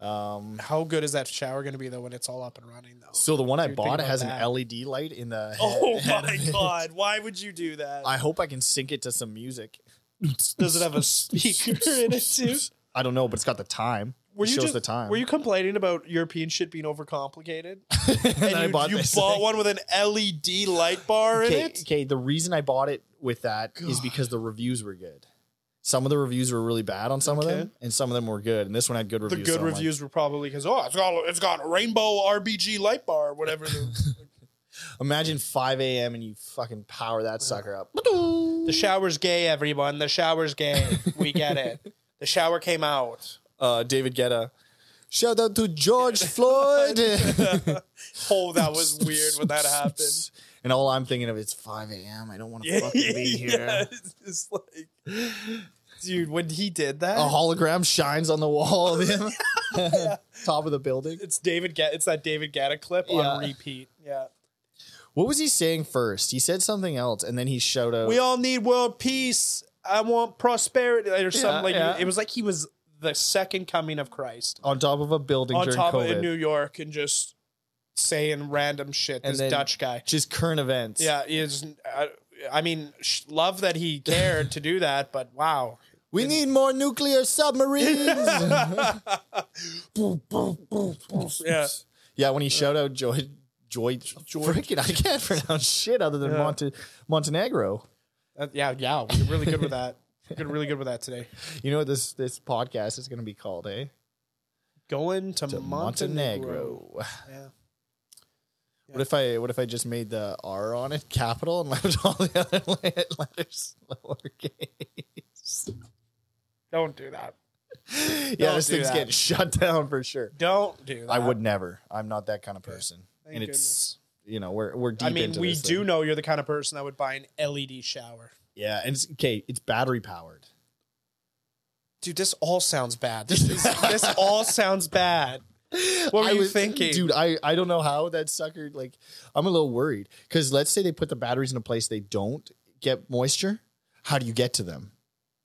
Speaker 1: Um,
Speaker 2: How good is that shower going to be though when it's all up and
Speaker 1: *laughs*
Speaker 2: running though?
Speaker 1: so the one I
Speaker 2: Dude, think
Speaker 1: bought it
Speaker 2: about
Speaker 1: has
Speaker 2: that.
Speaker 1: an LED light in the.
Speaker 2: Oh
Speaker 1: *laughs* head-
Speaker 2: my god! Why would you do that?
Speaker 1: I hope I can sync it to some music.
Speaker 2: Does it
Speaker 1: *laughs*
Speaker 2: have a *laughs* speaker in it too?
Speaker 1: I don't know, but it's got the time.
Speaker 2: Were
Speaker 1: it
Speaker 2: you
Speaker 1: shows
Speaker 2: just-
Speaker 1: the time. *laughs*
Speaker 2: Were you complaining about European shit being overcomplicated?
Speaker 1: and
Speaker 2: And
Speaker 1: I
Speaker 2: you
Speaker 1: bought
Speaker 2: you
Speaker 1: this
Speaker 2: bought
Speaker 1: thing.
Speaker 2: one with an LED light bar in
Speaker 1: Okay,
Speaker 2: it.
Speaker 1: okay, the reason I bought it with that is
Speaker 2: God.
Speaker 1: because the reviews were good. Some of the reviews were really bad on some
Speaker 2: Okay.
Speaker 1: of them, and some of them were good. And this one had good
Speaker 2: The
Speaker 1: reviews.
Speaker 2: good
Speaker 1: so I'm like,
Speaker 2: reviews were probably because oh, it's got it's got a rainbow RBG light bar, or whatever. the,
Speaker 1: imagine 5 a.m. and you fucking power that sucker up.
Speaker 2: *laughs* the shower's gay, everyone. The shower's gay. We get it. The shower came out.
Speaker 1: *laughs* Uh, David Guetta. Shout out to
Speaker 2: *laughs*
Speaker 1: George Floyd.
Speaker 2: oh, that was weird
Speaker 1: *laughs*
Speaker 2: when that happened.
Speaker 1: And all I'm thinking of is 5 a.m. I don't want to
Speaker 2: *laughs* Yeah,
Speaker 1: fucking be here.
Speaker 2: yeah, it's just like, dude, when he did that,
Speaker 1: A hologram shines on the wall of
Speaker 2: *laughs*
Speaker 1: him, *laughs* top of the building.
Speaker 2: it's David. Ga- it's that David Gatta clip on
Speaker 1: Yeah.
Speaker 2: repeat. Yeah,
Speaker 1: What was he saying first? He said something else, and then he showed out.
Speaker 2: we all need world peace. I want prosperity or
Speaker 1: Yeah,
Speaker 2: something. Like
Speaker 1: yeah.
Speaker 2: it was like he was the second coming of Christ
Speaker 1: on top of a building
Speaker 2: on
Speaker 1: during
Speaker 2: top of
Speaker 1: COVID.
Speaker 2: in New York and just saying random shit.
Speaker 1: And
Speaker 2: this
Speaker 1: then-
Speaker 2: Dutch guy.
Speaker 1: just current events.
Speaker 2: Yeah, he is. I, I mean, sh- love
Speaker 1: *laughs*
Speaker 2: that he cared to do that, but wow.
Speaker 1: We need more nuclear submarines.
Speaker 2: *laughs*
Speaker 1: *laughs*
Speaker 2: Yeah.
Speaker 1: yeah, when he showed out Joy Joy
Speaker 2: George.
Speaker 1: Frickin', I can't pronounce shit other than
Speaker 2: Yeah.
Speaker 1: Monte, Montenegro.
Speaker 2: Uh, yeah, yeah, we're really good
Speaker 1: *laughs*
Speaker 2: with that. We're good- really good with that today.
Speaker 1: You know what this this podcast is gonna be called, eh?
Speaker 2: Going to,
Speaker 1: To
Speaker 2: Montenegro.
Speaker 1: Montenegro.
Speaker 2: Yeah.
Speaker 1: What if I what if I just made the R on it capital and left all the *laughs* other le- letters lowercase?
Speaker 2: Don't do that.
Speaker 1: yeah,
Speaker 2: Don't
Speaker 1: this
Speaker 2: do
Speaker 1: thing's
Speaker 2: that.
Speaker 1: getting shut down for sure.
Speaker 2: Don't do that.
Speaker 1: I would never. I'm not that kind of person.
Speaker 2: Thank
Speaker 1: and it's you know we're we're deep.
Speaker 2: I mean,
Speaker 1: into
Speaker 2: we
Speaker 1: this
Speaker 2: do
Speaker 1: thing.
Speaker 2: know you're the kind of person that would buy an LED shower.
Speaker 1: Yeah, and it's okay. It's battery powered.
Speaker 2: Dude, this all
Speaker 1: *laughs*
Speaker 2: sounds bad. This is this all sounds bad. What were
Speaker 1: I
Speaker 2: you
Speaker 1: was-
Speaker 2: thinking?
Speaker 1: dude? I I don't know how that sucker. Like, I'm a little worried because let's say they put the batteries in a place they don't get moisture. How do you get to them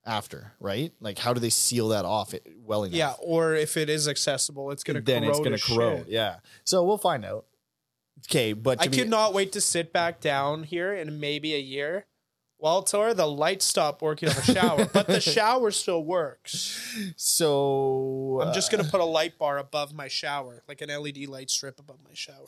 Speaker 1: after? Right? Like, how do they seal that off it, well enough?
Speaker 2: yeah, or if it is accessible, it's gonna
Speaker 1: then
Speaker 2: corrode
Speaker 1: it's gonna
Speaker 2: as shit.
Speaker 1: corrode. Yeah. So we'll find out. Okay, but to
Speaker 2: I
Speaker 1: be-
Speaker 2: cannot wait to sit back down here in maybe a year. Walter, the lights stopped working on the shower,
Speaker 1: *laughs*
Speaker 2: but the shower still works.
Speaker 1: so
Speaker 2: I'm just
Speaker 1: uh,
Speaker 2: gonna put a light bar above my shower, like an LED light strip above
Speaker 1: *laughs*
Speaker 2: my shower.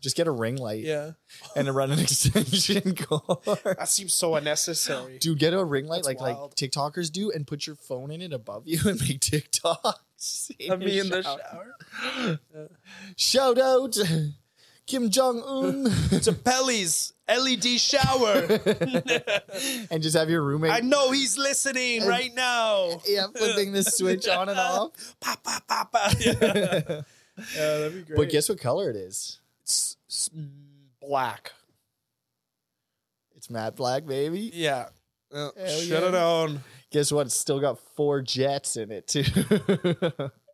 Speaker 1: just get a ring light
Speaker 2: Yeah,
Speaker 1: and run an *laughs* extension
Speaker 2: *laughs*
Speaker 1: cord.
Speaker 2: that seems so unnecessary.
Speaker 1: Dude, get a ring light
Speaker 2: That's
Speaker 1: like like
Speaker 2: wild.
Speaker 1: TikTokers do, and put your phone in it above you and make *laughs* TikToks.
Speaker 2: Of me in the
Speaker 1: shower.
Speaker 2: shower.
Speaker 1: *laughs* Shout out Kim Jong
Speaker 2: *laughs*
Speaker 1: Un,
Speaker 2: to Pelly's LED E
Speaker 1: *laughs*
Speaker 2: shower.
Speaker 1: and just have your roommate.
Speaker 2: I know he's listening right now.
Speaker 1: *laughs* yeah, flipping the switch on and off.
Speaker 2: Pa, pa, pa, pa. *laughs* Yeah. that'd be *laughs* great.
Speaker 1: But guess what color it is?
Speaker 2: it's, it's black.
Speaker 1: It's matte black, baby.
Speaker 2: Yeah. Uh,
Speaker 1: Hell
Speaker 2: Shut
Speaker 1: yeah.
Speaker 2: it on.
Speaker 1: Guess what? It's still got four jets in it too. *laughs*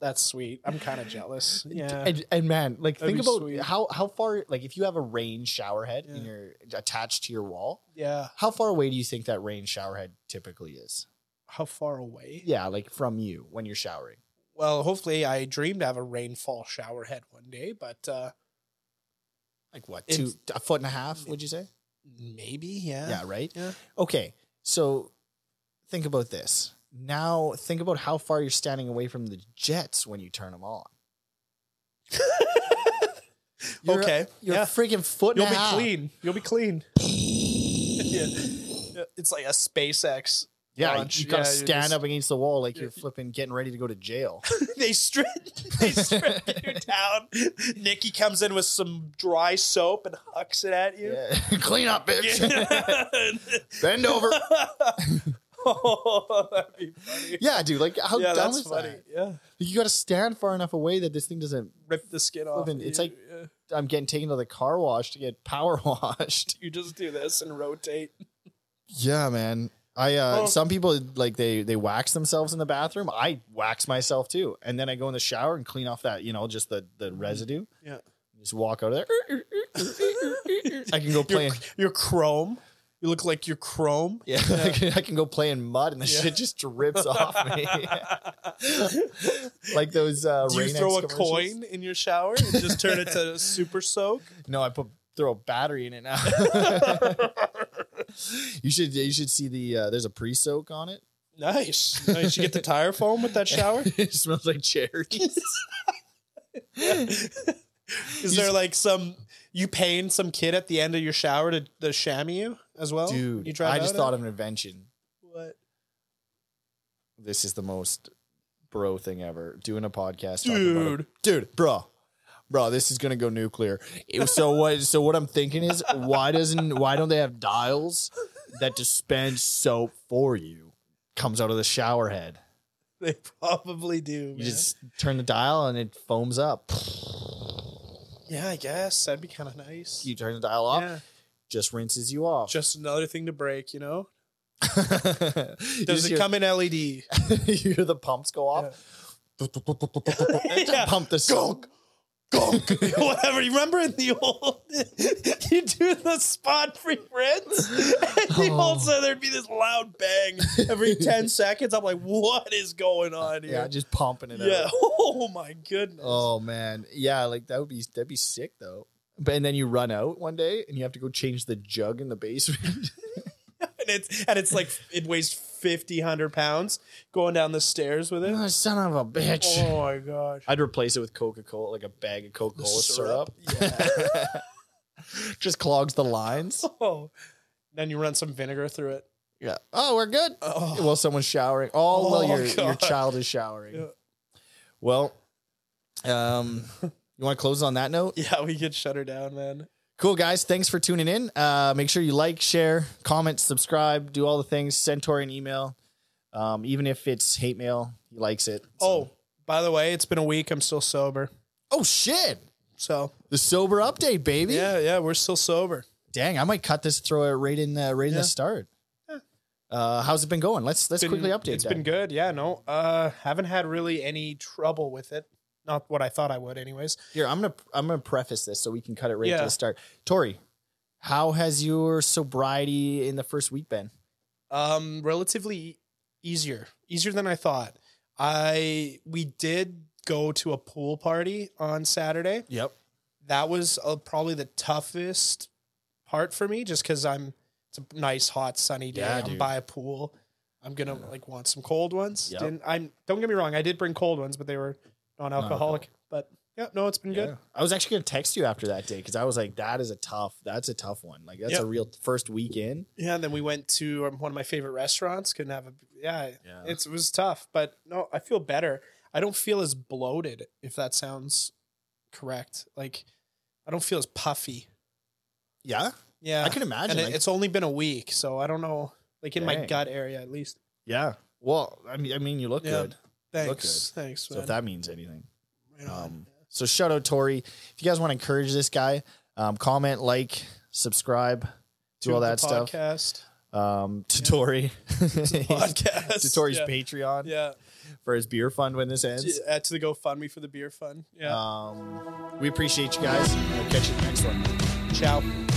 Speaker 2: That's sweet. I'm kind of jealous. *laughs* Yeah.
Speaker 1: and, and man, like
Speaker 2: That'd
Speaker 1: think
Speaker 2: be
Speaker 1: about
Speaker 2: sweet.
Speaker 1: how how far like if you have a rain shower head and
Speaker 2: Yeah.
Speaker 1: you're attached to your wall,
Speaker 2: yeah.
Speaker 1: how far away do you think that rain shower head typically is?
Speaker 2: How far away?
Speaker 1: Yeah, like from you when you're showering.
Speaker 2: Well, hopefully, I dream to have a rainfall shower head one day, but uh,
Speaker 1: Like what?
Speaker 2: It's-
Speaker 1: Two a foot and a half, would you say?
Speaker 2: maybe, yeah.
Speaker 1: Yeah, right?
Speaker 2: Yeah.
Speaker 1: Okay. So think about this. Now think about how far you're standing away from the jets when you turn them
Speaker 2: *laughs*
Speaker 1: on. You're-
Speaker 2: okay.
Speaker 1: You're
Speaker 2: yeah.
Speaker 1: a freaking foot and
Speaker 2: You'll
Speaker 1: a
Speaker 2: be
Speaker 1: half.
Speaker 2: clean. You'll be clean. *laughs* yeah. Yeah, It's like a SpaceX. *laughs*
Speaker 1: Yeah,
Speaker 2: Lunch.
Speaker 1: you gotta
Speaker 2: Yeah, you're
Speaker 1: stand
Speaker 2: just-
Speaker 1: up against the wall like
Speaker 2: you're- *laughs*
Speaker 1: you're flipping getting ready to go to jail.
Speaker 2: they strip. They strip *laughs* you down. Nikki comes in with some dry soap and hucks it at you.
Speaker 1: Yeah. *laughs* Clean up, *laughs* Bend over.
Speaker 2: *laughs* oh, that'd be funny.
Speaker 1: Yeah, dude. Like, how
Speaker 2: yeah,
Speaker 1: dumb
Speaker 2: that's
Speaker 1: is
Speaker 2: funny.
Speaker 1: that?
Speaker 2: Yeah,
Speaker 1: You got to stand far enough away that this thing doesn't.
Speaker 2: rip the skin off.
Speaker 1: Flippin', it's
Speaker 2: you.
Speaker 1: like-
Speaker 2: Yeah.
Speaker 1: I'm getting taken to the car wash to get power *laughs* washed.
Speaker 2: you just do this and rotate.
Speaker 1: Yeah, man. I uh,
Speaker 2: Oh.
Speaker 1: some people like they they wax themselves in the bathroom. I wax myself too, and then I go in the shower and clean off that you know just the the residue.
Speaker 2: Yeah.
Speaker 1: Just walk out of there. *laughs* I can go play.
Speaker 2: You're,
Speaker 1: in-
Speaker 2: you're chrome. You look like you're chrome.
Speaker 1: Yeah, *laughs* I, can, I can go play in mud, and the
Speaker 2: Yeah.
Speaker 1: shit just drips
Speaker 2: *laughs*
Speaker 1: off me, *laughs* like those. Uh,
Speaker 2: Do you
Speaker 1: Rain-X
Speaker 2: throw a
Speaker 1: commercials.
Speaker 2: coin in your shower and just turn it
Speaker 1: *laughs*
Speaker 2: to super soak?
Speaker 1: No, I put throw a battery in it
Speaker 2: *laughs*
Speaker 1: now. you should you should see the uh, there's a pre soak on it. *laughs*
Speaker 2: Nice. nice. You get the tire foam with that shower?
Speaker 1: it smells like
Speaker 2: *laughs*
Speaker 1: cherries.
Speaker 2: Is there like some you paying some kid at the end of your shower to, to chamois you as well?
Speaker 1: Dude,
Speaker 2: Oh, you
Speaker 1: I just thought of an invention.
Speaker 2: what?
Speaker 1: This is the most bro thing ever. Doing a podcast, talking about it.
Speaker 2: dude.
Speaker 1: dude, bro, bro, this is gonna go nuclear. It- So what? So what I'm thinking is, why doesn't why don't they have dials that dispense soap for you? Comes out of the shower head.
Speaker 2: They probably do.
Speaker 1: You
Speaker 2: Man.
Speaker 1: just turn the dial and it foams up.
Speaker 2: yeah, I guess that'd be kind of nice.
Speaker 1: You turn the dial off,
Speaker 2: Yeah.
Speaker 1: just rinses you off. *laughs*
Speaker 2: Just another thing to break, you know. Does
Speaker 1: Does
Speaker 2: it come in E
Speaker 1: *laughs*
Speaker 2: LED?
Speaker 1: You hear the pumps go off.
Speaker 2: *laughs* Yeah.
Speaker 1: *laughs* Pump the soap.
Speaker 2: *laughs* Whatever. You remember in the old, *laughs* you do the spot free rinse, *laughs* and you
Speaker 1: Oh.
Speaker 2: also there'd be this loud bang
Speaker 1: *laughs*
Speaker 2: every ten seconds. I'm like, what is going on
Speaker 1: Yeah,
Speaker 2: here?
Speaker 1: just pumping it
Speaker 2: Yeah. *laughs*
Speaker 1: out.
Speaker 2: Oh my goodness.
Speaker 1: Oh man, yeah, like that would be that'd be sick though. But and then you run out one day and you have to go change the jug in the *laughs* basement.
Speaker 2: and it's and it's like it weighs 50 100 pounds going down the stairs with it
Speaker 1: oh, son of a bitch!
Speaker 2: oh my gosh
Speaker 1: *laughs* I'd replace it with Coca Cola, like a bag of Coca Cola syrup. *laughs* Just clogs the lines.
Speaker 2: *laughs* oh then you run some vinegar through it
Speaker 1: Yeah. Oh, we're good.
Speaker 2: oh
Speaker 1: While someone's showering. Oh, while
Speaker 2: Oh,
Speaker 1: your your
Speaker 2: God.
Speaker 1: child is showering.
Speaker 2: Yeah.
Speaker 1: Well, um, you want to close on that note?
Speaker 2: *laughs* yeah we get shut her down man
Speaker 1: Cool, guys. Thanks for tuning in. Uh, make sure you like, share, comment, subscribe, do all the things. Send Tori an email. Um, even if it's hate mail, he likes it. So-
Speaker 2: oh by the way it's been a week i'm still sober
Speaker 1: oh, shit.
Speaker 2: so
Speaker 1: The sober update, baby.
Speaker 2: yeah yeah we're still sober
Speaker 1: Dang, I might cut this, throw it right in, uh, right in
Speaker 2: Yeah.
Speaker 1: the start.
Speaker 2: Yeah.
Speaker 1: Uh, how's it been going? Let's let's
Speaker 2: Been-
Speaker 1: quickly update.
Speaker 2: It's
Speaker 1: that.
Speaker 2: been good yeah no uh haven't had really any trouble with it not what i thought i would anyways
Speaker 1: Here, I'm gonna I'm gonna preface this so we can cut it right to
Speaker 2: Yeah.
Speaker 1: the start. Tori, how has your sobriety in the first week been?
Speaker 2: um relatively easier easier than i thought i we did go to a pool party on saturday
Speaker 1: Yep.
Speaker 2: that was uh, probably the toughest part for me just because i'm it's a nice hot sunny day
Speaker 1: Yeah,
Speaker 2: i'm
Speaker 1: dude.
Speaker 2: by a pool i'm gonna like want some cold ones
Speaker 1: Yep.
Speaker 2: Didn't, i'm don't get me wrong i did bring cold ones but they were non-alcoholic but yeah no it's been good
Speaker 1: I was actually gonna text you after that day because I was like, that is a tough, that's a tough one. Like that's
Speaker 2: Yeah.
Speaker 1: a real first week in.
Speaker 2: yeah and then we went to um, one of my favorite restaurants couldn't have a yeah
Speaker 1: Yeah.
Speaker 2: It's, it was tough, but no, I feel better. I don't feel as bloated, if that sounds correct. Like, I don't feel as puffy.
Speaker 1: yeah.
Speaker 2: Yeah.
Speaker 1: I can imagine.
Speaker 2: and it-
Speaker 1: like-
Speaker 2: it's only been a week, so I don't know. Like, in my
Speaker 1: Dang.
Speaker 2: gut area, at least.
Speaker 1: yeah. Well, I mean, I mean, you look
Speaker 2: Yeah.
Speaker 1: good. Look
Speaker 2: Thanks. Thanks,
Speaker 1: So
Speaker 2: man.
Speaker 1: if that means anything.
Speaker 2: Right on.
Speaker 1: Um, so shout out Tori. If you guys want to encourage this guy, um, comment, like, subscribe, do
Speaker 2: To
Speaker 1: all
Speaker 2: the
Speaker 1: that stuff. *laughs*
Speaker 2: podcast.
Speaker 1: um, Tatori, *laughs*
Speaker 2: Podcast.
Speaker 1: Tatori's
Speaker 2: yeah.
Speaker 1: Patreon
Speaker 2: Yeah.
Speaker 1: for his beer fund when this ends.
Speaker 2: To- Add to the GoFundMe for the beer fund. Yeah.
Speaker 1: Um, we appreciate you guys. We'll catch you in the next one.
Speaker 2: Ciao.